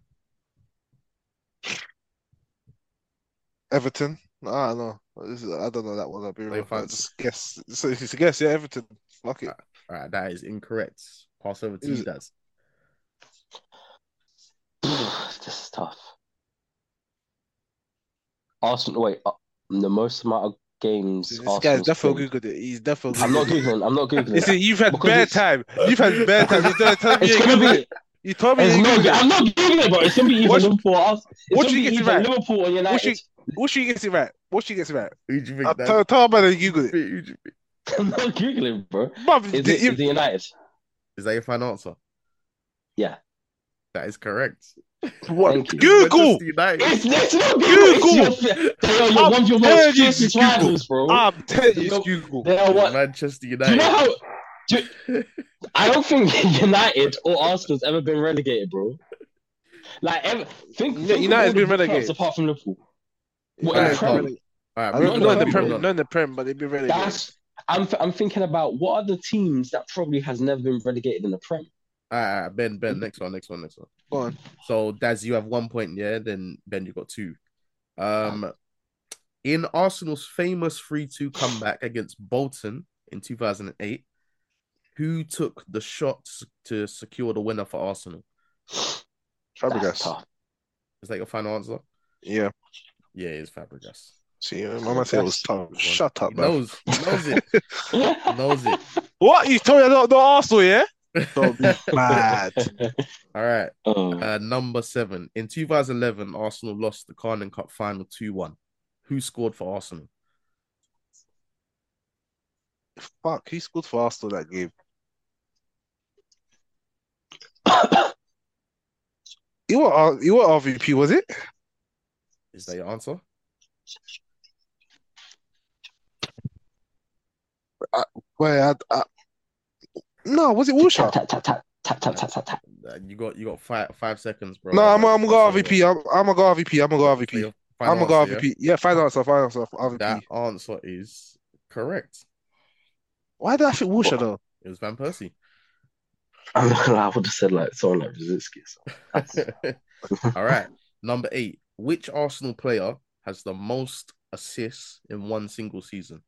[SPEAKER 2] Everton. Nah, I don't know. This is, I don't know that one. I'll be real. I
[SPEAKER 1] fans.
[SPEAKER 2] just guess. So it's a guess, yeah, Everton. Fuck it.
[SPEAKER 1] All right. That is incorrect. Pass over to
[SPEAKER 2] Is
[SPEAKER 1] you,
[SPEAKER 2] it-
[SPEAKER 1] Daz.
[SPEAKER 3] this is tough. Arsenal. Wait, uh, the most amount of games.
[SPEAKER 2] This guy's
[SPEAKER 3] Arsenal's
[SPEAKER 2] definitely
[SPEAKER 3] played.
[SPEAKER 2] googled it. He's definitely.
[SPEAKER 3] I'm not
[SPEAKER 2] Googled it.
[SPEAKER 3] googling. I'm not googling.
[SPEAKER 2] Listen, you've had
[SPEAKER 3] Because
[SPEAKER 2] bare
[SPEAKER 3] it's-
[SPEAKER 2] time. You've had bare time. You're telling- telling me
[SPEAKER 3] It's
[SPEAKER 2] you
[SPEAKER 3] gonna
[SPEAKER 2] ain't
[SPEAKER 3] be.
[SPEAKER 2] Googled it. You told me you
[SPEAKER 3] It's
[SPEAKER 2] ain't
[SPEAKER 3] not good.
[SPEAKER 2] Googled it.
[SPEAKER 3] I'm not googling it, bro. It's gonna be either
[SPEAKER 2] What-
[SPEAKER 3] Liverpool. Or, it's
[SPEAKER 2] what
[SPEAKER 3] gonna
[SPEAKER 2] you
[SPEAKER 3] be
[SPEAKER 2] get to
[SPEAKER 3] either
[SPEAKER 2] right?
[SPEAKER 3] Liverpool or United.
[SPEAKER 2] What you- What she gets it right? What she gets it right?
[SPEAKER 1] Who do you
[SPEAKER 2] Uh,
[SPEAKER 1] think? Daz?
[SPEAKER 2] Tell tell her about it. Googled it.
[SPEAKER 1] Who do you think?
[SPEAKER 3] I'm not googling, bro.
[SPEAKER 2] Bruv,
[SPEAKER 3] Is
[SPEAKER 2] did
[SPEAKER 3] it,
[SPEAKER 2] you-
[SPEAKER 3] is it United?
[SPEAKER 1] Is that your final answer?
[SPEAKER 3] Yeah.
[SPEAKER 1] That is correct.
[SPEAKER 2] What?
[SPEAKER 3] Thank you.
[SPEAKER 2] Google.
[SPEAKER 1] Manchester United.
[SPEAKER 3] It's, it's not Google. It's your, they are your, one of your
[SPEAKER 2] There it
[SPEAKER 3] most fiercest
[SPEAKER 2] is, Google. Ah.
[SPEAKER 3] rivals, bro.
[SPEAKER 2] I'm telling you,
[SPEAKER 3] No.
[SPEAKER 2] it's Google.
[SPEAKER 3] they are what?
[SPEAKER 1] Manchester
[SPEAKER 3] Do you
[SPEAKER 1] United.
[SPEAKER 3] know how? do- I don't think United or Arsenal's ever been relegated, bro. Like, ever, think,
[SPEAKER 2] Yeah,
[SPEAKER 3] think of
[SPEAKER 2] United's
[SPEAKER 3] all the
[SPEAKER 2] been
[SPEAKER 3] clubs
[SPEAKER 2] relegated.
[SPEAKER 3] apart from Liverpool. What,
[SPEAKER 2] United
[SPEAKER 3] in the Prem?
[SPEAKER 2] really-
[SPEAKER 1] All
[SPEAKER 2] I
[SPEAKER 1] right.
[SPEAKER 2] don't
[SPEAKER 1] moving
[SPEAKER 2] know
[SPEAKER 1] on,
[SPEAKER 2] in
[SPEAKER 3] Prem,
[SPEAKER 2] the
[SPEAKER 1] moving
[SPEAKER 2] Prem,
[SPEAKER 1] on.
[SPEAKER 2] not in the Prem, but they've been relegated.
[SPEAKER 3] That's. I'm, I'm thinking about what are the teams that probably has never been relegated in the Prem.
[SPEAKER 1] All right, all right, Ben, Ben, next one, next one, next one.
[SPEAKER 2] Go on.
[SPEAKER 1] So Daz, you have one point, yeah. Then Ben, you got two. Um, in Arsenal's famous three-two comeback against Bolton in two thousand and eight, who took the shot to secure the winner for Arsenal?
[SPEAKER 3] That's
[SPEAKER 2] Fabregas.
[SPEAKER 3] tough.
[SPEAKER 1] Is that your final answer?
[SPEAKER 2] Yeah.
[SPEAKER 1] Yeah, it's Fabregas.
[SPEAKER 2] See, my man said it was tough. Shut up,
[SPEAKER 1] He
[SPEAKER 2] man.
[SPEAKER 1] knows, he knows it, he knows it.
[SPEAKER 2] What? You told me I don't know Arsenal, yeah? Don't be mad.
[SPEAKER 1] All right,
[SPEAKER 3] Oh.
[SPEAKER 1] uh, number seven. In two thousand eleven, Arsenal lost the Carling Cup final two-one. Who scored for Arsenal?
[SPEAKER 2] Fuck, he scored for Arsenal that game. Uh, You were R- you were RVP, was it?
[SPEAKER 1] Is that your answer?
[SPEAKER 2] Wait, I, I, No, was it Wilshere?
[SPEAKER 3] Tap, tap, tap, tap, tap, tap, tap, tap, tap.
[SPEAKER 1] Uh, You got you got five five seconds, bro.
[SPEAKER 2] No, I'm I'm gonna go
[SPEAKER 1] That's all you
[SPEAKER 2] RVP. I'm I'm gonna go RVP. I'm gonna go
[SPEAKER 1] got.
[SPEAKER 2] RVP.
[SPEAKER 1] So your
[SPEAKER 2] I'm
[SPEAKER 1] final
[SPEAKER 2] gonna go
[SPEAKER 1] answer, yeah?
[SPEAKER 2] RVP. Yeah, find answer, find answer, RVP.
[SPEAKER 1] That answer is correct.
[SPEAKER 2] Why did I think Wilshere though?
[SPEAKER 1] It was Van Persie.
[SPEAKER 3] I'm not gonna lie, I would have said like someone like Brzezinski. or something.
[SPEAKER 1] All right. Number eight. Which Arsenal player has the most assists in one single season?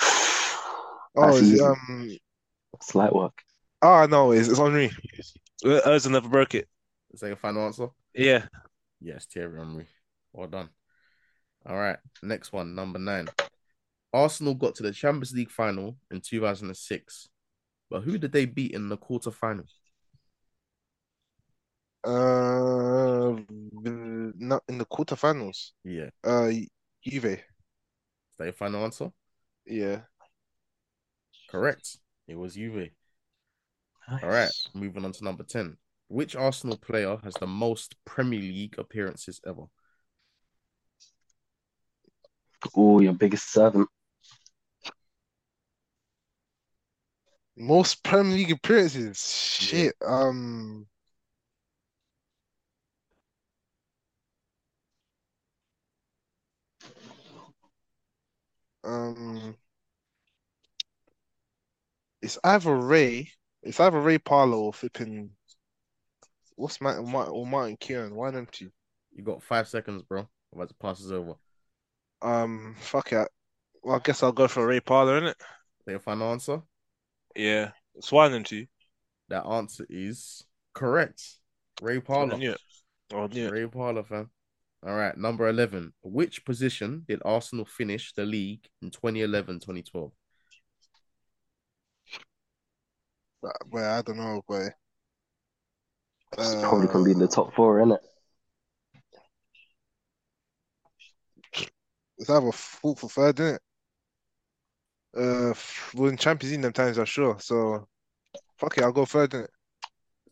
[SPEAKER 2] Oh,
[SPEAKER 3] That's
[SPEAKER 2] is it,
[SPEAKER 3] easy.
[SPEAKER 2] um,
[SPEAKER 3] It's light work.
[SPEAKER 2] oh no, it's it's Henri. Uh, Ozil never broke it.
[SPEAKER 1] Is that your final answer?
[SPEAKER 2] Yeah,
[SPEAKER 1] Yes, Thierry Henry. Well done. All right. Next one. Number nine. Arsenal got to the Champions League final in 2006. But who did they beat in the quarterfinal?
[SPEAKER 2] uh, not in the quarterfinals.
[SPEAKER 1] Yeah. Is
[SPEAKER 2] Uh, Juve.
[SPEAKER 1] that your final answer?
[SPEAKER 2] Yeah.
[SPEAKER 1] Correct. It was Juve. All right, moving on to number 10. Which Arsenal player has the most Premier League appearances ever?
[SPEAKER 3] Oh, your biggest servant.
[SPEAKER 2] Most Premier League appearances. Shit. Um. Um. It's either Ray. It's either Ray Parlour or flipping. What's Martin, Martin or Martin Kieran? One and two.
[SPEAKER 1] You got five seconds, bro. Otherwise, the pass is over.
[SPEAKER 2] Um. Fuck it. Well, I guess I'll go for Ray Parlour, innit?
[SPEAKER 1] Their final answer?
[SPEAKER 2] Yeah. It's one and two.
[SPEAKER 1] That answer is correct. Ray
[SPEAKER 2] I
[SPEAKER 1] Parlour.
[SPEAKER 2] knew it. I knew it.
[SPEAKER 1] Ray Parlour, fam. All right, number 11. Which position did Arsenal finish the league in 2011 2012?
[SPEAKER 2] But, but I don't know, but uh,
[SPEAKER 3] It's probably gonna be in the top four, isn't it?
[SPEAKER 2] It's either fourth or third, isn't it? Uh, f- we're in Champions League them times, I'm sure. So, fuck it, I'll go third, innit?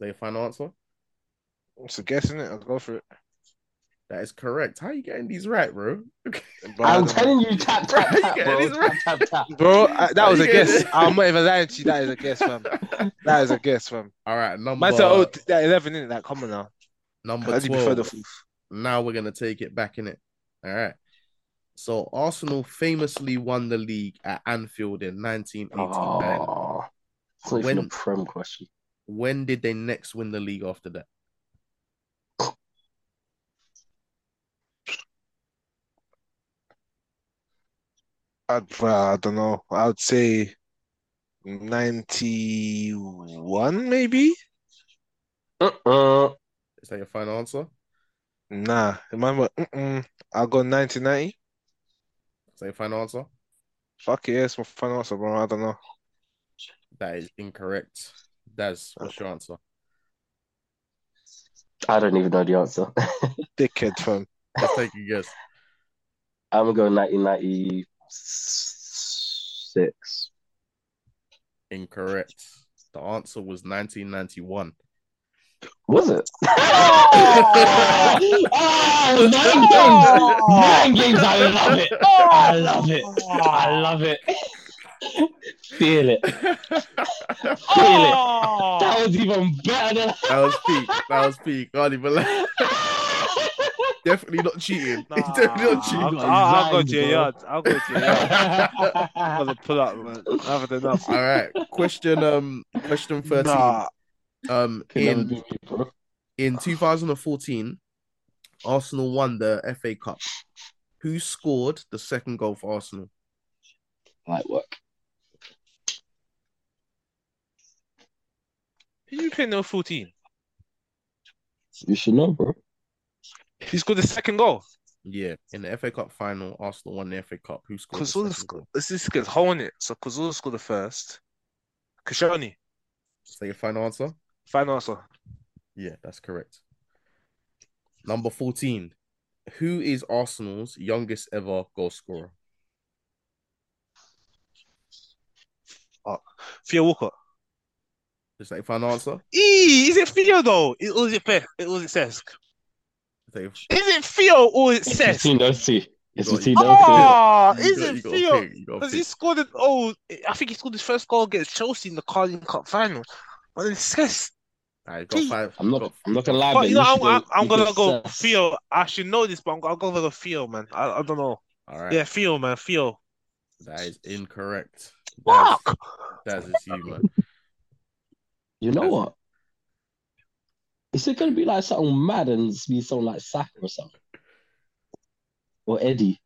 [SPEAKER 1] Their final answer?
[SPEAKER 2] It's a guess, innit? I'll go for it.
[SPEAKER 1] That is correct. How are you getting these right, bro?
[SPEAKER 2] But I
[SPEAKER 3] I'm
[SPEAKER 2] don't know.
[SPEAKER 3] telling you, tap, tap,
[SPEAKER 1] Bro, you
[SPEAKER 3] tap,
[SPEAKER 1] getting
[SPEAKER 3] bro.
[SPEAKER 1] this right.
[SPEAKER 3] Tap, tap, tap.
[SPEAKER 2] Bro, I, that
[SPEAKER 1] Are
[SPEAKER 2] was
[SPEAKER 1] you
[SPEAKER 2] a guess.
[SPEAKER 1] getting it?
[SPEAKER 2] I'm not even lying to you. That is a guess, fam. That is a guess, fam.
[SPEAKER 1] All right, number,
[SPEAKER 2] Man said, oh, th- that 11, innit? Like, come on now.
[SPEAKER 1] number
[SPEAKER 2] I do prefer
[SPEAKER 1] 12.
[SPEAKER 2] the fourth.
[SPEAKER 1] now we're gonna take it back in it. All right. So Arsenal famously won the league at Anfield in 1989.
[SPEAKER 3] Oh, it's not even
[SPEAKER 1] When-
[SPEAKER 3] a prem question.
[SPEAKER 1] When did they next win the league after that?
[SPEAKER 2] I'd, uh, I don't know. I would say 91, maybe?
[SPEAKER 3] Uh-uh.
[SPEAKER 1] Is that your final answer?
[SPEAKER 2] Nah, remember, mm-mm. I'll go 1990.
[SPEAKER 1] Is that your final answer?
[SPEAKER 2] Fuck it, yeah, it's my final answer, bro. I don't know.
[SPEAKER 1] That is incorrect. That's what's your answer?
[SPEAKER 3] I don't even know the answer.
[SPEAKER 2] Dickhead fam.
[SPEAKER 1] Let's take a guess.
[SPEAKER 3] I'm gonna go 1996.
[SPEAKER 1] Incorrect. The answer was 1991.
[SPEAKER 3] Was it?
[SPEAKER 1] Oh!
[SPEAKER 3] nine games! Nine games! I love it! I love it! I love it! Feel it! Feel it!
[SPEAKER 1] Oh.
[SPEAKER 3] That was even better than.
[SPEAKER 1] That was peak. That was peak. Can't even lie. Definitely not cheating.
[SPEAKER 2] Nah,
[SPEAKER 1] It's definitely not cheating.
[SPEAKER 2] I'll,
[SPEAKER 3] got
[SPEAKER 2] I'll, I'll go
[SPEAKER 3] lined,
[SPEAKER 2] to your
[SPEAKER 3] bro.
[SPEAKER 2] yard. I'll go to your yard. I'm gonna pull up, man. Other than that,
[SPEAKER 1] All right. Question um question 13.
[SPEAKER 2] nah.
[SPEAKER 1] Um
[SPEAKER 3] Could never
[SPEAKER 1] in
[SPEAKER 3] do me, bro.
[SPEAKER 1] In 2014, Arsenal won the FA Cup. Who scored the second goal for Arsenal?
[SPEAKER 3] Light work.
[SPEAKER 2] Who you playing number 14?
[SPEAKER 3] You should know, bro.
[SPEAKER 2] He scored the second goal.
[SPEAKER 1] Yeah, in the FA Cup final, Arsenal won the FA Cup. Who scored? The
[SPEAKER 2] Kazula
[SPEAKER 1] second
[SPEAKER 2] scored.
[SPEAKER 1] goal?
[SPEAKER 2] This is good. Hole in it. So Kazula scored the first. Kashani,
[SPEAKER 1] Say your final answer.
[SPEAKER 2] final answer.
[SPEAKER 1] Yeah, that's correct. Number 14. Who is Arsenal's youngest ever goal scorer?
[SPEAKER 2] Theo Walker.
[SPEAKER 1] Is that your final answer?
[SPEAKER 2] Eee, is it Theo though? It, or is it Beth? It, or is it Cesc?
[SPEAKER 1] Is that your-
[SPEAKER 2] Is it Theo or is it
[SPEAKER 3] It's
[SPEAKER 2] Cesc?
[SPEAKER 3] between those two. It's
[SPEAKER 1] You got-
[SPEAKER 3] between those two.
[SPEAKER 2] Oh,
[SPEAKER 1] You got
[SPEAKER 2] is
[SPEAKER 1] think you
[SPEAKER 2] Even
[SPEAKER 1] gotta
[SPEAKER 2] Theo,
[SPEAKER 1] think, you gotta
[SPEAKER 2] Because
[SPEAKER 1] think.
[SPEAKER 2] he scored it. Oh, I think he scored his first goal against Chelsea in the Carling Cup final. But then Cesc,
[SPEAKER 1] Alright, got
[SPEAKER 2] Gee.
[SPEAKER 1] five.
[SPEAKER 3] I'm not.
[SPEAKER 1] got-
[SPEAKER 3] I'm not gonna lie.
[SPEAKER 2] but you know, I'm, I'm, I'm
[SPEAKER 3] you should uh,
[SPEAKER 2] gonna go
[SPEAKER 3] assess.
[SPEAKER 2] Theo. I should know this, but I'm, I'm gonna go Theo, man. I, I don't know.
[SPEAKER 1] All right,
[SPEAKER 2] Yeah, Theo, man, Theo.
[SPEAKER 1] that is incorrect.
[SPEAKER 2] Fuck.
[SPEAKER 1] That's it's you, man.
[SPEAKER 3] You know what? Is it gonna be like something mad and it's be something like Saka or something? Or Eddie?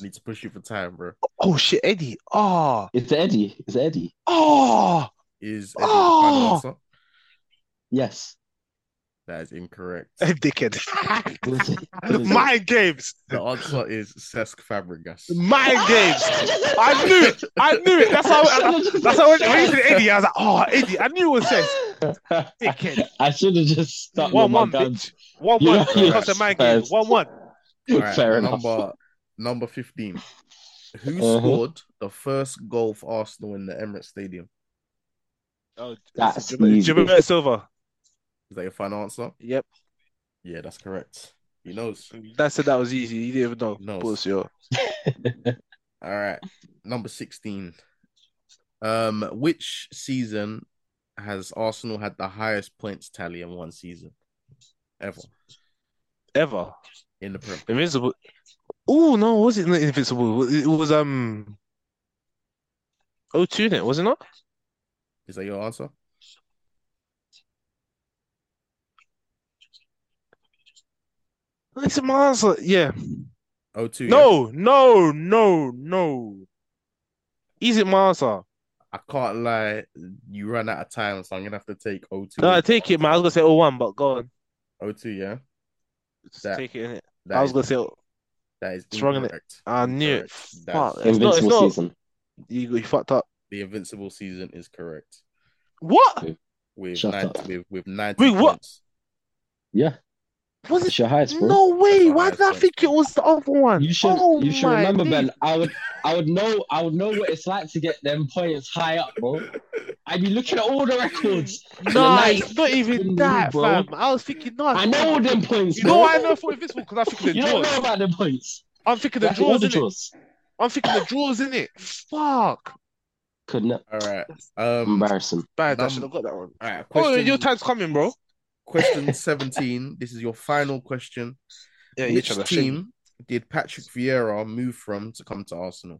[SPEAKER 1] I need to push you for time, bro.
[SPEAKER 2] Oh shit, Eddie. Oh,
[SPEAKER 3] It's Eddie. It's Eddie.
[SPEAKER 2] oh.
[SPEAKER 1] Is Eddie the final
[SPEAKER 3] Ah!
[SPEAKER 2] Oh!
[SPEAKER 1] answer?
[SPEAKER 3] Yes.
[SPEAKER 1] That is incorrect.
[SPEAKER 2] Dickhead.
[SPEAKER 3] What is it? What is it?
[SPEAKER 2] Mind games.
[SPEAKER 1] The answer is Cesc Fabregas.
[SPEAKER 2] Mind games. I knew it. I knew it. That's how. That's how. When you said Eddie, I was like, oh, Eddie. I knew it was Cesc. Dickhead.
[SPEAKER 3] I should have just stuck
[SPEAKER 2] One
[SPEAKER 3] with my
[SPEAKER 2] one,
[SPEAKER 3] guns.
[SPEAKER 2] bitch. One
[SPEAKER 3] You
[SPEAKER 2] one.
[SPEAKER 3] know, you
[SPEAKER 2] Because
[SPEAKER 3] know,
[SPEAKER 2] of mind games.
[SPEAKER 3] Spurs.
[SPEAKER 2] One one.
[SPEAKER 1] All right,
[SPEAKER 3] Fair enough.
[SPEAKER 1] number number fifteen. Who
[SPEAKER 3] Uh-huh.
[SPEAKER 1] scored the first goal for Arsenal in the Emirates Stadium?
[SPEAKER 2] Oh,
[SPEAKER 3] That's
[SPEAKER 2] Jimmy,
[SPEAKER 3] easy.
[SPEAKER 2] Silva.
[SPEAKER 1] Is that your final answer?
[SPEAKER 2] Yep.
[SPEAKER 1] Yeah, that's correct. He knows.
[SPEAKER 2] That said that was easy. He didn't even know.
[SPEAKER 1] No.
[SPEAKER 2] Bullshit, yo.
[SPEAKER 1] All right, number sixteen. Um, which season has Arsenal had the highest points tally in one season ever
[SPEAKER 2] Ever.
[SPEAKER 1] in the Prem?
[SPEAKER 2] Invincible. Oh no, was it not invincible? It was um Oh two then, was it not?
[SPEAKER 1] Is that your answer?
[SPEAKER 2] It's my answer. Yeah.
[SPEAKER 1] Oh two. yeah?
[SPEAKER 2] No, no, no, no. Is it my answer?
[SPEAKER 1] I can't lie. You ran out of time, so I'm gonna have to take O two.
[SPEAKER 2] No, I take it, man. I was gonna say oh one, but go on.
[SPEAKER 1] O two. Yeah,
[SPEAKER 2] Just
[SPEAKER 1] That-
[SPEAKER 2] take it in it.
[SPEAKER 1] That
[SPEAKER 2] I was
[SPEAKER 1] is-
[SPEAKER 2] gonna say oh,
[SPEAKER 1] that is
[SPEAKER 2] strong, innit?
[SPEAKER 1] incorrect.
[SPEAKER 2] I knew it.
[SPEAKER 1] Incorrect.
[SPEAKER 2] Fuck.
[SPEAKER 1] That's-
[SPEAKER 2] It's not it's
[SPEAKER 3] Invincible
[SPEAKER 2] not
[SPEAKER 3] season.
[SPEAKER 2] you, you fucked up.
[SPEAKER 1] The Invincible season is correct
[SPEAKER 2] What?
[SPEAKER 1] with
[SPEAKER 3] Shut
[SPEAKER 1] nine,
[SPEAKER 3] up.
[SPEAKER 1] with with ninety.
[SPEAKER 2] Wait, what?
[SPEAKER 1] points.
[SPEAKER 3] Yeah.
[SPEAKER 2] Was it
[SPEAKER 3] It's your highest, bro.
[SPEAKER 2] No way!
[SPEAKER 1] That's
[SPEAKER 2] Why
[SPEAKER 1] our
[SPEAKER 2] did I
[SPEAKER 1] highest
[SPEAKER 2] think it was the other one?
[SPEAKER 3] You should.
[SPEAKER 2] Oh
[SPEAKER 3] you should
[SPEAKER 2] my
[SPEAKER 3] remember,
[SPEAKER 2] days.
[SPEAKER 3] Ben. I would. I would know. I would know what it's like to get them points high up, bro. I'd be looking at all the records.
[SPEAKER 2] No,
[SPEAKER 3] Nice.
[SPEAKER 2] it's not even
[SPEAKER 3] Fucking
[SPEAKER 2] that,
[SPEAKER 3] move, bro.
[SPEAKER 2] fam. I was thinking, no,
[SPEAKER 3] I know all them points.
[SPEAKER 2] You know why I
[SPEAKER 3] bro.
[SPEAKER 2] know for Invincible? Because I'm thinking the
[SPEAKER 3] You don't know
[SPEAKER 2] draws.
[SPEAKER 3] about them points.
[SPEAKER 2] I'm thinking the
[SPEAKER 3] That's all
[SPEAKER 2] draws,
[SPEAKER 3] the
[SPEAKER 2] innit?
[SPEAKER 3] draws.
[SPEAKER 2] I'm thinking the draws, innit? Fuck.
[SPEAKER 3] Could not.
[SPEAKER 1] All right. Um. All
[SPEAKER 3] Embarrassing.
[SPEAKER 2] Bad, I
[SPEAKER 1] Num-
[SPEAKER 2] should have got that one.
[SPEAKER 1] right.
[SPEAKER 2] Oh,
[SPEAKER 1] Question,
[SPEAKER 2] your time's coming, bro.
[SPEAKER 1] question seventeen. This is your final question.
[SPEAKER 2] Yeah,
[SPEAKER 1] Which team did Patrick Vieira move from to come to Arsenal?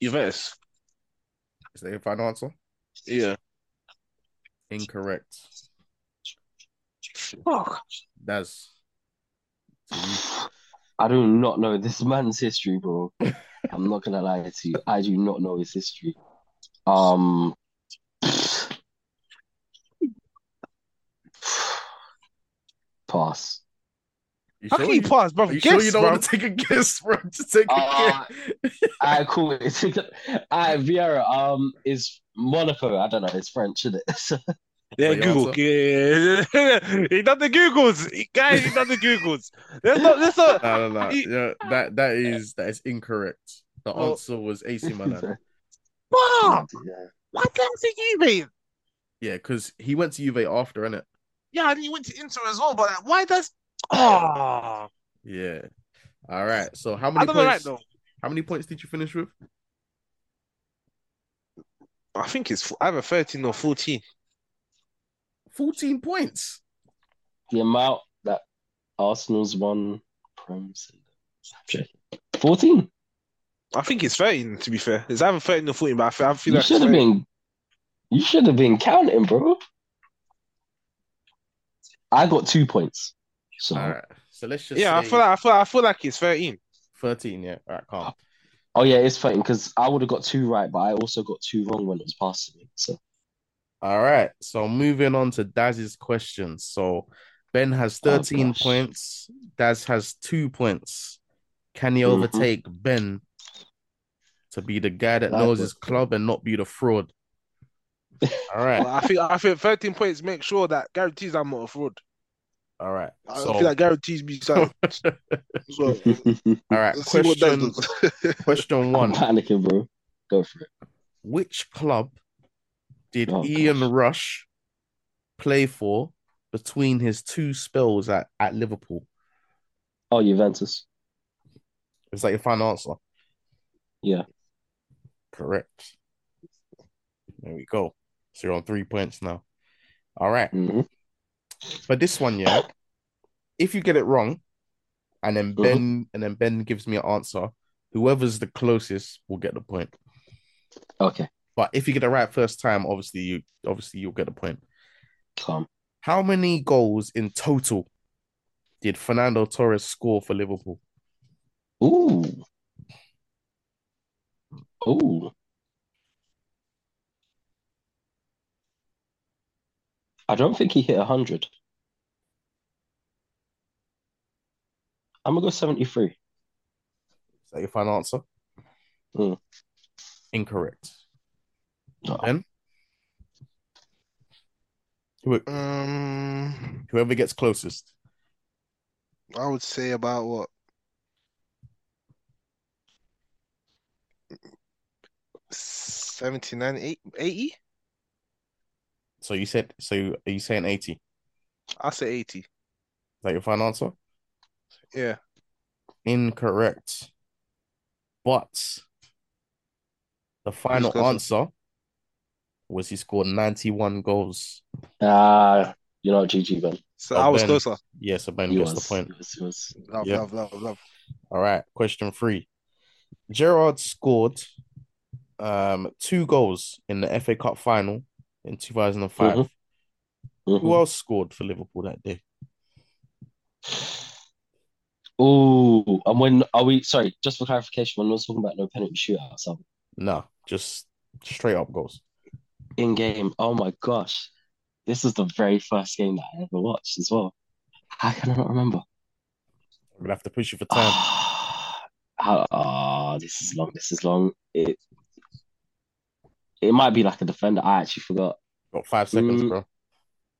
[SPEAKER 2] Juventus.
[SPEAKER 1] Is that your final answer?
[SPEAKER 2] Yeah.
[SPEAKER 1] Incorrect.
[SPEAKER 2] Fuck.
[SPEAKER 1] That's
[SPEAKER 3] I do not know this man's history, bro. I'm not gonna lie to you. I do not know his history. Um, pass.
[SPEAKER 1] you
[SPEAKER 2] How
[SPEAKER 1] sure
[SPEAKER 2] can you
[SPEAKER 1] you-
[SPEAKER 2] pass, bro?
[SPEAKER 1] Are you
[SPEAKER 2] Guess,
[SPEAKER 1] sure you don't
[SPEAKER 2] bro.
[SPEAKER 1] want to take a guess, bro? Just take a
[SPEAKER 3] Uh,
[SPEAKER 1] guess.
[SPEAKER 3] I cool. It's, I Vieira um is Monaco. I don't know. It's French, isn't it? So,
[SPEAKER 2] Yeah,
[SPEAKER 1] Wait, your
[SPEAKER 2] Google.
[SPEAKER 1] answer?
[SPEAKER 2] Yeah. he done the Googles. He- Guys, he done the Googles. There's no, there's no.
[SPEAKER 1] No, no, no.
[SPEAKER 2] You-
[SPEAKER 1] Yeah, that that is that is incorrect. The
[SPEAKER 2] Well-
[SPEAKER 1] answer was AC Milan.
[SPEAKER 2] Fuck.
[SPEAKER 3] yeah.
[SPEAKER 2] Why can't I say you, mate?
[SPEAKER 1] Yeah, because he went to Juve after, innit?
[SPEAKER 2] Yeah, and he went to Inter as well, but like, why does. Oh.
[SPEAKER 1] Yeah. All right. So how
[SPEAKER 2] I
[SPEAKER 1] many
[SPEAKER 2] don't
[SPEAKER 1] points?
[SPEAKER 2] know, right, though.
[SPEAKER 1] How many points did you finish with?
[SPEAKER 2] I think it's either 13 or 14.
[SPEAKER 1] Fourteen points.
[SPEAKER 3] The amount that Arsenal's won. Prem Season. Fourteen.
[SPEAKER 2] I think it's 13, to be fair. It's either 13 or 14, but I feel, I feel
[SPEAKER 3] You
[SPEAKER 2] like
[SPEAKER 3] should have been. You should have been counting, bro. I got two points. So
[SPEAKER 1] All right. So let's just
[SPEAKER 2] Yeah, I
[SPEAKER 1] say
[SPEAKER 2] feel, like, I, feel, I feel like it's 13.
[SPEAKER 1] thirteen. Yeah. All right. Calm.
[SPEAKER 3] oh yeah, it's fine because I would have got two right, but I also got two wrong when it was passed to me. So
[SPEAKER 1] All right. So moving on to Daz's questions. So Ben has
[SPEAKER 3] Oh,
[SPEAKER 1] thirteen
[SPEAKER 3] gosh.
[SPEAKER 1] points. Daz has two points. Can he
[SPEAKER 2] Mm-hmm.
[SPEAKER 3] Mhm.
[SPEAKER 1] overtake Ben to be the guy that
[SPEAKER 3] That
[SPEAKER 1] knows
[SPEAKER 3] was-
[SPEAKER 1] his club and not be the fraud? All right.
[SPEAKER 2] But I think I think 13 points make sure that guarantees I'm not a fraud.
[SPEAKER 1] All right.
[SPEAKER 2] I
[SPEAKER 1] So,
[SPEAKER 2] feel like guarantees me something. so,
[SPEAKER 1] all right.
[SPEAKER 2] let's see what that
[SPEAKER 1] Question,
[SPEAKER 2] does.
[SPEAKER 1] question
[SPEAKER 3] I'm
[SPEAKER 1] one.
[SPEAKER 3] panicking, bro. Go for it.
[SPEAKER 1] Which club did
[SPEAKER 3] Oh,
[SPEAKER 1] Ian
[SPEAKER 3] gosh.
[SPEAKER 1] Rush play for between his two spells at, at Liverpool?
[SPEAKER 3] Oh, Juventus.
[SPEAKER 1] It's like your final answer.
[SPEAKER 3] Yeah.
[SPEAKER 1] Correct. There we go. So you're on three points now. All right.
[SPEAKER 3] Mhm.
[SPEAKER 1] But this one, yeah, if you get it wrong, and then
[SPEAKER 3] Mhm.
[SPEAKER 1] Ben and then Ben gives me an answer, whoever's the closest will get the point.
[SPEAKER 3] Okay,
[SPEAKER 1] But if you get it right first time, obviously you obviously you'll get the point.
[SPEAKER 3] calm.
[SPEAKER 1] How many goals in total did Fernando Torres score for Liverpool?
[SPEAKER 3] Ooh. Ooh. I don't think he hit 100. I'm going to go 73.
[SPEAKER 1] Is that your final answer?
[SPEAKER 3] Mm.
[SPEAKER 1] Incorrect.
[SPEAKER 3] Oh.
[SPEAKER 1] Ben? Who-
[SPEAKER 2] Um,
[SPEAKER 1] Whoever gets closest.
[SPEAKER 2] I would say about what? Seventy nine, eight, eighty.
[SPEAKER 1] So you said so you- are you saying 80? Is
[SPEAKER 2] I say eighty.
[SPEAKER 1] that your final answer?
[SPEAKER 2] Yeah.
[SPEAKER 1] Incorrect. But the final
[SPEAKER 2] closer?
[SPEAKER 1] answer was he scored 91 goals.
[SPEAKER 3] Ah, you know, GG, Ben.
[SPEAKER 2] So
[SPEAKER 1] Oh,
[SPEAKER 2] I was
[SPEAKER 1] Ben.
[SPEAKER 2] closer.
[SPEAKER 1] Yeah, so Ben
[SPEAKER 3] He
[SPEAKER 1] gets
[SPEAKER 3] was.
[SPEAKER 1] the point.
[SPEAKER 3] He was, he was.
[SPEAKER 2] Love,
[SPEAKER 1] Yeah.
[SPEAKER 2] love, love, love.
[SPEAKER 1] All right, question three. Gerard scored um two goals in the FA Cup final in 2005.
[SPEAKER 3] Mhm. Mm-hmm.
[SPEAKER 1] Who else scored for Liverpool that day?
[SPEAKER 3] Ooh, and when are we? Sorry, just for clarification, when I was talking about no penalty shootout, so
[SPEAKER 1] No, just straight up goals.
[SPEAKER 3] in game. Oh my gosh, this was the very first game that I ever watched as well. How can I not remember?
[SPEAKER 1] I'm gonna have to push you for time.
[SPEAKER 3] Ah, ah, this is long. This is long. It it might be like a defender. I actually forgot.
[SPEAKER 1] Got five seconds,
[SPEAKER 3] Mm.
[SPEAKER 1] bro.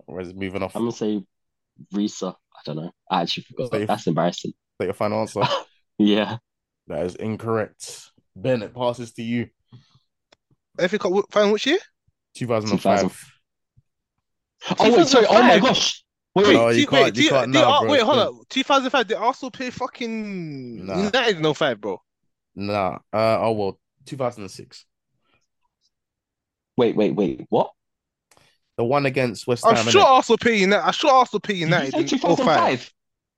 [SPEAKER 1] Where's moving off?
[SPEAKER 3] I'm gonna say Risa. I don't know. I actually forgot.
[SPEAKER 1] Safe.
[SPEAKER 3] That's embarrassing.
[SPEAKER 1] Is that your final answer?
[SPEAKER 3] Yeah.
[SPEAKER 1] That is incorrect. Ben, it passes to you.
[SPEAKER 2] FA Cup wh- final which year?
[SPEAKER 1] 2005.
[SPEAKER 3] 2000. Oh wait, sorry. Oh my
[SPEAKER 2] 2005.
[SPEAKER 3] gosh. Wait, wait.
[SPEAKER 1] No, you
[SPEAKER 2] wait,
[SPEAKER 1] can't- you can't
[SPEAKER 2] did-
[SPEAKER 1] now,
[SPEAKER 2] oh,
[SPEAKER 1] bro.
[SPEAKER 2] Wait, hold
[SPEAKER 1] It's
[SPEAKER 2] up. 2005, did Arsenal play fucking
[SPEAKER 1] Nah.
[SPEAKER 2] United in 05, bro?
[SPEAKER 1] Nah. Uh, oh, well, 2006.
[SPEAKER 3] wait, wait, wait. What?
[SPEAKER 1] The one against West
[SPEAKER 3] Oh,
[SPEAKER 1] Ham.
[SPEAKER 2] I'm
[SPEAKER 1] innit?
[SPEAKER 2] sure Arsenal play United. I'm sure Arsenal play
[SPEAKER 3] Did you
[SPEAKER 2] United
[SPEAKER 3] say
[SPEAKER 2] in 05.
[SPEAKER 3] 2005?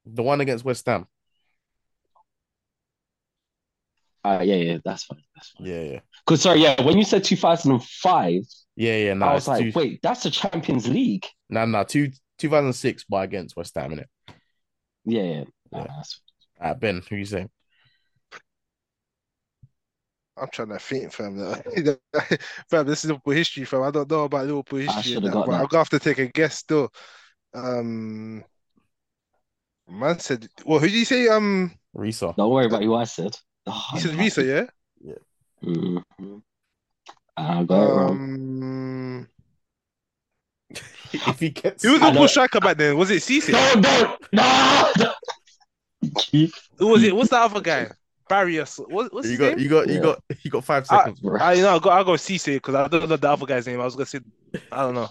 [SPEAKER 1] The one against West Ham.
[SPEAKER 3] Uh, yeah, yeah, that's fine. That's fine.
[SPEAKER 1] Yeah, yeah.
[SPEAKER 3] Because sorry, yeah, when you said 2005,
[SPEAKER 1] Yeah, yeah.
[SPEAKER 3] I
[SPEAKER 1] Nah,
[SPEAKER 3] was
[SPEAKER 1] it's
[SPEAKER 3] like,
[SPEAKER 1] two,
[SPEAKER 3] wait, that's the Champions League.
[SPEAKER 1] nah, nah, two, 2006, but against West Ham, innit?
[SPEAKER 3] Yeah, yeah, Nah,
[SPEAKER 1] Yeah.
[SPEAKER 3] that's-
[SPEAKER 1] Uh, ben, who you saying?
[SPEAKER 2] I'm trying to think, fam. though. fam, this is Liverpool history, fam. I don't know about Liverpool history, and
[SPEAKER 3] should've
[SPEAKER 2] that,
[SPEAKER 3] got
[SPEAKER 2] but
[SPEAKER 3] that.
[SPEAKER 2] I'm gonna have to take a guess still. Um, man said, well, who did you say? Um,
[SPEAKER 1] Risa.
[SPEAKER 3] don't worry about who I said. Oh,
[SPEAKER 2] you said Risa, yeah?
[SPEAKER 3] Mhm. I got it wrong.
[SPEAKER 2] Um,
[SPEAKER 1] if he gets.
[SPEAKER 2] who was
[SPEAKER 3] I know-
[SPEAKER 2] Liverpool striker back then? Was it Cisse?
[SPEAKER 3] No, no, no, no.
[SPEAKER 2] Who was it? What's the other guy? Barry or so- what, what's
[SPEAKER 1] You
[SPEAKER 2] his
[SPEAKER 1] got,
[SPEAKER 2] name?
[SPEAKER 1] you got, you
[SPEAKER 3] Yeah.
[SPEAKER 1] got, you got five
[SPEAKER 2] Ah.
[SPEAKER 1] seconds.
[SPEAKER 2] I know. I go. I go Cisse because I don't know the other guy's name. I was gonna say, I don't know.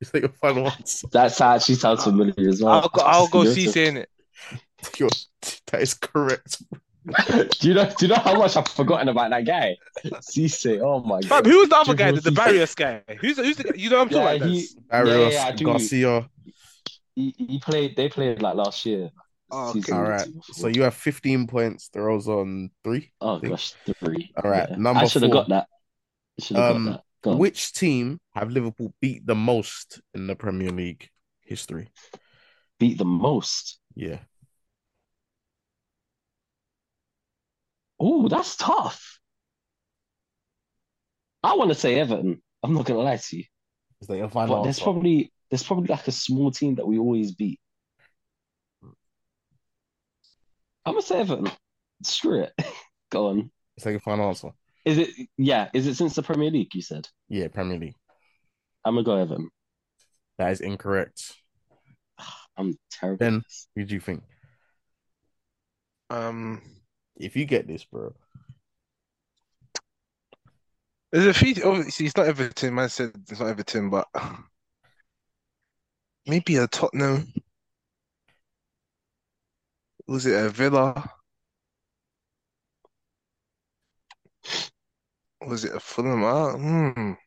[SPEAKER 1] Is that your final answer?
[SPEAKER 3] That's actually sounds familiar as well.
[SPEAKER 2] I'll go. I'll go
[SPEAKER 3] Oh, You're-
[SPEAKER 2] Cisse in it.
[SPEAKER 1] Your- that is correct.
[SPEAKER 3] Do you know? Do you know how much I've forgotten about that guy? Cisse. Oh my
[SPEAKER 2] Fam,
[SPEAKER 3] god.
[SPEAKER 2] who was the other guy?
[SPEAKER 3] Giroud,
[SPEAKER 2] The, the
[SPEAKER 3] Cisse.
[SPEAKER 2] Barrios guy. Who's the, who's the guy? You know what I'm
[SPEAKER 3] Yeah,
[SPEAKER 2] talking about?
[SPEAKER 3] he,
[SPEAKER 2] this?
[SPEAKER 1] Barrios,
[SPEAKER 3] yeah, I do.
[SPEAKER 1] Garcia.
[SPEAKER 3] he he played. They played like last year.
[SPEAKER 2] Oh,
[SPEAKER 3] Season
[SPEAKER 1] All right.
[SPEAKER 3] two or
[SPEAKER 1] So you have 15 points. The rolls on three.
[SPEAKER 3] Oh gosh, three.
[SPEAKER 1] All right,
[SPEAKER 3] Yeah.
[SPEAKER 1] number
[SPEAKER 3] I should have
[SPEAKER 1] four.
[SPEAKER 3] got that. I should have
[SPEAKER 1] Um,
[SPEAKER 3] got that. Go on.
[SPEAKER 1] Which team have Liverpool beat the most in the Premier League history?
[SPEAKER 3] beat the most.
[SPEAKER 1] Yeah.
[SPEAKER 3] Oh, that's tough. I want to say Everton. I'm not gonna lie to you,
[SPEAKER 1] Is that your
[SPEAKER 3] but
[SPEAKER 1] final
[SPEAKER 3] there's
[SPEAKER 1] answer?
[SPEAKER 3] probably there's probably like a small team that we always beat. I'm gonna say Everton. Screw it. Go on.
[SPEAKER 1] Is that your final answer?
[SPEAKER 3] Is it yeah? Is it since the Premier League? You said
[SPEAKER 1] Yeah, Premier League.
[SPEAKER 3] I'm gonna go Everton.
[SPEAKER 1] That is incorrect.
[SPEAKER 3] I'm terrible.
[SPEAKER 1] Ben.
[SPEAKER 3] at this.
[SPEAKER 1] Who do you think?
[SPEAKER 2] Um,
[SPEAKER 1] If you get this, bro,
[SPEAKER 2] there's a few. Obviously, it's not Everton. Man said it's not Everton, but maybe a Tottenham. Was it a Villa? Was it a Fulham? Ah, hmm.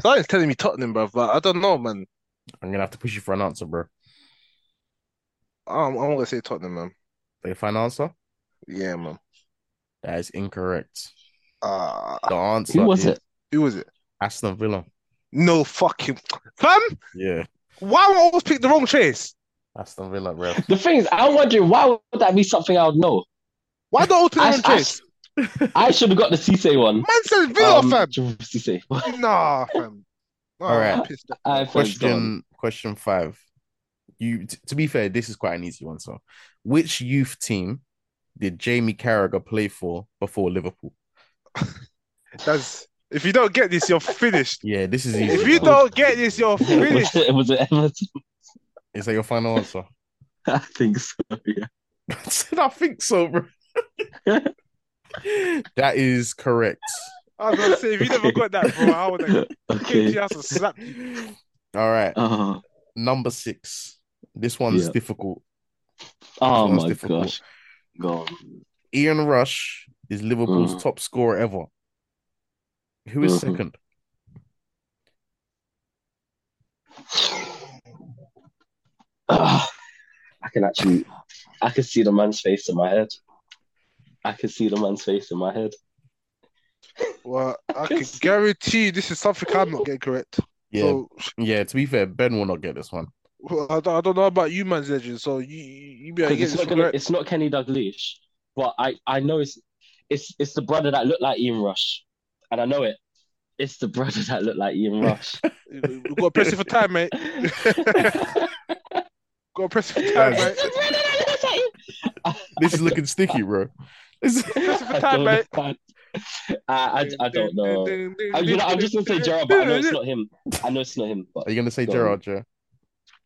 [SPEAKER 2] Something's telling me Tottenham, bruv, but I don't know, man.
[SPEAKER 1] I'm gonna have to push you for an answer, bro.
[SPEAKER 2] I'm, I'm gonna say Tottenham, man.
[SPEAKER 1] They find answer?
[SPEAKER 2] Yeah, man.
[SPEAKER 1] That is incorrect.
[SPEAKER 2] Uh,
[SPEAKER 1] The answer
[SPEAKER 3] Who was
[SPEAKER 1] is
[SPEAKER 3] it?
[SPEAKER 2] who was it?
[SPEAKER 1] Aston Villa.
[SPEAKER 2] No fucking fam.
[SPEAKER 1] Yeah,
[SPEAKER 2] Why would I always pick the wrong chase?
[SPEAKER 1] Aston Villa, bro.
[SPEAKER 3] The thing is, I'm wondering why would that be something I would know?
[SPEAKER 2] Why do I always pick the
[SPEAKER 3] I,
[SPEAKER 2] wrong chase?
[SPEAKER 3] should have got the Cisse one.
[SPEAKER 2] Man says Villa,
[SPEAKER 3] Um,
[SPEAKER 2] fam.
[SPEAKER 3] Cisse.
[SPEAKER 2] Nah, fam. Nah,
[SPEAKER 1] All
[SPEAKER 2] I'm
[SPEAKER 1] right.
[SPEAKER 2] pissed off.
[SPEAKER 3] I first got one.
[SPEAKER 1] Question question five. You t- to be fair, this is quite an easy one. So, which youth team did Jamie Carragher play for before Liverpool?
[SPEAKER 2] That's if you don't get this, you're finished.
[SPEAKER 1] Yeah, this is easy.
[SPEAKER 2] If you
[SPEAKER 1] bro.
[SPEAKER 2] don't get this, you're
[SPEAKER 3] was,
[SPEAKER 2] finished.
[SPEAKER 3] it, was it Everton?
[SPEAKER 1] is that your final answer?
[SPEAKER 3] I think so. Yeah.
[SPEAKER 1] I said, I think so, bro. that is correct.
[SPEAKER 2] I was gonna say if you never got that, bro, I would have kicked
[SPEAKER 3] Okay.
[SPEAKER 2] your ass and slapped you.
[SPEAKER 1] All right,
[SPEAKER 3] Oh,
[SPEAKER 1] number six. This one's
[SPEAKER 3] Yeah.
[SPEAKER 1] difficult.
[SPEAKER 3] oh
[SPEAKER 1] That's
[SPEAKER 3] my
[SPEAKER 1] difficult.
[SPEAKER 3] gosh. Go on.
[SPEAKER 1] Ian Rush is Liverpool's
[SPEAKER 3] Mhm.
[SPEAKER 1] top scorer ever. Who is
[SPEAKER 3] Mhm.
[SPEAKER 1] second?
[SPEAKER 3] Ah, I can actually, I can see the man's face in my head. I can see the man's face in my head.
[SPEAKER 2] Well, I can guarantee you this is something I'm not getting correct.
[SPEAKER 1] Yeah,
[SPEAKER 2] So
[SPEAKER 1] yeah. To be fair, Ben will not get this one.
[SPEAKER 2] well, I, don't, I don't know about you, man's legend. So you you you better
[SPEAKER 3] 'Cause
[SPEAKER 2] get
[SPEAKER 3] it's
[SPEAKER 2] this
[SPEAKER 3] not
[SPEAKER 2] one
[SPEAKER 3] gonna,
[SPEAKER 2] correct.
[SPEAKER 3] it's not Kenny Dalglish, but I, I know it's, it's, it's the brother that looked like Ian Rush, and I know it. It's the brother that looked like Ian Rush.
[SPEAKER 2] We've got to press it for time, mate. Got to press it for time, mate.
[SPEAKER 1] This is looking sticky, bro. This is-
[SPEAKER 2] Press it for
[SPEAKER 3] I don't
[SPEAKER 2] time,
[SPEAKER 3] know.
[SPEAKER 2] mate.
[SPEAKER 3] I, I, I don't know. I, you know, I'm just gonna say Gerard, but I know it's not him. I know it's not him, but
[SPEAKER 1] Are you gonna say
[SPEAKER 3] Go on.
[SPEAKER 1] Gerard? Yeah,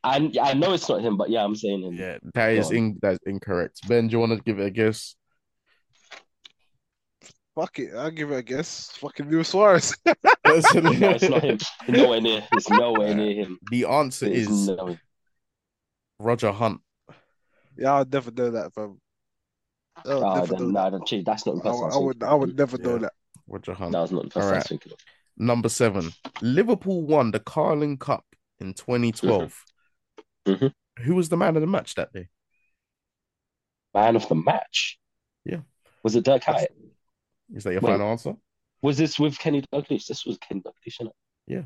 [SPEAKER 3] I, I know it's not him, but yeah, I'm saying him.
[SPEAKER 1] yeah. That is
[SPEAKER 3] on.
[SPEAKER 1] in, that's incorrect. Ben, do you want to give it a guess?
[SPEAKER 2] Fuck it, I'll give it a guess. Fucking Luis Suarez.
[SPEAKER 3] No, it's not him. Nowhere near. It's nowhere near him.
[SPEAKER 1] The answer
[SPEAKER 3] It's
[SPEAKER 1] is
[SPEAKER 3] nowhere-
[SPEAKER 1] Roger Hunt.
[SPEAKER 2] yeah, I'd never know that, fam. I would
[SPEAKER 3] Ah,
[SPEAKER 2] never
[SPEAKER 3] then,
[SPEAKER 2] know
[SPEAKER 3] nah,
[SPEAKER 2] that.
[SPEAKER 3] then, gee, that's not the
[SPEAKER 2] I
[SPEAKER 3] person.
[SPEAKER 2] would, I would, I would never know
[SPEAKER 1] Yeah.
[SPEAKER 2] that.
[SPEAKER 1] Roger Hunt.
[SPEAKER 3] That was not the person I was thinking of.
[SPEAKER 1] Number seven. Liverpool won the Carling Cup in 2012.
[SPEAKER 3] Mhm.
[SPEAKER 1] Who was the man of the match that day?
[SPEAKER 3] Man of the match.
[SPEAKER 1] Yeah.
[SPEAKER 3] Was it Dirk Hyatt?
[SPEAKER 1] Is that your
[SPEAKER 3] Wait.
[SPEAKER 1] final answer?
[SPEAKER 3] Was this with Kenny Douglas? This was Kenny Douglas, isn't it?
[SPEAKER 1] Yeah.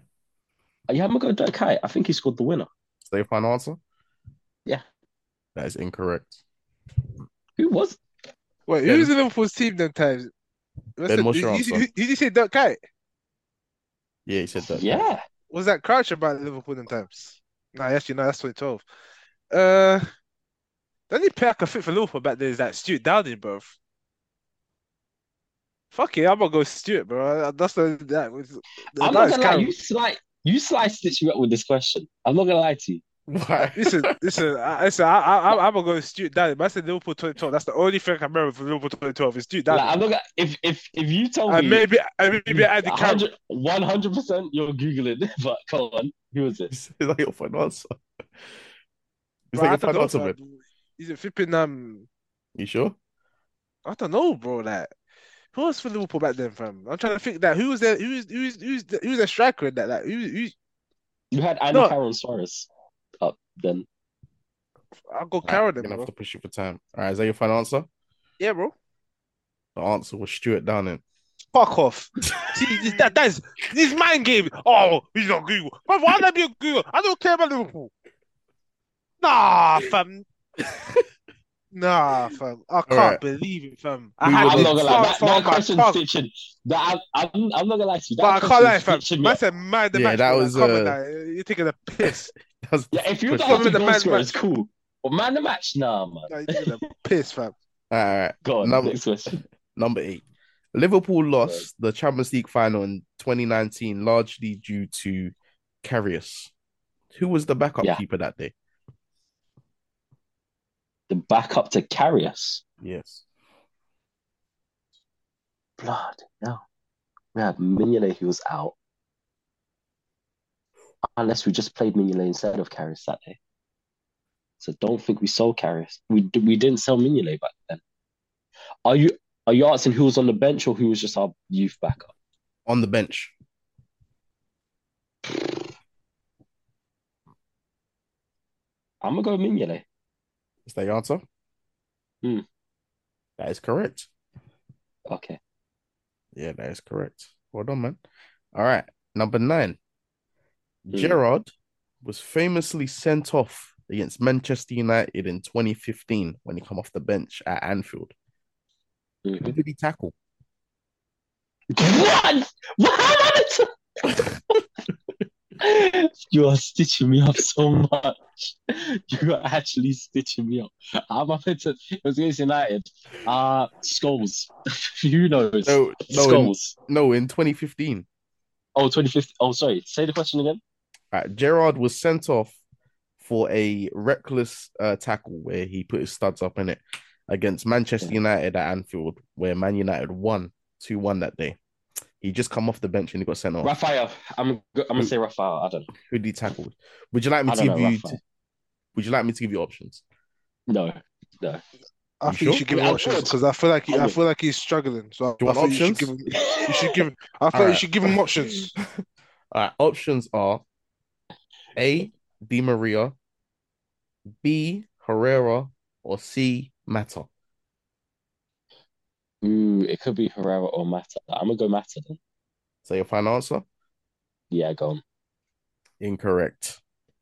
[SPEAKER 3] Yeah, I'm gonna go Dirk Hyatt. I think he scored the winner.
[SPEAKER 1] Is that your final answer?
[SPEAKER 3] Yeah.
[SPEAKER 1] That is incorrect.
[SPEAKER 3] Who was?
[SPEAKER 2] Wait, who's in Liverpool's team then times? Listen,
[SPEAKER 1] what's
[SPEAKER 2] did,
[SPEAKER 1] your
[SPEAKER 2] you,
[SPEAKER 1] answer?
[SPEAKER 2] did you say Dirk Kuyt?
[SPEAKER 1] Yeah, he said that.
[SPEAKER 3] Yeah.
[SPEAKER 2] Was that Crouch about Liverpool them times? Nah, actually, no, that's 2012. Uh, the only player I could fit for Liverpool back there is that Stuart Downing, bro. Fuck it, I'm gonna go Stuart, bro. That's the that was
[SPEAKER 3] I'm
[SPEAKER 2] that
[SPEAKER 3] not
[SPEAKER 2] is
[SPEAKER 3] gonna lie.
[SPEAKER 2] Carroll.
[SPEAKER 3] You slight, you slight stitch me up with this question. I'm not gonna lie to you.
[SPEAKER 1] Why?
[SPEAKER 2] Listen, listen, I, listen, I, I, I'm- I'm gonna go with Stuart Downing. But I said Liverpool 2012. That's the only thing I can remember from Liverpool 2012 is Stuart
[SPEAKER 3] Like, Mm.
[SPEAKER 2] Downing.
[SPEAKER 3] I'm not gonna, if if if you told
[SPEAKER 2] and
[SPEAKER 3] me
[SPEAKER 2] maybe, and maybe Andy Carroll.
[SPEAKER 3] 100 percent you're googling, but come on, who was it?
[SPEAKER 1] Is that your final answer? Is
[SPEAKER 2] Bro,
[SPEAKER 1] that
[SPEAKER 2] I
[SPEAKER 1] your
[SPEAKER 2] don't
[SPEAKER 1] final
[SPEAKER 2] know,
[SPEAKER 1] answer,
[SPEAKER 2] bro.
[SPEAKER 1] man?
[SPEAKER 2] Is it flipping? Um,
[SPEAKER 1] You sure?
[SPEAKER 2] I don't know, bro. Like, who was for Liverpool back then, fam? I'm trying to think that who was there? Who's who's who's the, who's a striker in that? Like, who, who?
[SPEAKER 3] You had Andy
[SPEAKER 2] No.
[SPEAKER 3] Carroll and Suarez up then.
[SPEAKER 2] I'll go
[SPEAKER 1] All
[SPEAKER 2] Carroll
[SPEAKER 1] right,
[SPEAKER 2] then,
[SPEAKER 1] gonna
[SPEAKER 2] bro.
[SPEAKER 1] have to push you for time. All right, is that your final answer?
[SPEAKER 2] Yeah, bro.
[SPEAKER 1] The answer was Stuart Downing.
[SPEAKER 2] Fuck off. See, this, that that's this mind game. Oh, he's not good. But why not be a good? I don't care about Liverpool. Nah, fam. nah, fam. I can't
[SPEAKER 1] right.
[SPEAKER 2] believe it, fam. I
[SPEAKER 1] We
[SPEAKER 2] had
[SPEAKER 1] will-
[SPEAKER 3] I'm
[SPEAKER 2] it
[SPEAKER 3] not gonna lie.
[SPEAKER 2] far,
[SPEAKER 3] That,
[SPEAKER 2] far
[SPEAKER 3] that
[SPEAKER 2] on my
[SPEAKER 3] question
[SPEAKER 2] tongue,
[SPEAKER 3] stitching. That I'm, I'm, I'm not gonna lie to you. That
[SPEAKER 2] But I can't lie,
[SPEAKER 3] question
[SPEAKER 2] fam.
[SPEAKER 3] stitching me
[SPEAKER 2] Man
[SPEAKER 3] up.
[SPEAKER 2] said, man, the
[SPEAKER 1] Yeah,
[SPEAKER 2] match.
[SPEAKER 1] that
[SPEAKER 2] bro. Like,
[SPEAKER 1] was,
[SPEAKER 2] come on,
[SPEAKER 1] uh,
[SPEAKER 2] now. You're taking a piss.
[SPEAKER 1] That's the
[SPEAKER 3] Yeah, if you
[SPEAKER 1] question.
[SPEAKER 3] got up
[SPEAKER 2] Probably
[SPEAKER 3] to
[SPEAKER 2] the
[SPEAKER 3] goal
[SPEAKER 2] man
[SPEAKER 3] scorer,
[SPEAKER 2] match.
[SPEAKER 3] it's cool. But man, the match, nah, man.
[SPEAKER 2] Like, you're taking a piss, fam.
[SPEAKER 1] All right,
[SPEAKER 3] Go on,
[SPEAKER 1] Number-
[SPEAKER 3] next question.
[SPEAKER 1] number eight. Liverpool lost the Champions League final in 2019 largely due to Karius. Who was the backup
[SPEAKER 3] Yeah.
[SPEAKER 1] keeper that day?
[SPEAKER 3] The backup to carry us.
[SPEAKER 1] Yes.
[SPEAKER 3] Blood, no. We had Mignolet who was out. Unless we just played Mignolet instead of Carrius that day. So don't think we sold Carrius. We d- we didn't sell Mignolet back then. Are you are you asking who was on the bench or who was just our youth backup?
[SPEAKER 1] on the bench.
[SPEAKER 3] I'm gonna go Mignolet.
[SPEAKER 1] Is that your answer?
[SPEAKER 3] Hmm.
[SPEAKER 1] That is correct.
[SPEAKER 3] Okay.
[SPEAKER 1] Yeah, that is correct. Well done, man. All right. Number nine.
[SPEAKER 3] Hmm.
[SPEAKER 1] Gerard was famously sent off against Manchester United in 2015 when he come off the bench at Anfield. Who
[SPEAKER 3] Mhm.
[SPEAKER 1] did he tackle?
[SPEAKER 3] What? What? you are stitching me up so much. You are actually stitching me up. I'm up into it was against United. Uh skulls. Who knows?
[SPEAKER 1] No, no, in,
[SPEAKER 3] skulls.
[SPEAKER 1] no, in 2015.
[SPEAKER 3] Oh, 2015. Oh, sorry. Say the question again.
[SPEAKER 1] Uh, Gerard was sent off for a reckless uh, tackle where he put his studs up in it against Manchester
[SPEAKER 3] Yeah.
[SPEAKER 1] United at Anfield, where Man United won 2 1 that day. He just come off the bench and he got
[SPEAKER 2] Oh.
[SPEAKER 1] sent off.
[SPEAKER 3] Raphael. I'm go- I'm gonna say Raphael. I don't know.
[SPEAKER 1] Who did he tackle? Would you like me
[SPEAKER 3] I
[SPEAKER 1] to
[SPEAKER 3] don't
[SPEAKER 1] give
[SPEAKER 3] know.
[SPEAKER 1] you?
[SPEAKER 3] Raphael.
[SPEAKER 1] would you like me to give you options?
[SPEAKER 3] No.
[SPEAKER 2] I
[SPEAKER 1] You
[SPEAKER 2] think
[SPEAKER 1] sure?
[SPEAKER 2] you should give
[SPEAKER 3] I
[SPEAKER 2] him
[SPEAKER 3] would.
[SPEAKER 2] options because I feel like he,
[SPEAKER 3] I
[SPEAKER 2] I
[SPEAKER 3] would.
[SPEAKER 2] feel like he's struggling. So
[SPEAKER 1] Do
[SPEAKER 2] I
[SPEAKER 1] you want
[SPEAKER 2] think you should
[SPEAKER 1] options?
[SPEAKER 2] give him. You should give him. I feel like
[SPEAKER 1] Alright.
[SPEAKER 2] you should give him options.
[SPEAKER 1] All right, options are A. Di Maria, B. Herrera, or C. Mata.
[SPEAKER 3] Ooh, it could be Herrera or Mata. I'm gonna go Mata then.
[SPEAKER 1] So your final answer?
[SPEAKER 3] Yeah, go on.
[SPEAKER 1] Incorrect.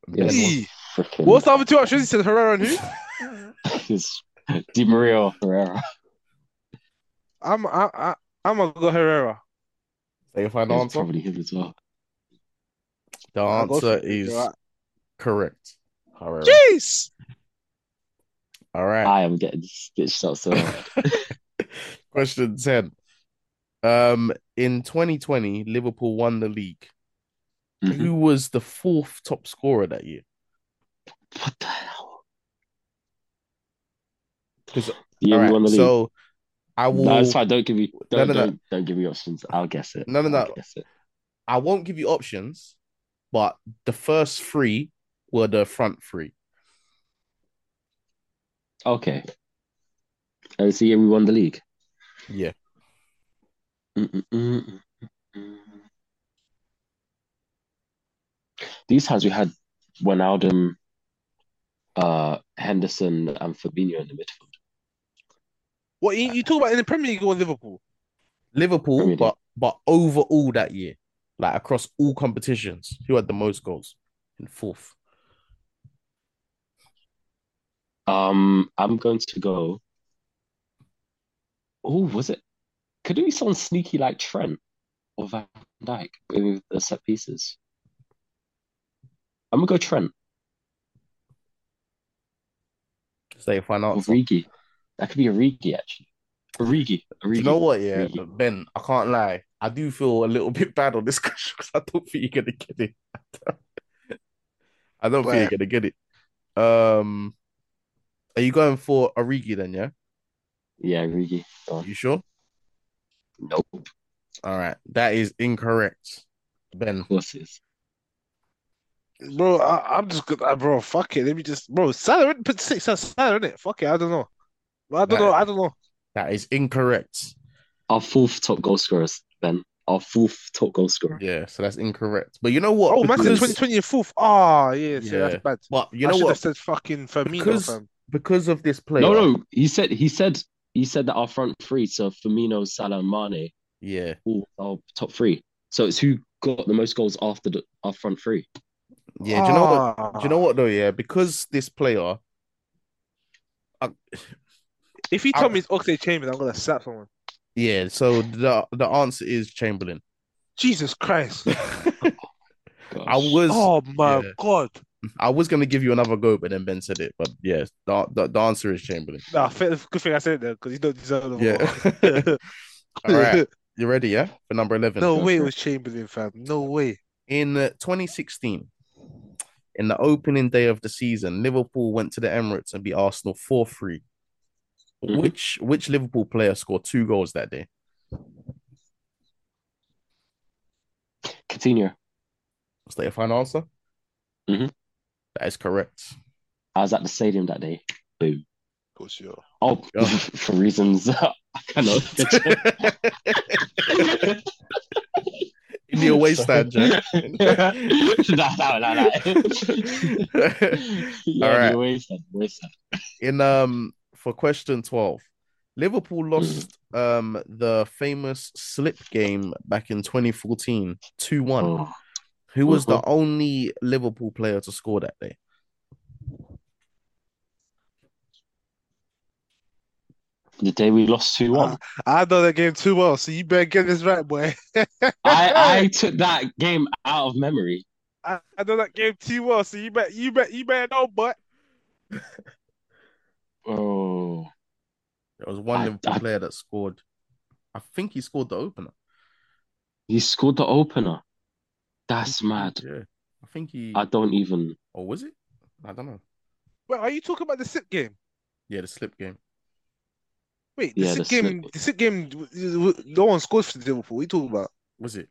[SPEAKER 3] Yeah,
[SPEAKER 1] Ben
[SPEAKER 2] Eee.
[SPEAKER 3] Freaking
[SPEAKER 2] What's the other two options? He said Herrera and who?
[SPEAKER 3] It's Di Maria or Herrera.
[SPEAKER 2] I'm I, I I'm gonna go Herrera.
[SPEAKER 1] So your final
[SPEAKER 3] It's
[SPEAKER 1] answer?
[SPEAKER 3] probably him as well.
[SPEAKER 1] The
[SPEAKER 2] I'll go
[SPEAKER 1] answer
[SPEAKER 2] for it,
[SPEAKER 1] is
[SPEAKER 2] alright.
[SPEAKER 1] correct. Herrera.
[SPEAKER 2] Jeez.
[SPEAKER 1] All right.
[SPEAKER 3] I am getting stitched up so hard.
[SPEAKER 1] Question 10. Um, in 2020, Liverpool won the league.
[SPEAKER 3] Mhm.
[SPEAKER 1] Who was the fourth top scorer that year?
[SPEAKER 3] What the hell?
[SPEAKER 1] 'Cause-
[SPEAKER 3] The
[SPEAKER 1] All
[SPEAKER 3] only
[SPEAKER 1] right,
[SPEAKER 3] one in the league.
[SPEAKER 1] so I will
[SPEAKER 3] No, it's fine. Don't give me
[SPEAKER 1] No,
[SPEAKER 3] don't,
[SPEAKER 1] no, no.
[SPEAKER 3] don't, don't give me options. I'll guess it.
[SPEAKER 1] No, no,
[SPEAKER 3] I'll
[SPEAKER 1] no.
[SPEAKER 3] guess it.
[SPEAKER 1] I won't give you options, but the first three were the front three.
[SPEAKER 3] Okay. And it's the year we won the league.
[SPEAKER 1] Yeah.
[SPEAKER 3] Mm-mm-mm. These times we had Wijnaldum, uh, Henderson, and Fabinho in the midfield.
[SPEAKER 2] What you, you talk about in the Premier League or in Liverpool?
[SPEAKER 1] Liverpool,
[SPEAKER 3] Premier League.
[SPEAKER 1] but but overall that year, like across all competitions, who had the most goals in fourth?
[SPEAKER 3] Um, I'm going to go. Oh, was it? Could it be someone sneaky like Trent or Van Dijk with the set pieces? I'm gonna go Trent
[SPEAKER 1] Say your final
[SPEAKER 3] or
[SPEAKER 1] answer. Do
[SPEAKER 3] Origi. That could be Origi actually. Origi, Origi.
[SPEAKER 1] you know what? Yeah,
[SPEAKER 3] Origi.
[SPEAKER 1] Ben, I can't lie. I do feel a little bit bad on this question because I don't think you're gonna get it. I don't think you're gonna get it. Um, are you going for Origi then? Yeah,
[SPEAKER 3] Yeah, Origi. Go on.
[SPEAKER 1] you sure?
[SPEAKER 3] Nope,
[SPEAKER 1] All right, that is incorrect, Ben.
[SPEAKER 3] of course it is.
[SPEAKER 2] Bro, I, I'm just good. Bro, fuck it. Let me just. Bro, Salah put six on Salah in it. Fuck it. I don't know. I don't know. I don't know.
[SPEAKER 1] That is incorrect.
[SPEAKER 3] Our fourth top goal scorers, Ben. Our fourth top goal scorer.
[SPEAKER 1] Yeah, so that's incorrect. But you know what?
[SPEAKER 2] Oh, man said
[SPEAKER 1] Because-
[SPEAKER 2] 2020 in fourth. Ah, yeah, so
[SPEAKER 1] Yeah.
[SPEAKER 2] that's bad.
[SPEAKER 1] But you
[SPEAKER 2] I
[SPEAKER 1] know
[SPEAKER 2] should
[SPEAKER 1] what?
[SPEAKER 2] have said fucking Firmino,
[SPEAKER 1] Because-
[SPEAKER 2] fam. Ah.
[SPEAKER 1] because of this player.
[SPEAKER 3] No, no, he said he said he said that our front three, so Firmino, Salah, and Mane.
[SPEAKER 1] Yeah,
[SPEAKER 3] all our top three. So it's who got the most goals after the our front three.
[SPEAKER 1] yeah. Do you know what?
[SPEAKER 2] Ah.
[SPEAKER 1] Do you know what though? Yeah, because this player.
[SPEAKER 2] If you
[SPEAKER 1] I-
[SPEAKER 2] tell me it's Oxlade Chamberlain, I'm gonna slap someone.
[SPEAKER 1] Yeah, so the the answer is Chamberlain.
[SPEAKER 2] Jesus Christ!
[SPEAKER 1] I was
[SPEAKER 2] Oh my
[SPEAKER 1] yeah.
[SPEAKER 2] God!
[SPEAKER 1] I was gonna give you another go, but then Ben said it. But yeah, the the, the answer is Chamberlain.
[SPEAKER 2] Nah, fair, good thing I said that because you don't deserve no
[SPEAKER 1] Yeah.
[SPEAKER 2] more.
[SPEAKER 1] All right, you ready? Yeah, for number eleven.
[SPEAKER 2] No way it was Chamberlain, fam. No way.
[SPEAKER 1] In uh, 2016, in the opening day of the season, Liverpool went to the Emirates and beat Arsenal 4-3.
[SPEAKER 3] Mhm.
[SPEAKER 1] Which which Liverpool player scored two goals that day?
[SPEAKER 3] Coutinho.
[SPEAKER 1] Is that your final answer?
[SPEAKER 3] Mhm.
[SPEAKER 1] That is correct.
[SPEAKER 3] I was at the stadium that day. Boom.
[SPEAKER 2] Of course, you are.
[SPEAKER 3] Oh,
[SPEAKER 1] Yeah.
[SPEAKER 3] for reasons I cannot.
[SPEAKER 1] In the away stand, Jack.
[SPEAKER 3] nah, nah, nah, nah. yeah,
[SPEAKER 1] All right.
[SPEAKER 3] the away stand, away stand.
[SPEAKER 1] in um for question 12 liverpool
[SPEAKER 3] Mm-hmm.
[SPEAKER 1] lost um the famous slip game back in 2014 2-1
[SPEAKER 3] Oh,
[SPEAKER 1] who
[SPEAKER 3] Mm-hmm.
[SPEAKER 1] was the only liverpool player to score that day
[SPEAKER 3] the day we lost 2 1.
[SPEAKER 2] I know that game too well, so you better get this right, boy.
[SPEAKER 1] Uh,
[SPEAKER 3] I, I took that game out of memory.
[SPEAKER 2] I, I know that game too well, so you better, you better, you better know, but
[SPEAKER 3] Oh.
[SPEAKER 1] there was one
[SPEAKER 3] I-
[SPEAKER 1] liverpool
[SPEAKER 3] I-
[SPEAKER 1] player that scored i think he scored the opener
[SPEAKER 3] He scored the opener. That's mad.
[SPEAKER 1] yeah i think he
[SPEAKER 3] I don't even.
[SPEAKER 1] or was it i don't know
[SPEAKER 2] wait, are you talking about the SIP game?
[SPEAKER 1] yeah the slip game
[SPEAKER 2] Wait, the
[SPEAKER 3] Yeah,
[SPEAKER 2] SIP
[SPEAKER 3] the
[SPEAKER 2] game, the SIP game, no one scores for Liverpool. What are you talking about?
[SPEAKER 1] was it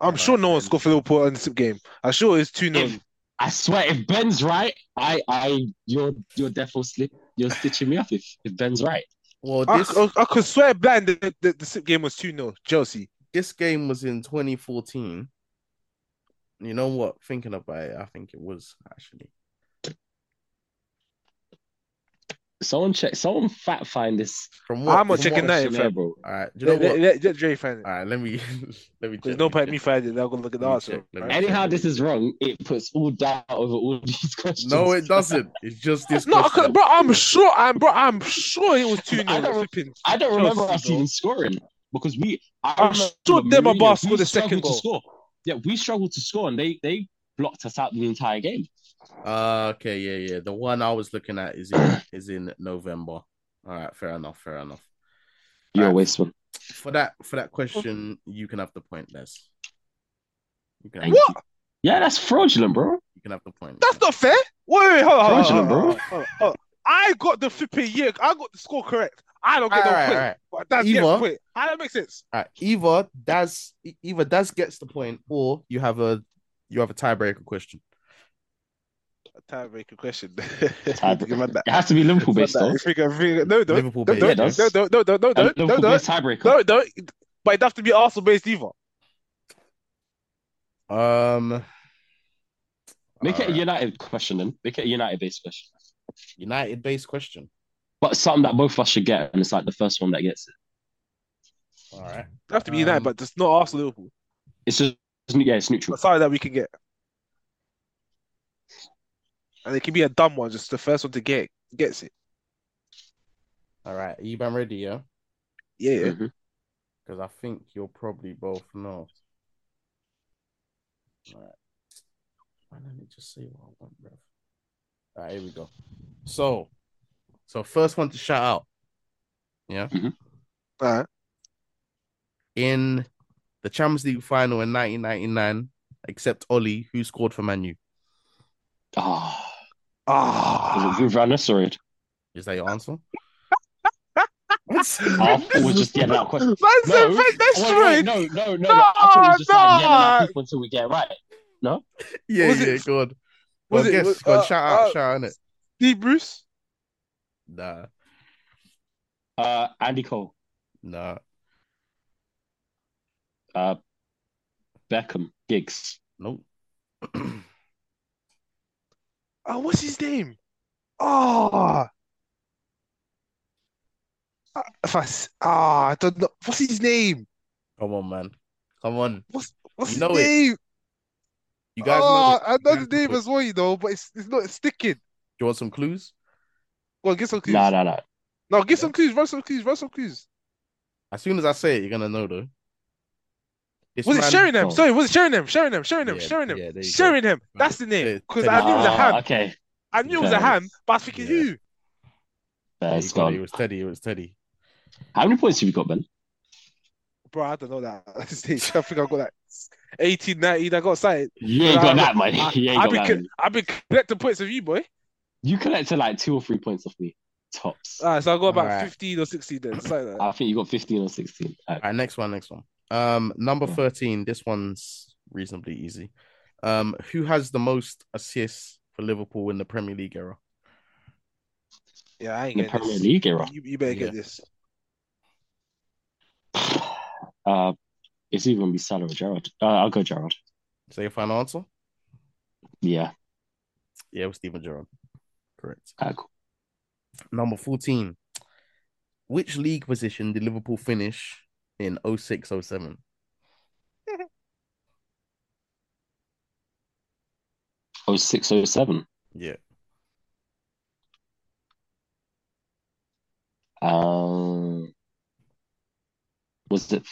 [SPEAKER 2] I'm sure no one
[SPEAKER 1] Right.
[SPEAKER 2] scored for Liverpool in the SIP game. I'm sure it's 2 0.
[SPEAKER 3] If, I swear, if Ben's right, I, I, you're, you're definitely slip. You're stitching me up if, if Ben's right.
[SPEAKER 1] well
[SPEAKER 3] Ah,
[SPEAKER 2] I,
[SPEAKER 1] this
[SPEAKER 3] oh.
[SPEAKER 2] I, I could swear blind that the, the SIP game was 2 0. Chelsea.
[SPEAKER 1] this game was in 2014 you know what thinking about it i think it was actually
[SPEAKER 3] Someone check. Someone fact find this.
[SPEAKER 1] from what
[SPEAKER 2] I'm a
[SPEAKER 1] from
[SPEAKER 2] chicken
[SPEAKER 1] what-
[SPEAKER 2] nut.
[SPEAKER 3] questionnaire,
[SPEAKER 2] fam.
[SPEAKER 3] bro.
[SPEAKER 1] All right, do you know
[SPEAKER 2] Let,
[SPEAKER 1] what?
[SPEAKER 2] let, let, let Dre find it.
[SPEAKER 1] All right, let me let me.
[SPEAKER 2] There's
[SPEAKER 1] check,
[SPEAKER 2] no
[SPEAKER 1] let me
[SPEAKER 2] point
[SPEAKER 1] check.
[SPEAKER 2] me finding it. Now go look at the
[SPEAKER 1] Let me
[SPEAKER 2] answer.
[SPEAKER 1] check, let me
[SPEAKER 2] right?
[SPEAKER 1] check.
[SPEAKER 3] Anyhow, this is wrong. It puts all doubt over all these questions.
[SPEAKER 1] No, it doesn't. It's just this.
[SPEAKER 2] No, I
[SPEAKER 1] question.
[SPEAKER 2] could- bro, I'm sure. I'm bro, I'm sure it was 2
[SPEAKER 3] I don't-
[SPEAKER 2] 0.
[SPEAKER 3] I don't remember
[SPEAKER 2] Chelsea,
[SPEAKER 3] us
[SPEAKER 2] bro.
[SPEAKER 3] even scoring because we. I
[SPEAKER 2] I'm
[SPEAKER 3] remember
[SPEAKER 2] sure them
[SPEAKER 3] Mourinho,
[SPEAKER 2] Abbas
[SPEAKER 3] we
[SPEAKER 2] scored the
[SPEAKER 3] struggled
[SPEAKER 2] second
[SPEAKER 3] to
[SPEAKER 2] goal.
[SPEAKER 3] score. Yeah, we struggled to score, and they they blocked us out the entire game.
[SPEAKER 1] Uh, okay, yeah, yeah. The one I was looking at is in is in November. All right, fair enough, fair enough.
[SPEAKER 3] You're a
[SPEAKER 1] Alright.
[SPEAKER 3] waste one.
[SPEAKER 1] For that for that question, you can have the point, Les. You can have,
[SPEAKER 3] Thank
[SPEAKER 2] What?
[SPEAKER 3] you. Yeah, that's fraudulent, bro.
[SPEAKER 1] you can have the point.
[SPEAKER 2] That's not fair. Wait, wait, hold on. Hold on,
[SPEAKER 3] Fraudulent,
[SPEAKER 2] hold on,
[SPEAKER 3] bro.
[SPEAKER 2] hold on, hold on, hold on. I got the flipping year. I got the score correct. I don't
[SPEAKER 1] All
[SPEAKER 2] get no
[SPEAKER 1] right, all
[SPEAKER 2] point.
[SPEAKER 1] right,
[SPEAKER 2] But that's
[SPEAKER 1] Eva.
[SPEAKER 2] yeah, point. How that make sense?
[SPEAKER 1] all right. Either Daz either Daz gets the point, or you have a you have a tiebreaker question.
[SPEAKER 2] A tiebreaker question.
[SPEAKER 3] Tiebreaker.
[SPEAKER 2] Run that.
[SPEAKER 3] It has to be Liverpool
[SPEAKER 2] Run
[SPEAKER 3] based though.
[SPEAKER 2] that. If you can bring it- No, don't.
[SPEAKER 1] Liverpool
[SPEAKER 2] No,
[SPEAKER 1] based.
[SPEAKER 2] don't.
[SPEAKER 3] Yeah,
[SPEAKER 2] No,
[SPEAKER 3] it
[SPEAKER 2] no,
[SPEAKER 3] does.
[SPEAKER 2] no, no, no,
[SPEAKER 3] And
[SPEAKER 2] don't. No,
[SPEAKER 3] Liverpool
[SPEAKER 2] don't.
[SPEAKER 3] based tiebreaker.
[SPEAKER 2] No, don't. But it'd have to be Arsenal based either.
[SPEAKER 1] Um,
[SPEAKER 3] Make it
[SPEAKER 1] alright.
[SPEAKER 3] a United question then. Make it a United based question.
[SPEAKER 1] United based question.
[SPEAKER 3] But something that both of us should get, and it's like the first one that gets it.
[SPEAKER 1] All right.
[SPEAKER 2] It'd have to be
[SPEAKER 1] Um,
[SPEAKER 2] United, but it's not Arsenal Liverpool.
[SPEAKER 3] It's just yeah, it's neutral.
[SPEAKER 2] But sorry that we can get. And it can be a dumb one, just the first one to get gets it.
[SPEAKER 1] All right. Are you been ready, yeah?
[SPEAKER 2] Yeah, yeah.
[SPEAKER 3] Mhm.
[SPEAKER 1] Because I think you'll probably both know. All right. Why don't I just say what I want, bruv? All right, here we go. So, so first one to shout out. Yeah.
[SPEAKER 2] All right.
[SPEAKER 1] In the Champions League final in 1999, except Oli, who scored for Manu.
[SPEAKER 3] Ah,
[SPEAKER 2] Ah,
[SPEAKER 3] is it Rhinoceros?
[SPEAKER 1] Is that your answer?
[SPEAKER 3] Oh, we're just getting out questions.
[SPEAKER 2] that's
[SPEAKER 3] No,
[SPEAKER 2] a fact. That's
[SPEAKER 3] Wait, wait,
[SPEAKER 2] right.
[SPEAKER 3] no, no, no, no.
[SPEAKER 2] No,
[SPEAKER 3] I thought we were just like yelling
[SPEAKER 2] no.
[SPEAKER 3] at people until we get it right.
[SPEAKER 1] yeah,
[SPEAKER 2] Was
[SPEAKER 1] yeah,
[SPEAKER 2] it-
[SPEAKER 1] go on. Go
[SPEAKER 2] was
[SPEAKER 1] on,
[SPEAKER 2] it-
[SPEAKER 1] guess.
[SPEAKER 2] was-
[SPEAKER 1] Go on,
[SPEAKER 2] uh,
[SPEAKER 1] shout out,
[SPEAKER 2] uh,
[SPEAKER 1] shout out, innit?
[SPEAKER 2] Steve Bruce.
[SPEAKER 1] Nah,
[SPEAKER 3] Uh, Andy Cole,
[SPEAKER 1] nah.
[SPEAKER 3] uh, Beckham, Giggs.
[SPEAKER 1] Nope.
[SPEAKER 2] Oh, what's his name? Ah. Oh. If I s- ah, I don't know. What's his name?
[SPEAKER 1] Come on, man. Come on.
[SPEAKER 2] What's what's
[SPEAKER 1] You
[SPEAKER 2] his
[SPEAKER 1] know it.
[SPEAKER 2] name?
[SPEAKER 1] You guys know
[SPEAKER 2] oh,
[SPEAKER 1] this.
[SPEAKER 2] I
[SPEAKER 1] You
[SPEAKER 2] know
[SPEAKER 1] guys
[SPEAKER 2] the name
[SPEAKER 1] know
[SPEAKER 2] as well, you know, but it's it's not sticking.
[SPEAKER 1] Do you want some clues?
[SPEAKER 2] Go on, get some clues.
[SPEAKER 3] No, no, no.
[SPEAKER 2] No, get some clues. Run some clues. Run some clues.
[SPEAKER 1] As soon as I say it, you're gonna know though. This
[SPEAKER 2] Was it
[SPEAKER 1] man-
[SPEAKER 2] sharing them?
[SPEAKER 3] Oh.
[SPEAKER 2] Sorry, was it sharing them? Sharing them? Sharing them?
[SPEAKER 1] Yeah,
[SPEAKER 2] Sharing them?
[SPEAKER 1] yeah, there you go.
[SPEAKER 2] Sharing him.
[SPEAKER 1] Right.
[SPEAKER 2] That's the name.
[SPEAKER 1] Tell-
[SPEAKER 2] Because
[SPEAKER 1] tell
[SPEAKER 2] I knew it was a
[SPEAKER 1] me.
[SPEAKER 2] ham.
[SPEAKER 3] Ah, okay.
[SPEAKER 2] I knew it was a
[SPEAKER 3] Yes.
[SPEAKER 2] ham, but I was thinking
[SPEAKER 1] Yeah.
[SPEAKER 2] who?
[SPEAKER 1] There
[SPEAKER 3] That's
[SPEAKER 1] you go.
[SPEAKER 3] gone.
[SPEAKER 1] It was Teddy. It was Teddy.
[SPEAKER 3] How many points have you got, Ben?
[SPEAKER 2] Bro, I don't know that. at this stage. I think I got like 18, 19. I got sighted.
[SPEAKER 3] You ain't
[SPEAKER 2] No,
[SPEAKER 3] got
[SPEAKER 2] I-
[SPEAKER 3] that, man.
[SPEAKER 2] Uh, I-
[SPEAKER 3] You ain't got
[SPEAKER 2] I've been,
[SPEAKER 3] that.
[SPEAKER 2] co-
[SPEAKER 3] many.
[SPEAKER 2] I've been collecting points of you, boy.
[SPEAKER 3] You collected like two or three points off me, tops.
[SPEAKER 2] All right, so I got about
[SPEAKER 1] Alright.
[SPEAKER 2] 15 or 16 then. Something like that.
[SPEAKER 3] I think you got 15 or Uh, 16. Alright.
[SPEAKER 1] All right, next one. Next one. Um, number
[SPEAKER 3] Yeah.
[SPEAKER 1] 13, this one's reasonably easy. Um, who has the most assists for Liverpool in the Premier League era?
[SPEAKER 2] Yeah, I ain't
[SPEAKER 3] in the
[SPEAKER 2] getting
[SPEAKER 3] Premier
[SPEAKER 2] this.
[SPEAKER 3] League era.
[SPEAKER 2] You, you better get this.
[SPEAKER 3] Uh, it's either gonna be Salah or Gerrard. Uh, I'll go Gerrard.
[SPEAKER 1] Say your final answer.
[SPEAKER 3] Yeah,
[SPEAKER 1] Yeah, with Steven Gerrard. Correct.
[SPEAKER 3] uh, cool.
[SPEAKER 1] Number 14. Which league position did Liverpool finish in 06 07?
[SPEAKER 3] oh six oh seven.
[SPEAKER 1] Yeah.
[SPEAKER 3] Um, was it?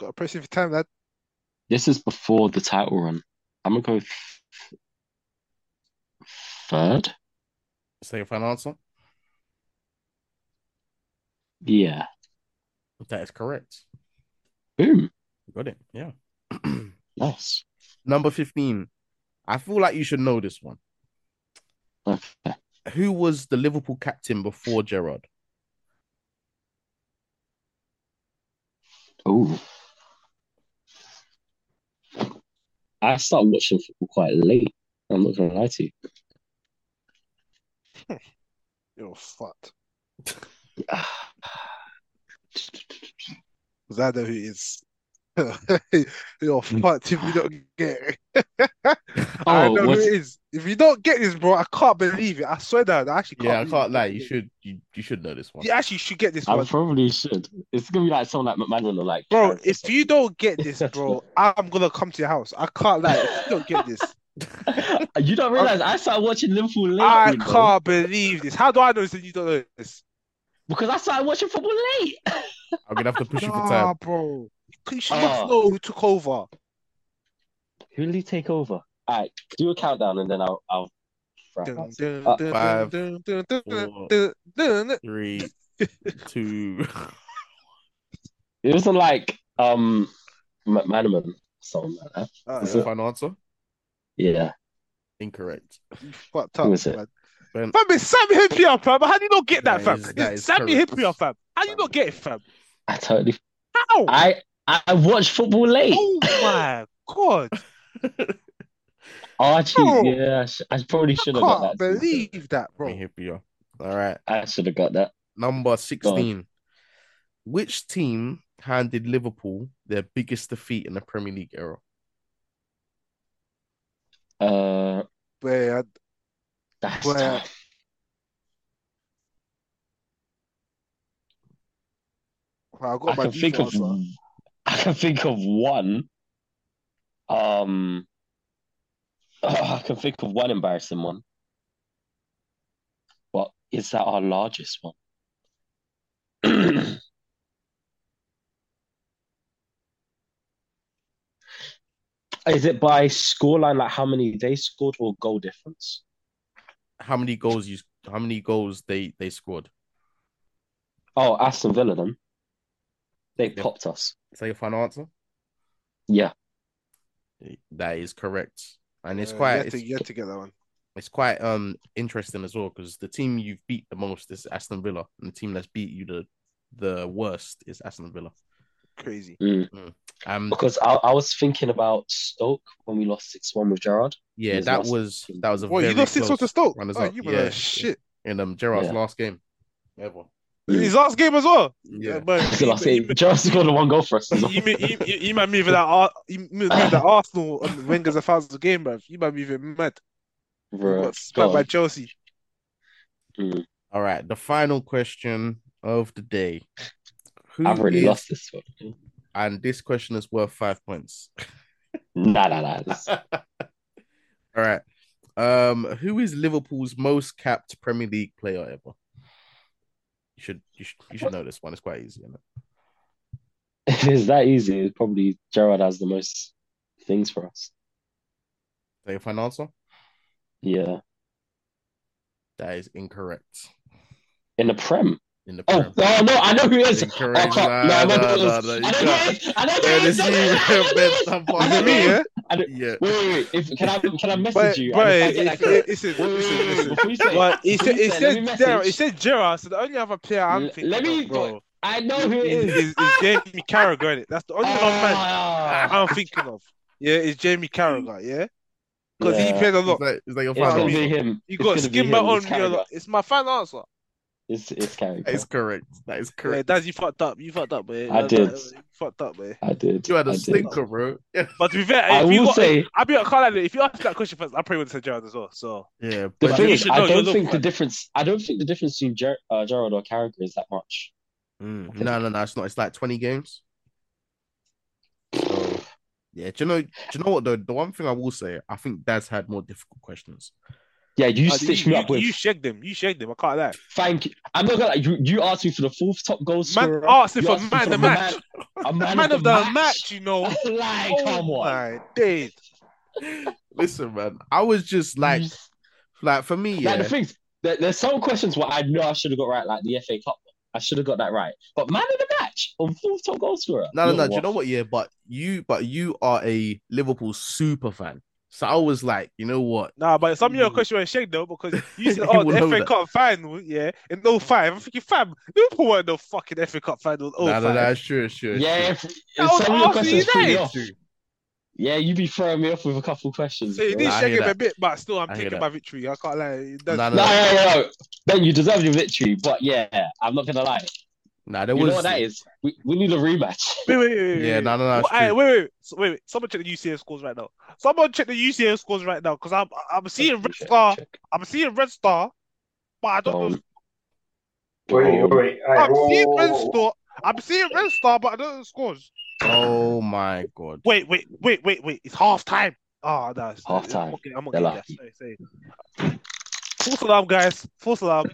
[SPEAKER 2] Got a press for time, lad.
[SPEAKER 3] This is before the title run. I'm gonna go f- third.
[SPEAKER 1] Say your final answer.
[SPEAKER 3] Yeah,
[SPEAKER 1] That is correct.
[SPEAKER 3] boom,
[SPEAKER 1] You got it. Yeah.
[SPEAKER 3] nice.
[SPEAKER 1] Number 15. I feel like you should know this one.
[SPEAKER 3] Okay.
[SPEAKER 1] Who was the Liverpool captain before Gerrard?
[SPEAKER 3] Oh, I started watching football quite late. I'm not gonna lie to you.
[SPEAKER 2] You're fucked.
[SPEAKER 3] I
[SPEAKER 2] Because I know who it is. You're
[SPEAKER 3] Mm.
[SPEAKER 2] fucked if you don't get it.
[SPEAKER 3] Oh,
[SPEAKER 2] I know who
[SPEAKER 3] was
[SPEAKER 2] it is. If you don't get this, bro, I can't believe it. I swear that I actually can't
[SPEAKER 1] Yeah, I
[SPEAKER 2] believe
[SPEAKER 1] can't
[SPEAKER 2] it.
[SPEAKER 1] lie. You should you, you should know this one.
[SPEAKER 2] You actually should get this
[SPEAKER 3] I
[SPEAKER 2] one.
[SPEAKER 3] probably should. It's gonna be like someone like McManaman or like
[SPEAKER 2] Bro,
[SPEAKER 3] Carrick or
[SPEAKER 2] if you don't get this, bro, I'm gonna come to your house. I can't lie. If you don't get this,
[SPEAKER 3] something. you don't realize I started watching Liverpool late,
[SPEAKER 2] I
[SPEAKER 3] you know,
[SPEAKER 2] can't believe this. How do I know this and you don't know this?
[SPEAKER 3] because I started watching football late.
[SPEAKER 1] I'm gonna have to push you for
[SPEAKER 2] Nah,
[SPEAKER 1] time.
[SPEAKER 2] bro. You should
[SPEAKER 3] Ah.
[SPEAKER 2] must know who took over.
[SPEAKER 3] Who will he take over? All right, do a countdown and then I'll. I'll... wrap up.
[SPEAKER 2] Dun, dun,
[SPEAKER 3] Uh,
[SPEAKER 2] dun,
[SPEAKER 1] Ah. five,
[SPEAKER 2] dun, dun, dun, dun,
[SPEAKER 1] four.
[SPEAKER 2] dun, dun.
[SPEAKER 1] Three, two.
[SPEAKER 3] It wasn't like um McManaman or something like that.
[SPEAKER 2] Ah,
[SPEAKER 3] Is
[SPEAKER 1] Your
[SPEAKER 3] it-
[SPEAKER 1] final answer?
[SPEAKER 3] Yeah,
[SPEAKER 1] Incorrect.
[SPEAKER 2] you fucked
[SPEAKER 3] Who
[SPEAKER 2] up,
[SPEAKER 3] is it?
[SPEAKER 2] man.
[SPEAKER 1] Ben-
[SPEAKER 2] Fam, it's Sammy Hipia, fam. How do you not get that,
[SPEAKER 1] That
[SPEAKER 2] fam?
[SPEAKER 1] is- that
[SPEAKER 2] It's
[SPEAKER 1] is
[SPEAKER 2] Sammy
[SPEAKER 1] correct.
[SPEAKER 2] Hipia, fam. How do you not get it, fam?
[SPEAKER 3] I totally.
[SPEAKER 2] How?
[SPEAKER 3] I I watched football late.
[SPEAKER 2] Oh my god.
[SPEAKER 3] Archie,
[SPEAKER 2] Bro.
[SPEAKER 3] Oh, yeah, I, sh- I probably
[SPEAKER 2] I
[SPEAKER 3] should have got
[SPEAKER 2] can't
[SPEAKER 3] that.
[SPEAKER 2] believe that,
[SPEAKER 1] Let me
[SPEAKER 2] bro.
[SPEAKER 1] hip you up. All right.
[SPEAKER 3] I should have got that.
[SPEAKER 1] Number 16. Which team handed Liverpool their biggest defeat in the Premier League era?
[SPEAKER 3] Uh,
[SPEAKER 2] Man,
[SPEAKER 3] that's
[SPEAKER 2] Well,
[SPEAKER 3] tough.
[SPEAKER 2] I got
[SPEAKER 3] I
[SPEAKER 2] my
[SPEAKER 3] can think
[SPEAKER 2] default
[SPEAKER 3] of
[SPEAKER 2] answer.
[SPEAKER 3] I can think of one. Um, I can think of one embarrassing one. But is that our largest one? Is it by scoreline, like how many they scored or goal difference?
[SPEAKER 1] How many goals you how many goals they they scored?
[SPEAKER 3] Oh, Aston Villa then. They
[SPEAKER 1] Yeah.
[SPEAKER 3] popped us.
[SPEAKER 1] Say your final answer.
[SPEAKER 3] Yeah.
[SPEAKER 1] That is correct. And it's
[SPEAKER 2] Uh,
[SPEAKER 1] quite
[SPEAKER 2] You had,
[SPEAKER 1] it's,
[SPEAKER 2] to, you had to get that one.
[SPEAKER 1] it's quite um interesting as well because the team you've beat the most is Aston Villa, and the team that's beat you the the worst is Aston Villa.
[SPEAKER 2] Crazy.
[SPEAKER 1] Um,
[SPEAKER 3] Because I, I was thinking about Stoke when we lost 6 1 with Gerard.
[SPEAKER 1] yeah,
[SPEAKER 3] His
[SPEAKER 1] that
[SPEAKER 3] last
[SPEAKER 1] was
[SPEAKER 3] team.
[SPEAKER 1] that was a
[SPEAKER 2] Well,
[SPEAKER 1] very
[SPEAKER 2] you lost six
[SPEAKER 1] close
[SPEAKER 2] one to Stoke.
[SPEAKER 1] runners
[SPEAKER 2] Oh,
[SPEAKER 1] up.
[SPEAKER 2] you
[SPEAKER 1] Yeah,
[SPEAKER 2] were
[SPEAKER 1] yeah.
[SPEAKER 2] like, shit.
[SPEAKER 1] in um Gerard's
[SPEAKER 3] Yeah.
[SPEAKER 1] last game ever.
[SPEAKER 3] Yeah.
[SPEAKER 2] His last game as well.
[SPEAKER 1] Yeah.
[SPEAKER 2] man.
[SPEAKER 3] So I say Gerard scored one goal for us. as well.
[SPEAKER 2] You mean you, you, you might be even at Ar- you mean that Arsenal and Wenger's a thousand game, bruv. You might be even mad. You
[SPEAKER 3] Bruh,
[SPEAKER 2] got spat by
[SPEAKER 3] God.
[SPEAKER 2] Chelsea.
[SPEAKER 3] Mm,
[SPEAKER 1] All right, the final question of the day. Who
[SPEAKER 3] I've already
[SPEAKER 1] is-
[SPEAKER 3] lost this one.
[SPEAKER 1] And this question is worth five points.
[SPEAKER 3] Nah, nah, nah. It's-
[SPEAKER 1] All right. Um, who is Liverpool's most capped Premier League player ever? You should you should, you should know this one. It's quite easy. Isn't it?
[SPEAKER 3] If it's that easy, it's probably Gerard has the most things for us.
[SPEAKER 1] Say your final answer.
[SPEAKER 3] Yeah.
[SPEAKER 1] That is incorrect.
[SPEAKER 3] In the Prem.
[SPEAKER 1] In the
[SPEAKER 3] Oh,
[SPEAKER 1] Prem.
[SPEAKER 3] no, no, I know who he is. Oh,
[SPEAKER 1] Incorrect.
[SPEAKER 3] no, I know who
[SPEAKER 1] Nah, nah,
[SPEAKER 3] it
[SPEAKER 1] nah,
[SPEAKER 3] is.
[SPEAKER 1] nah,
[SPEAKER 3] I
[SPEAKER 1] you
[SPEAKER 3] know who
[SPEAKER 1] can't.
[SPEAKER 3] it is. I know who
[SPEAKER 1] Yeah,
[SPEAKER 3] it
[SPEAKER 1] this
[SPEAKER 3] is.
[SPEAKER 1] is-
[SPEAKER 3] I know who it is.
[SPEAKER 2] Is it me, yeah?
[SPEAKER 1] Yeah.
[SPEAKER 3] Wait, wait, wait. If, can, I, can I message
[SPEAKER 2] But,
[SPEAKER 3] you?
[SPEAKER 2] bro,
[SPEAKER 3] I just
[SPEAKER 2] it,
[SPEAKER 3] said I
[SPEAKER 2] it,
[SPEAKER 3] could.
[SPEAKER 2] it, listen,
[SPEAKER 3] Wait, wait, wait, wait,
[SPEAKER 2] listen,
[SPEAKER 3] wait.
[SPEAKER 2] listen.
[SPEAKER 3] Before you say it,
[SPEAKER 2] But it
[SPEAKER 3] before
[SPEAKER 2] said
[SPEAKER 3] you
[SPEAKER 2] it
[SPEAKER 3] say it, let me
[SPEAKER 2] said Gerrard,
[SPEAKER 3] message.
[SPEAKER 2] it said Gerrard, so the only other player I'm
[SPEAKER 3] L-
[SPEAKER 2] thinking
[SPEAKER 3] let me
[SPEAKER 2] of, bro,
[SPEAKER 3] I know who it is.
[SPEAKER 2] It's, it's Jamie Carragher, innit? That's the only one man
[SPEAKER 3] Ah.
[SPEAKER 2] I'm thinking of. Yeah, it's Jamie Carragher, yeah? Because he
[SPEAKER 3] Yeah.
[SPEAKER 2] played a lot.
[SPEAKER 1] It's like, it's like your
[SPEAKER 3] It's gonna
[SPEAKER 1] final.
[SPEAKER 3] be him.
[SPEAKER 2] You
[SPEAKER 3] It's
[SPEAKER 2] got
[SPEAKER 3] gonna be
[SPEAKER 2] skin my
[SPEAKER 3] him.
[SPEAKER 2] on
[SPEAKER 3] It's
[SPEAKER 2] me a
[SPEAKER 3] Carragher.
[SPEAKER 2] lot. It's my final answer.
[SPEAKER 3] It's it's Carragher.
[SPEAKER 1] That is correct. That is
[SPEAKER 2] Yeah,
[SPEAKER 1] correct.
[SPEAKER 2] Daz, you fucked up. You fucked up, man.
[SPEAKER 3] I
[SPEAKER 2] Daz,
[SPEAKER 3] did.
[SPEAKER 2] You fucked up, man.
[SPEAKER 3] I did.
[SPEAKER 1] you had
[SPEAKER 3] I
[SPEAKER 1] a
[SPEAKER 3] did.
[SPEAKER 1] stinker, bro. Yeah,
[SPEAKER 2] But to be fair,
[SPEAKER 3] I
[SPEAKER 2] if you
[SPEAKER 3] will
[SPEAKER 2] got,
[SPEAKER 3] say
[SPEAKER 2] I'll be I can't lie, if you asked that question first, I probably would have said Jared as well. So
[SPEAKER 1] yeah.
[SPEAKER 3] the
[SPEAKER 1] But
[SPEAKER 3] thing
[SPEAKER 2] you
[SPEAKER 3] is,
[SPEAKER 2] should
[SPEAKER 3] I
[SPEAKER 2] know your
[SPEAKER 3] don't
[SPEAKER 2] look,
[SPEAKER 3] think the
[SPEAKER 2] man.
[SPEAKER 3] difference. I don't think the difference between Ger- uh, Gerard or Carragher is that much.
[SPEAKER 1] Mm, no, no, no. It's not. It's like twenty games. So, yeah. Do you know? Do you know what? though? the one thing I will say, I think Dad's had more difficult questions.
[SPEAKER 3] Yeah, you
[SPEAKER 2] Like,
[SPEAKER 3] stitched
[SPEAKER 2] you,
[SPEAKER 3] me up
[SPEAKER 2] you,
[SPEAKER 3] with.
[SPEAKER 2] you shagged him. You shagged him. I can't lie.
[SPEAKER 3] Thank you. I'm not gonna. lie, You you asked me for the fourth top goal
[SPEAKER 2] Man
[SPEAKER 3] scorer.
[SPEAKER 2] asked
[SPEAKER 3] You
[SPEAKER 2] if a
[SPEAKER 3] asked me
[SPEAKER 2] man
[SPEAKER 3] for
[SPEAKER 2] the match.
[SPEAKER 3] A man,
[SPEAKER 2] Man, of the match, you know.
[SPEAKER 3] like,
[SPEAKER 2] oh
[SPEAKER 3] come on.
[SPEAKER 2] my days.
[SPEAKER 1] Listen, man. I was just like,
[SPEAKER 3] You-
[SPEAKER 1] like for me,
[SPEAKER 3] Mm-hmm. Like Mm. the
[SPEAKER 1] yeah.
[SPEAKER 3] things, there, there's some questions where I know I should have got right, like the FA Cup. one. I should have got that right. But man of the match on fourth top goal scorer.
[SPEAKER 1] No, no, no. Do you know what? Yeah, but you, but you are a Liverpool super fan. So I was like, you know what?
[SPEAKER 2] Nah, but some of your question were shagged though because you said,
[SPEAKER 1] You
[SPEAKER 2] "Oh,
[SPEAKER 1] will
[SPEAKER 2] the
[SPEAKER 1] know
[SPEAKER 2] FA
[SPEAKER 1] that.
[SPEAKER 2] Cup final, yeah, in 05. I'm thinking, fam, Liverpool weren't no fucking FA Cup final in 05.
[SPEAKER 1] No, no, no. Sure, sure.
[SPEAKER 3] Yeah, if,
[SPEAKER 2] That
[SPEAKER 3] if
[SPEAKER 2] was
[SPEAKER 3] some of your
[SPEAKER 2] Arsenal
[SPEAKER 3] questions threw me
[SPEAKER 2] United.
[SPEAKER 3] off. Yeah, you be throwing me off with a couple questions.
[SPEAKER 2] So you
[SPEAKER 3] bro.
[SPEAKER 2] did
[SPEAKER 1] I
[SPEAKER 2] shag
[SPEAKER 1] hear
[SPEAKER 2] him a
[SPEAKER 1] that.
[SPEAKER 2] bit, but still, I'm
[SPEAKER 1] I hear
[SPEAKER 2] taking
[SPEAKER 1] that.
[SPEAKER 2] my victory. I can't lie. It does-
[SPEAKER 1] Nah,
[SPEAKER 3] No, no, no, no. Ben, you deserve your victory, but yeah, I'm not gonna lie.
[SPEAKER 1] Nah, there
[SPEAKER 3] you
[SPEAKER 1] was.
[SPEAKER 3] know what that is? We, we need a rematch.
[SPEAKER 2] Wait, wait, wait, wait,
[SPEAKER 1] Yeah,
[SPEAKER 2] wait.
[SPEAKER 1] no, no, no. it's
[SPEAKER 2] Well, aye,
[SPEAKER 1] true.
[SPEAKER 2] wait, wait, so, wait, wait. Someone check the UCL scores right now. Someone check the UCL scores right now because I'm I'm seeing Red Star. I'm seeing Red Star, but I don't know.
[SPEAKER 3] Um,
[SPEAKER 4] Wait, wait. All right,
[SPEAKER 2] I'm
[SPEAKER 4] whoa,
[SPEAKER 2] seeing
[SPEAKER 4] whoa,
[SPEAKER 2] Red
[SPEAKER 4] whoa,
[SPEAKER 2] Star. I'm seeing Red Star, but I don't know the scores.
[SPEAKER 1] Oh my god.
[SPEAKER 2] Wait, wait, wait, wait, wait. It's half time. Oh, no. It's,
[SPEAKER 3] Half
[SPEAKER 2] I'm
[SPEAKER 3] time.
[SPEAKER 2] okay. I'm
[SPEAKER 3] They're
[SPEAKER 2] okay.
[SPEAKER 3] lucky.
[SPEAKER 2] Yeah, sorry, sorry. False alarm, guys. False alarm.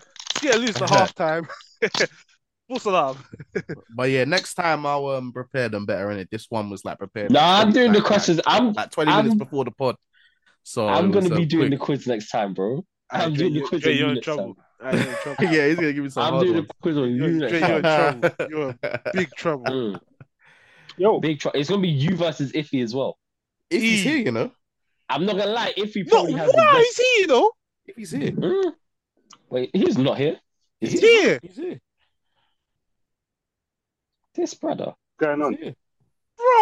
[SPEAKER 2] Yeah, lose the half time. False alarm.
[SPEAKER 1] But yeah, next time I'll um prepare them better. In it, this one was like prepared.
[SPEAKER 3] nah, I'm doing the
[SPEAKER 1] like-
[SPEAKER 3] questions. I'm
[SPEAKER 1] like, like twenty minutes
[SPEAKER 3] I'm-
[SPEAKER 1] before the pod. So it
[SPEAKER 3] I'm
[SPEAKER 1] was,
[SPEAKER 3] gonna be
[SPEAKER 1] um,
[SPEAKER 3] doing the
[SPEAKER 1] quick.
[SPEAKER 3] quiz next time, bro.
[SPEAKER 2] Aye,
[SPEAKER 3] I'm
[SPEAKER 2] Dre,
[SPEAKER 3] doing the
[SPEAKER 2] you-
[SPEAKER 3] quiz
[SPEAKER 2] Dre,
[SPEAKER 3] on
[SPEAKER 2] you're in
[SPEAKER 3] units,
[SPEAKER 2] trouble. Aye, you're in trouble.
[SPEAKER 1] yeah, he's gonna give me some
[SPEAKER 3] I'm
[SPEAKER 1] hard
[SPEAKER 3] doing
[SPEAKER 1] ones.
[SPEAKER 3] the quiz on
[SPEAKER 2] You're,
[SPEAKER 3] you
[SPEAKER 2] Dre,
[SPEAKER 3] next
[SPEAKER 2] you're in
[SPEAKER 3] time.
[SPEAKER 2] trouble. You're in big trouble.
[SPEAKER 3] Mm,
[SPEAKER 4] Yo,
[SPEAKER 3] big tro- It's gonna be you versus Iffy as well.
[SPEAKER 1] if he's here, you know.
[SPEAKER 3] I'm not gonna lie, Iffy
[SPEAKER 2] No,
[SPEAKER 3] probably has
[SPEAKER 2] why
[SPEAKER 3] the
[SPEAKER 2] is he, you know?
[SPEAKER 1] If he's here,
[SPEAKER 3] best. Mm. Wait, he's not here. Is
[SPEAKER 2] He's
[SPEAKER 3] he?
[SPEAKER 2] here.
[SPEAKER 1] he's here.
[SPEAKER 3] This brother.
[SPEAKER 4] going on?
[SPEAKER 1] He's here.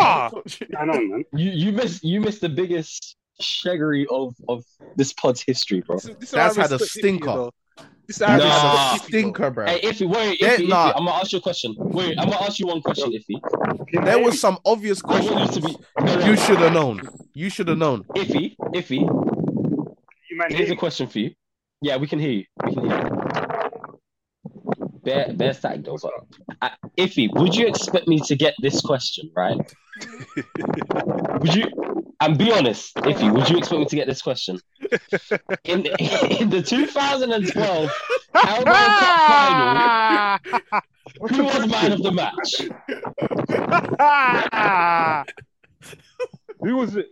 [SPEAKER 2] Bruh.
[SPEAKER 4] Going on, man?
[SPEAKER 3] You you missed you missed the biggest shaggery of of this pod's history, bro.
[SPEAKER 2] This, this
[SPEAKER 1] That's
[SPEAKER 2] how I
[SPEAKER 1] had a
[SPEAKER 2] respect Iffy, you
[SPEAKER 1] stinker.
[SPEAKER 2] know. This is
[SPEAKER 3] Nah.
[SPEAKER 2] how I
[SPEAKER 1] That's a
[SPEAKER 2] respect Iffy, you know.
[SPEAKER 1] stinker, bro.
[SPEAKER 3] Hey, Iffy, wait,
[SPEAKER 1] Yeah,
[SPEAKER 3] Iffy, Iffy,
[SPEAKER 1] nah.
[SPEAKER 3] I'm gonna ask you a question. Wait, I'm gonna ask you one question, Iffy.
[SPEAKER 1] There was some obvious
[SPEAKER 3] I want you to
[SPEAKER 1] questions.
[SPEAKER 3] be no, no,
[SPEAKER 1] You should have known. You should have known.
[SPEAKER 3] Iffy, Iffy.
[SPEAKER 4] You man,
[SPEAKER 3] Here's a question for you. Yeah, we can hear you. We can hear you. Bear, bear stack though, but uh, Iffy, would you expect me to get this question right? would you? And be honest, Iffy, would you expect me to get this question? In the, in the 2012 Carabao Cup final, who was man of the match?
[SPEAKER 4] who was it?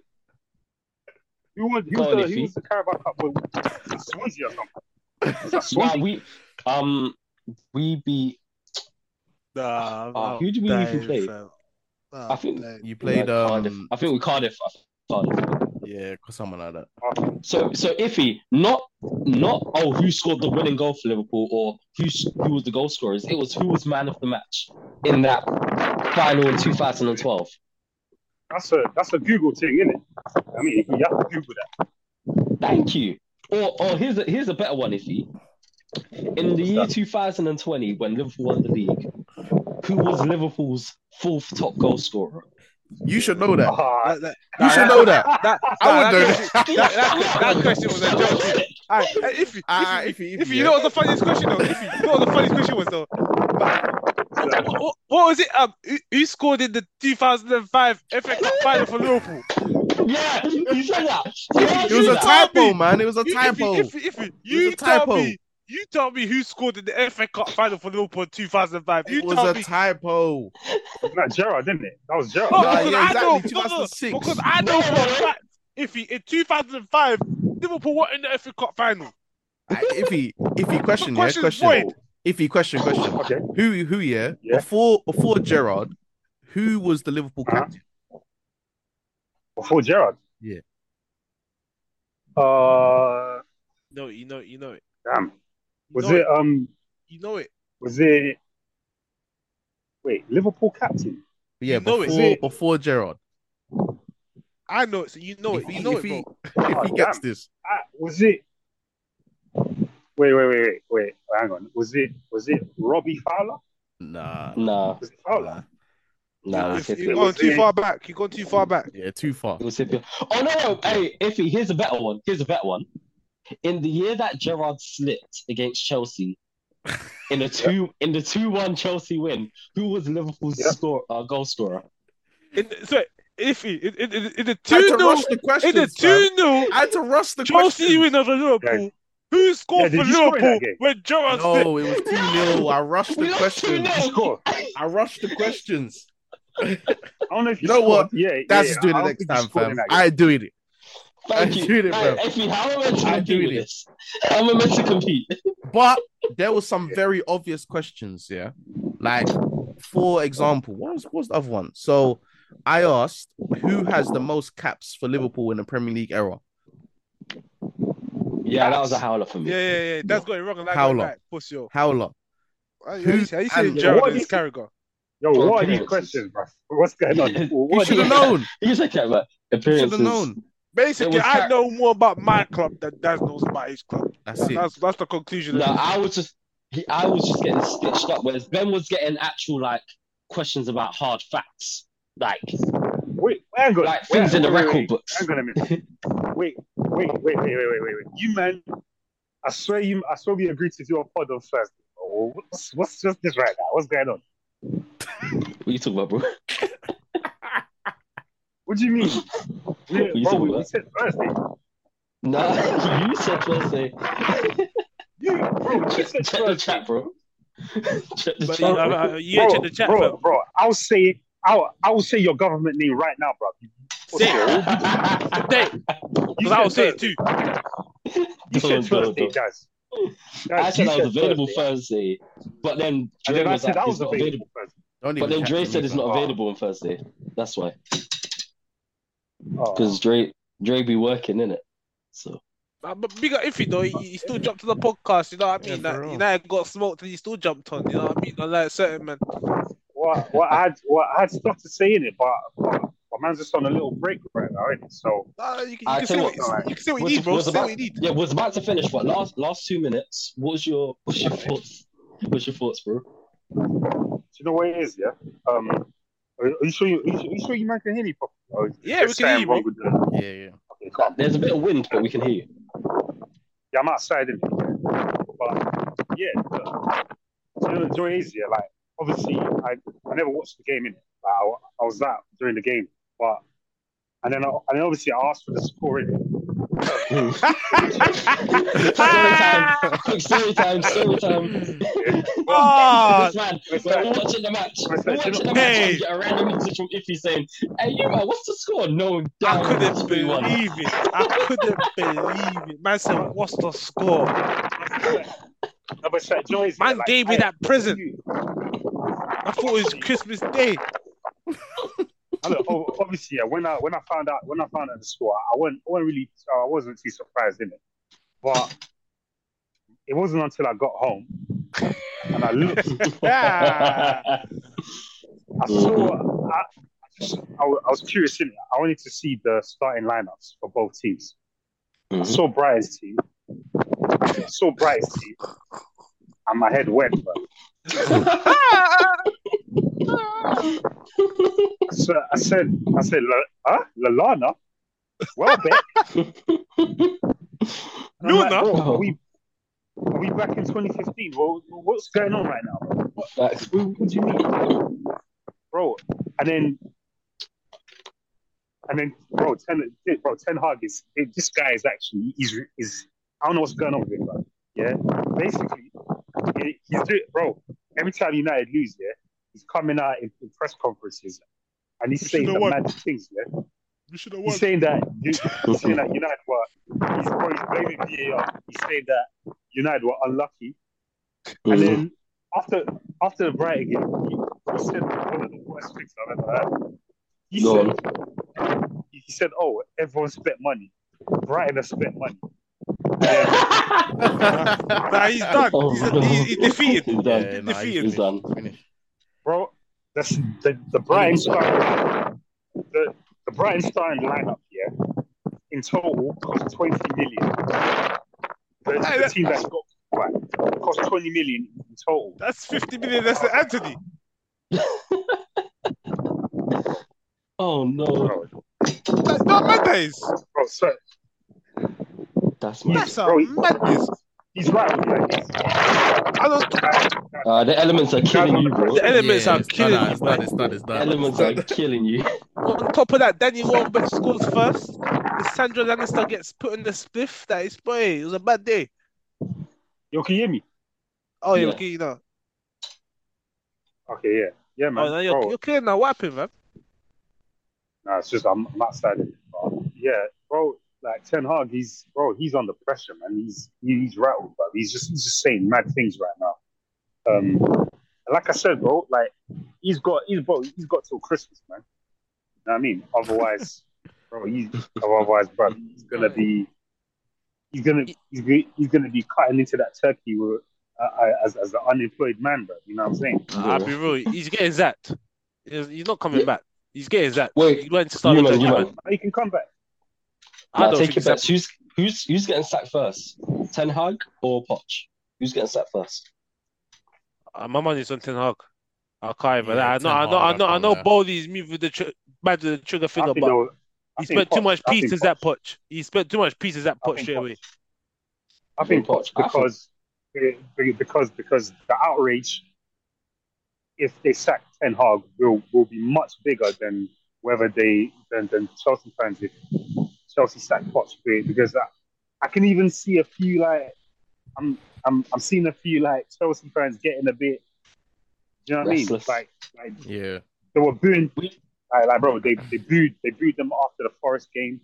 [SPEAKER 4] Who was, who
[SPEAKER 3] Go on,
[SPEAKER 4] was,
[SPEAKER 3] Iffy.
[SPEAKER 4] the, who was the Carabao Cup with Swansea or something? Is that
[SPEAKER 3] Nah,
[SPEAKER 4] Swansea?
[SPEAKER 3] we um we beat.
[SPEAKER 2] Nah, I'm
[SPEAKER 3] Oh, who do we
[SPEAKER 2] dying,
[SPEAKER 3] even play?
[SPEAKER 2] fam. Nah,
[SPEAKER 3] I think-
[SPEAKER 2] dying.
[SPEAKER 1] You played
[SPEAKER 3] Cardiff.
[SPEAKER 1] um
[SPEAKER 3] I think we Cardiff. Cardiff.
[SPEAKER 1] yeah, someone like that.
[SPEAKER 4] Oh,
[SPEAKER 3] So, so iffy, not not oh who scored the winning goal for Liverpool or who s- who was the goal scorers. It was who was man of the match in that final in 2012.
[SPEAKER 4] that's a that's a Google thing, isn't it? I mean, you have to Google that.
[SPEAKER 3] Thank you. Or or here's a here's a better one, iffy. In the year 2020, when Liverpool won the league, who was Liverpool's fourth top goal scorer?
[SPEAKER 1] You should know that.
[SPEAKER 4] Ah,
[SPEAKER 2] That- that-
[SPEAKER 1] You should know that.
[SPEAKER 2] that-
[SPEAKER 1] I would
[SPEAKER 2] that-
[SPEAKER 1] know
[SPEAKER 2] that-
[SPEAKER 1] that.
[SPEAKER 2] that- that question was a joke. Aye, aye, Iffy,
[SPEAKER 1] Ah,
[SPEAKER 2] Iffy,
[SPEAKER 1] if you,
[SPEAKER 2] Iffy, you know what the funniest question though? Iffy, you know what the funniest question was though? What, what- what was it? Um, who, who scored in the 2005 FA Cup final for Liverpool?
[SPEAKER 3] Yeah, you said that.
[SPEAKER 1] It was a
[SPEAKER 2] Iffy,
[SPEAKER 1] typo,
[SPEAKER 2] Iffy,
[SPEAKER 1] man. It was a
[SPEAKER 2] You-
[SPEAKER 1] typo.
[SPEAKER 2] Iffy, Iffy, Iffy,
[SPEAKER 1] It
[SPEAKER 2] you
[SPEAKER 1] was a
[SPEAKER 2] tell
[SPEAKER 1] typo.
[SPEAKER 2] me. You tell me who scored in the FA Cup final for Liverpool in 2005. You
[SPEAKER 1] It was
[SPEAKER 2] tell
[SPEAKER 1] a
[SPEAKER 2] me.
[SPEAKER 1] typo.
[SPEAKER 4] wasn't that Gerard, didn't it? That was Gerard.
[SPEAKER 2] No,
[SPEAKER 1] Nah,
[SPEAKER 2] because
[SPEAKER 1] yeah,
[SPEAKER 2] I know,
[SPEAKER 1] exactly,
[SPEAKER 2] no, no,
[SPEAKER 1] 2006.
[SPEAKER 2] because I know for a fact, Iffy, in 2005, Liverpool were in the FA Cup final.
[SPEAKER 1] I- If he, if he question, yeah,
[SPEAKER 2] Question's
[SPEAKER 1] question.
[SPEAKER 2] void.
[SPEAKER 1] If he question, question.
[SPEAKER 4] Okay.
[SPEAKER 1] Who, who, yeah?
[SPEAKER 4] Yeah.
[SPEAKER 1] Before, before Gerard, who was the Liverpool
[SPEAKER 4] Uh-huh.
[SPEAKER 1] captain?
[SPEAKER 4] Before Gerard.
[SPEAKER 1] Yeah.
[SPEAKER 4] Uh,
[SPEAKER 2] No, you know, you know it.
[SPEAKER 4] damn.
[SPEAKER 2] You
[SPEAKER 4] Was
[SPEAKER 2] know
[SPEAKER 4] it um?
[SPEAKER 2] You know it.
[SPEAKER 4] Was it? Wait, Liverpool captain?
[SPEAKER 1] But yeah,
[SPEAKER 2] You know it.
[SPEAKER 1] before
[SPEAKER 4] See-
[SPEAKER 1] before Gerard.
[SPEAKER 2] I know it. So you know
[SPEAKER 1] if
[SPEAKER 2] it.
[SPEAKER 1] he,
[SPEAKER 2] You know
[SPEAKER 1] if
[SPEAKER 2] it,
[SPEAKER 1] he,
[SPEAKER 2] bro.
[SPEAKER 1] if he
[SPEAKER 4] Oh,
[SPEAKER 1] gets
[SPEAKER 4] damn.
[SPEAKER 1] this,
[SPEAKER 4] Ah, was it? Wait, wait, wait, wait, wait. Hang on. Was it? Was it Robbie Fowler?
[SPEAKER 1] nah,
[SPEAKER 3] Nah,
[SPEAKER 4] Was it
[SPEAKER 2] Oh.
[SPEAKER 4] Fowler?
[SPEAKER 3] nah.
[SPEAKER 2] If-
[SPEAKER 3] It's
[SPEAKER 2] You've
[SPEAKER 3] Iffy.
[SPEAKER 2] gone
[SPEAKER 4] was
[SPEAKER 2] too
[SPEAKER 4] it.
[SPEAKER 2] far back. You've gone too far back.
[SPEAKER 1] yeah, too far.
[SPEAKER 3] It was Iffy. Oh no, no, hey, Iffy, here's a better one. Here's a better one. In the year that Gerard slipped against Chelsea in the two in the two one Chelsea win, who was Liverpool's
[SPEAKER 4] Yeah.
[SPEAKER 3] score uh, goal scorer?
[SPEAKER 2] In, so if he in, in, in, in the
[SPEAKER 1] I had
[SPEAKER 2] two
[SPEAKER 1] to
[SPEAKER 2] 0
[SPEAKER 1] rush the
[SPEAKER 2] in the
[SPEAKER 1] questions.
[SPEAKER 2] two
[SPEAKER 1] fam.
[SPEAKER 2] 0
[SPEAKER 1] I had to rush the
[SPEAKER 2] Chelsea
[SPEAKER 1] questions.
[SPEAKER 2] win over Liverpool.
[SPEAKER 4] Yeah.
[SPEAKER 2] Who scored
[SPEAKER 4] Yeah,
[SPEAKER 2] for
[SPEAKER 4] did you score in that
[SPEAKER 2] Liverpool
[SPEAKER 4] game?
[SPEAKER 2] when Gerrard slipped?
[SPEAKER 1] No, it was 2 0. I rushed
[SPEAKER 3] We
[SPEAKER 1] the
[SPEAKER 3] lost
[SPEAKER 1] questions.
[SPEAKER 3] 2-0.
[SPEAKER 4] Score.
[SPEAKER 1] I rushed the questions.
[SPEAKER 4] I don't know if you,
[SPEAKER 1] You know
[SPEAKER 4] scored.
[SPEAKER 1] what?
[SPEAKER 4] Yeah,
[SPEAKER 1] That's
[SPEAKER 4] yeah,
[SPEAKER 1] doing
[SPEAKER 4] I
[SPEAKER 1] it
[SPEAKER 4] don't
[SPEAKER 1] next
[SPEAKER 4] think you
[SPEAKER 1] time,
[SPEAKER 4] scored
[SPEAKER 1] fam.
[SPEAKER 4] in that game.
[SPEAKER 1] I doing it.
[SPEAKER 3] Thank
[SPEAKER 1] I
[SPEAKER 3] you.
[SPEAKER 1] do it,
[SPEAKER 3] Hey,
[SPEAKER 1] bro.
[SPEAKER 3] Iffy, how am I meant to
[SPEAKER 1] I
[SPEAKER 3] compete
[SPEAKER 1] do
[SPEAKER 3] with
[SPEAKER 1] it.
[SPEAKER 3] this? How am I meant to compete?
[SPEAKER 1] But there were some very obvious questions, yeah. Like, for example, what was, what was the other one? So I asked who has the most caps for Liverpool in the Premier League era?
[SPEAKER 3] Yeah, that was a howler for me.
[SPEAKER 2] Yeah, yeah, yeah. That's going wrong. and That
[SPEAKER 1] How
[SPEAKER 2] going
[SPEAKER 1] long?
[SPEAKER 2] back. Puss yo.
[SPEAKER 1] Howler.
[SPEAKER 2] How
[SPEAKER 1] Who-
[SPEAKER 2] you saying
[SPEAKER 1] and-
[SPEAKER 2] Gerrard
[SPEAKER 4] What
[SPEAKER 2] and
[SPEAKER 4] is-
[SPEAKER 2] Carragher?
[SPEAKER 4] Yo, what are
[SPEAKER 3] Okay.
[SPEAKER 4] these questions, bro? What's going on?
[SPEAKER 1] You
[SPEAKER 4] What
[SPEAKER 1] should have known.
[SPEAKER 3] You should have known.
[SPEAKER 1] You should
[SPEAKER 3] Appearances.
[SPEAKER 1] have known.
[SPEAKER 2] Basically,
[SPEAKER 3] It was
[SPEAKER 2] I
[SPEAKER 3] Car-
[SPEAKER 2] know more about my club than Daz knows about his club.
[SPEAKER 1] That's it.
[SPEAKER 2] That's that's the conclusion.
[SPEAKER 3] No, I was just he, I was just getting stitched up, whereas Ben was getting actual like questions about hard facts, like
[SPEAKER 4] Wait, hang on.
[SPEAKER 3] like
[SPEAKER 4] Wait,
[SPEAKER 3] things in the
[SPEAKER 4] wait, wait,
[SPEAKER 3] record
[SPEAKER 4] wait.
[SPEAKER 3] books.
[SPEAKER 4] Hang on a minute. Wait, wait, wait, wait, wait, wait, wait, wait. You man, I swear you, I swear we agreed to do a pod on Thursday. Oh, what's what's just this right now? What's going on?
[SPEAKER 3] What you talking about, bro?
[SPEAKER 4] What do you mean? We,
[SPEAKER 3] You
[SPEAKER 4] bro,
[SPEAKER 3] said
[SPEAKER 4] we, we
[SPEAKER 3] what?
[SPEAKER 4] said Thursday.
[SPEAKER 3] No, you said Thursday.
[SPEAKER 4] You, bro, we
[SPEAKER 3] Check, check the
[SPEAKER 4] said Thursday.
[SPEAKER 3] chat, bro. check the
[SPEAKER 2] But,
[SPEAKER 3] chat.
[SPEAKER 2] uh,
[SPEAKER 3] bro.
[SPEAKER 2] uh, you ain't check the chat,
[SPEAKER 4] bro,
[SPEAKER 2] fam.
[SPEAKER 4] bro, I'll say, I'll, I'll say your government name right now, bro.
[SPEAKER 2] Say it today, because I will say it too.
[SPEAKER 4] You
[SPEAKER 3] Don't,
[SPEAKER 4] said
[SPEAKER 3] don't,
[SPEAKER 4] Thursday,
[SPEAKER 3] don't.
[SPEAKER 4] Jazz.
[SPEAKER 3] I
[SPEAKER 4] Jazz,
[SPEAKER 3] said
[SPEAKER 4] you
[SPEAKER 3] I was available
[SPEAKER 4] Thursday.
[SPEAKER 3] Thursday, but then
[SPEAKER 4] And
[SPEAKER 3] Dre
[SPEAKER 4] then I
[SPEAKER 3] was
[SPEAKER 4] said
[SPEAKER 3] like,
[SPEAKER 4] I
[SPEAKER 3] "It's
[SPEAKER 4] was
[SPEAKER 3] not
[SPEAKER 4] available
[SPEAKER 3] available."
[SPEAKER 4] Thursday.
[SPEAKER 1] Don't even
[SPEAKER 3] But then
[SPEAKER 1] chat
[SPEAKER 3] Dre
[SPEAKER 1] to
[SPEAKER 3] said
[SPEAKER 1] me,
[SPEAKER 3] it's
[SPEAKER 1] fam.
[SPEAKER 3] not
[SPEAKER 4] bro.
[SPEAKER 3] available on Thursday. That's why,
[SPEAKER 4] Oh.
[SPEAKER 3] because Dre Dre be working in it. So
[SPEAKER 2] Nah, Uh, But bigger iffy though, he, he still jumped to the podcast. You know what I
[SPEAKER 1] Yeah,
[SPEAKER 2] mean?
[SPEAKER 1] for
[SPEAKER 2] Like,
[SPEAKER 1] real.
[SPEAKER 2] United got smoked and he still jumped on. You know what I mean? Like certain man.
[SPEAKER 4] Well, well, I had, well, I had stuff to say in it, but, but my man's just on a little break right now, isn't it? So,
[SPEAKER 2] Nah, you can,
[SPEAKER 3] I tell
[SPEAKER 2] you can say
[SPEAKER 3] you
[SPEAKER 2] what,
[SPEAKER 4] what, alright.
[SPEAKER 2] you can say what you
[SPEAKER 3] Was-
[SPEAKER 2] need, bro.
[SPEAKER 3] was
[SPEAKER 2] Say
[SPEAKER 3] about-
[SPEAKER 2] what you need.
[SPEAKER 3] yeah, was about to finish, but last last two minutes. What was your what's your thoughts? What's your thoughts, bro?
[SPEAKER 4] do you know what it is, yeah? Um, are you sure you, are you, sure- are you, sure you man can hear me properly? Or is
[SPEAKER 2] Yeah, we
[SPEAKER 4] this
[SPEAKER 2] can hear
[SPEAKER 4] sound
[SPEAKER 2] you, bro.
[SPEAKER 4] wrong with the-
[SPEAKER 1] "Oh, Yeah, yeah.
[SPEAKER 4] Okay, calm.
[SPEAKER 3] There's a bit of wind, but we can hear you.
[SPEAKER 4] yeah, I'm outside in But yeah, the, you know, the joy is yeah, like obviously I, I never watched the game in it. Like, I, wa- I was out during the game, but and then I, and then obviously I asked for the score in it.
[SPEAKER 3] quick story time. Quick story time. Story time.
[SPEAKER 2] Ah,
[SPEAKER 3] This man, we're watching the match. We're watching the match.
[SPEAKER 2] Hey.
[SPEAKER 3] and get a random message from Iffy saying, "Hey, you man, what's the score?" No,
[SPEAKER 2] I
[SPEAKER 3] down.
[SPEAKER 2] couldn't
[SPEAKER 3] 3-1.
[SPEAKER 2] believe it. I couldn't believe it. Man said, "What's the score?"
[SPEAKER 4] No, but so, joy is yeah,
[SPEAKER 2] Man
[SPEAKER 4] like,
[SPEAKER 2] gave me
[SPEAKER 4] I-
[SPEAKER 2] that present.
[SPEAKER 4] you-
[SPEAKER 2] I thought it was Christmas Day.
[SPEAKER 4] I mean, ob- obviously, yeah, when I when I found out when I found out the score, I wasn't I wasn't really I wasn't too surprised in it, but it wasn't until I got home and I looked I saw. I, I just, I, wa- I was curious in it. I wanted to see the starting lineups for both teams. I
[SPEAKER 3] Mhm.
[SPEAKER 4] saw Brighton's team. I saw Brighton's team, and my head went. Bro. So I said, I said, La, huh? Lalana, Welbeck, And I'm like,
[SPEAKER 2] Luna?
[SPEAKER 4] bro, Are we, are we back in 2015? Well, what's going on right now, bro?
[SPEAKER 3] Facts.
[SPEAKER 4] What, what do you mean, bro? And then, and then, bro, ten, bro, Ten Hag is it, this guy is actually is is I don't know what's going on with him, bro. Yeah, basically, he- he's doing, bro. Every time United lose, yeah, he's coming out in, in press conferences and he's
[SPEAKER 2] Which is
[SPEAKER 4] saying
[SPEAKER 2] the
[SPEAKER 4] the
[SPEAKER 2] one.
[SPEAKER 4] mad things, yeah.
[SPEAKER 2] You should have
[SPEAKER 4] He's saying that he's saying that United were he's, bro, he's blaming VAR. He's saying that United were unlucky. And
[SPEAKER 2] Mm-hmm.
[SPEAKER 4] then after after the Brighton game, he, he said one of the worst things I've ever heard. He
[SPEAKER 3] Go
[SPEAKER 4] said, he he said, "Oh, everyone spent money. Brighton has spent money." Yeah,
[SPEAKER 2] Nah, he's done. He's, he's, he's
[SPEAKER 3] Oh, He's
[SPEAKER 2] defeated.
[SPEAKER 3] done.
[SPEAKER 2] He's
[SPEAKER 1] nah, he's
[SPEAKER 2] defeated.
[SPEAKER 3] He's done.
[SPEAKER 1] finished.
[SPEAKER 4] bro, That's the the Brighton
[SPEAKER 2] Mm-hmm.
[SPEAKER 4] starting the the Brighton starting lineup here in total cost twenty million. The,
[SPEAKER 2] Hey,
[SPEAKER 4] the
[SPEAKER 2] that-
[SPEAKER 4] team that's got right, cost twenty million in total.
[SPEAKER 2] That's 50 million less than Anthony.
[SPEAKER 3] Oh no,
[SPEAKER 4] Bro,
[SPEAKER 2] That's not madness.
[SPEAKER 4] bro so
[SPEAKER 3] that's my.
[SPEAKER 2] That's a
[SPEAKER 4] Bro, he-
[SPEAKER 2] madness.
[SPEAKER 4] he's right with you. Like,
[SPEAKER 2] I don't,
[SPEAKER 3] Uh, the elements are killing you, bro.
[SPEAKER 2] The elements
[SPEAKER 1] Yeah,
[SPEAKER 2] are
[SPEAKER 1] it's done,
[SPEAKER 2] killing
[SPEAKER 1] nah,
[SPEAKER 2] you,
[SPEAKER 1] It's
[SPEAKER 2] man.
[SPEAKER 1] done. It's done. It's done.
[SPEAKER 3] Elements are killing you.
[SPEAKER 2] on top of that, Danny Welbeck scores first. Sandra Lannister gets put in the spliff. That is, boy, it was a bad day.
[SPEAKER 4] Yo, can you hear me?
[SPEAKER 2] Oh, yeah.
[SPEAKER 3] Yeah.
[SPEAKER 2] you're clear now.
[SPEAKER 4] Okay, yeah. Yeah, man.
[SPEAKER 2] Oh, no, you're,
[SPEAKER 4] Bro,
[SPEAKER 2] you're clear now. What happened, man?
[SPEAKER 4] Nah, it's just I'm, I'm outside of it. Bro. Yeah, bro. Like Ten Hag, he's bro. He's under pressure, man. He's he, he's rattled, bro. He's just he's just saying mad things right now. Um, and like I said, bro. Like he's got he's bro, he's got till Christmas, man. You know what I mean? Otherwise, bro. He's, otherwise, bro. He's gonna be he's gonna he's gonna, he's gonna be cutting into that turkey with, uh, uh, as as an unemployed man, bro. You know what I'm saying?
[SPEAKER 2] I'll be real. He's getting zapped. He's, he's not coming
[SPEAKER 3] Yeah.
[SPEAKER 2] back. He's getting zapped.
[SPEAKER 3] Wait,
[SPEAKER 2] He went to start
[SPEAKER 3] you
[SPEAKER 2] the
[SPEAKER 3] man, you
[SPEAKER 2] job.
[SPEAKER 3] man.
[SPEAKER 4] He can come back.
[SPEAKER 2] I don't
[SPEAKER 3] take
[SPEAKER 2] think
[SPEAKER 3] it
[SPEAKER 2] so.
[SPEAKER 3] back. Who's who's who's getting sacked first? Ten Hag or Poch? Who's getting sacked first?
[SPEAKER 2] Uh, my money's on Ten Hag. I can't even.
[SPEAKER 1] Yeah,
[SPEAKER 2] I know,
[SPEAKER 1] Ten
[SPEAKER 2] I know, I
[SPEAKER 1] Hag,
[SPEAKER 2] know,
[SPEAKER 1] I
[SPEAKER 2] I know.
[SPEAKER 1] can't
[SPEAKER 2] Bowley's moved with the tr- bad with the trigger
[SPEAKER 4] I
[SPEAKER 2] finger,
[SPEAKER 4] think
[SPEAKER 2] but
[SPEAKER 4] they'll- I
[SPEAKER 2] he
[SPEAKER 4] think
[SPEAKER 2] spent too
[SPEAKER 4] Poch-
[SPEAKER 2] much
[SPEAKER 4] I think
[SPEAKER 2] pieces
[SPEAKER 4] Poch-
[SPEAKER 2] at Poch. He spent too much pieces at
[SPEAKER 4] I
[SPEAKER 2] Poch
[SPEAKER 4] think
[SPEAKER 2] straight
[SPEAKER 4] Poch.
[SPEAKER 2] away.
[SPEAKER 4] I think Poch
[SPEAKER 3] I think-
[SPEAKER 4] because because because the outrage if they sack Ten Hag will will be much bigger than whether they than, than Chelsea fans if Chelsea sack Poch because I, I can even see a few like I'm I'm I'm seeing a few like Chelsea fans getting a bit do you know what
[SPEAKER 3] Restless.
[SPEAKER 4] I mean like like
[SPEAKER 1] Yeah.
[SPEAKER 4] they were booing like, like bro they, they booed they booed them after the Forest game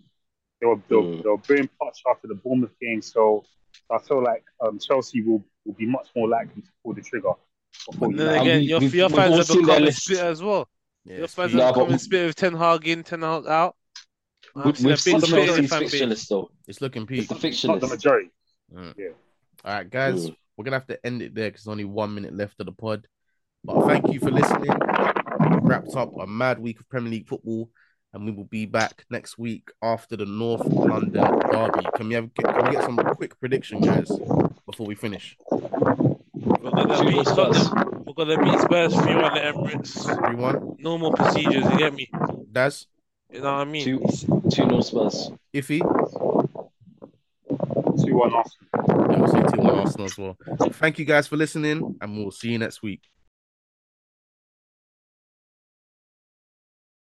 [SPEAKER 4] they were they, were
[SPEAKER 3] Mm.
[SPEAKER 4] they were booing Poch after the Bournemouth game so I feel like um, Chelsea will, will be much more likely to pull the trigger before
[SPEAKER 2] And
[SPEAKER 4] you
[SPEAKER 3] And
[SPEAKER 2] then
[SPEAKER 4] know.
[SPEAKER 2] again,
[SPEAKER 3] we-
[SPEAKER 2] your,
[SPEAKER 3] we've-
[SPEAKER 2] your
[SPEAKER 3] we've all
[SPEAKER 2] fans have
[SPEAKER 3] seen their
[SPEAKER 2] become a
[SPEAKER 3] list.
[SPEAKER 2] split as well.
[SPEAKER 1] Yeah.
[SPEAKER 2] Your fans
[SPEAKER 3] Nah,
[SPEAKER 2] have
[SPEAKER 3] but
[SPEAKER 2] become a
[SPEAKER 3] we-
[SPEAKER 2] split with Ten Hag in, Ten Hag out.
[SPEAKER 3] We,
[SPEAKER 2] I've seen a
[SPEAKER 3] we've
[SPEAKER 2] big
[SPEAKER 3] seen
[SPEAKER 2] split in the
[SPEAKER 3] Chelsea's
[SPEAKER 2] fan
[SPEAKER 3] fixture
[SPEAKER 2] base.
[SPEAKER 3] list though.
[SPEAKER 1] It's looking
[SPEAKER 3] It's
[SPEAKER 1] peak.
[SPEAKER 3] the fixture
[SPEAKER 4] not the
[SPEAKER 3] list.
[SPEAKER 4] majority
[SPEAKER 1] Mm.
[SPEAKER 4] Yeah.
[SPEAKER 1] All right, guys,
[SPEAKER 3] Mm.
[SPEAKER 1] we're gonna have to end it there because only one minute left of the pod. But thank you for listening. We wrapped up a mad week of Premier League football, and we will be back next week after the North London derby. Can we have can we get some quick prediction, guys, before we finish?
[SPEAKER 2] We're gonna
[SPEAKER 3] Two
[SPEAKER 2] beat
[SPEAKER 3] Spurs.
[SPEAKER 2] Tottenham. We're gonna beat Spurs three one at Emirates.
[SPEAKER 1] Three one,
[SPEAKER 2] Normal procedures. You get me?
[SPEAKER 1] Daz,
[SPEAKER 2] You know what I mean?
[SPEAKER 3] Two two no Spurs.
[SPEAKER 1] Iffy.
[SPEAKER 4] two one off.
[SPEAKER 1] Yeah, I'll say two one Arsenal as well. Thank you guys for listening, and we'll see you next week.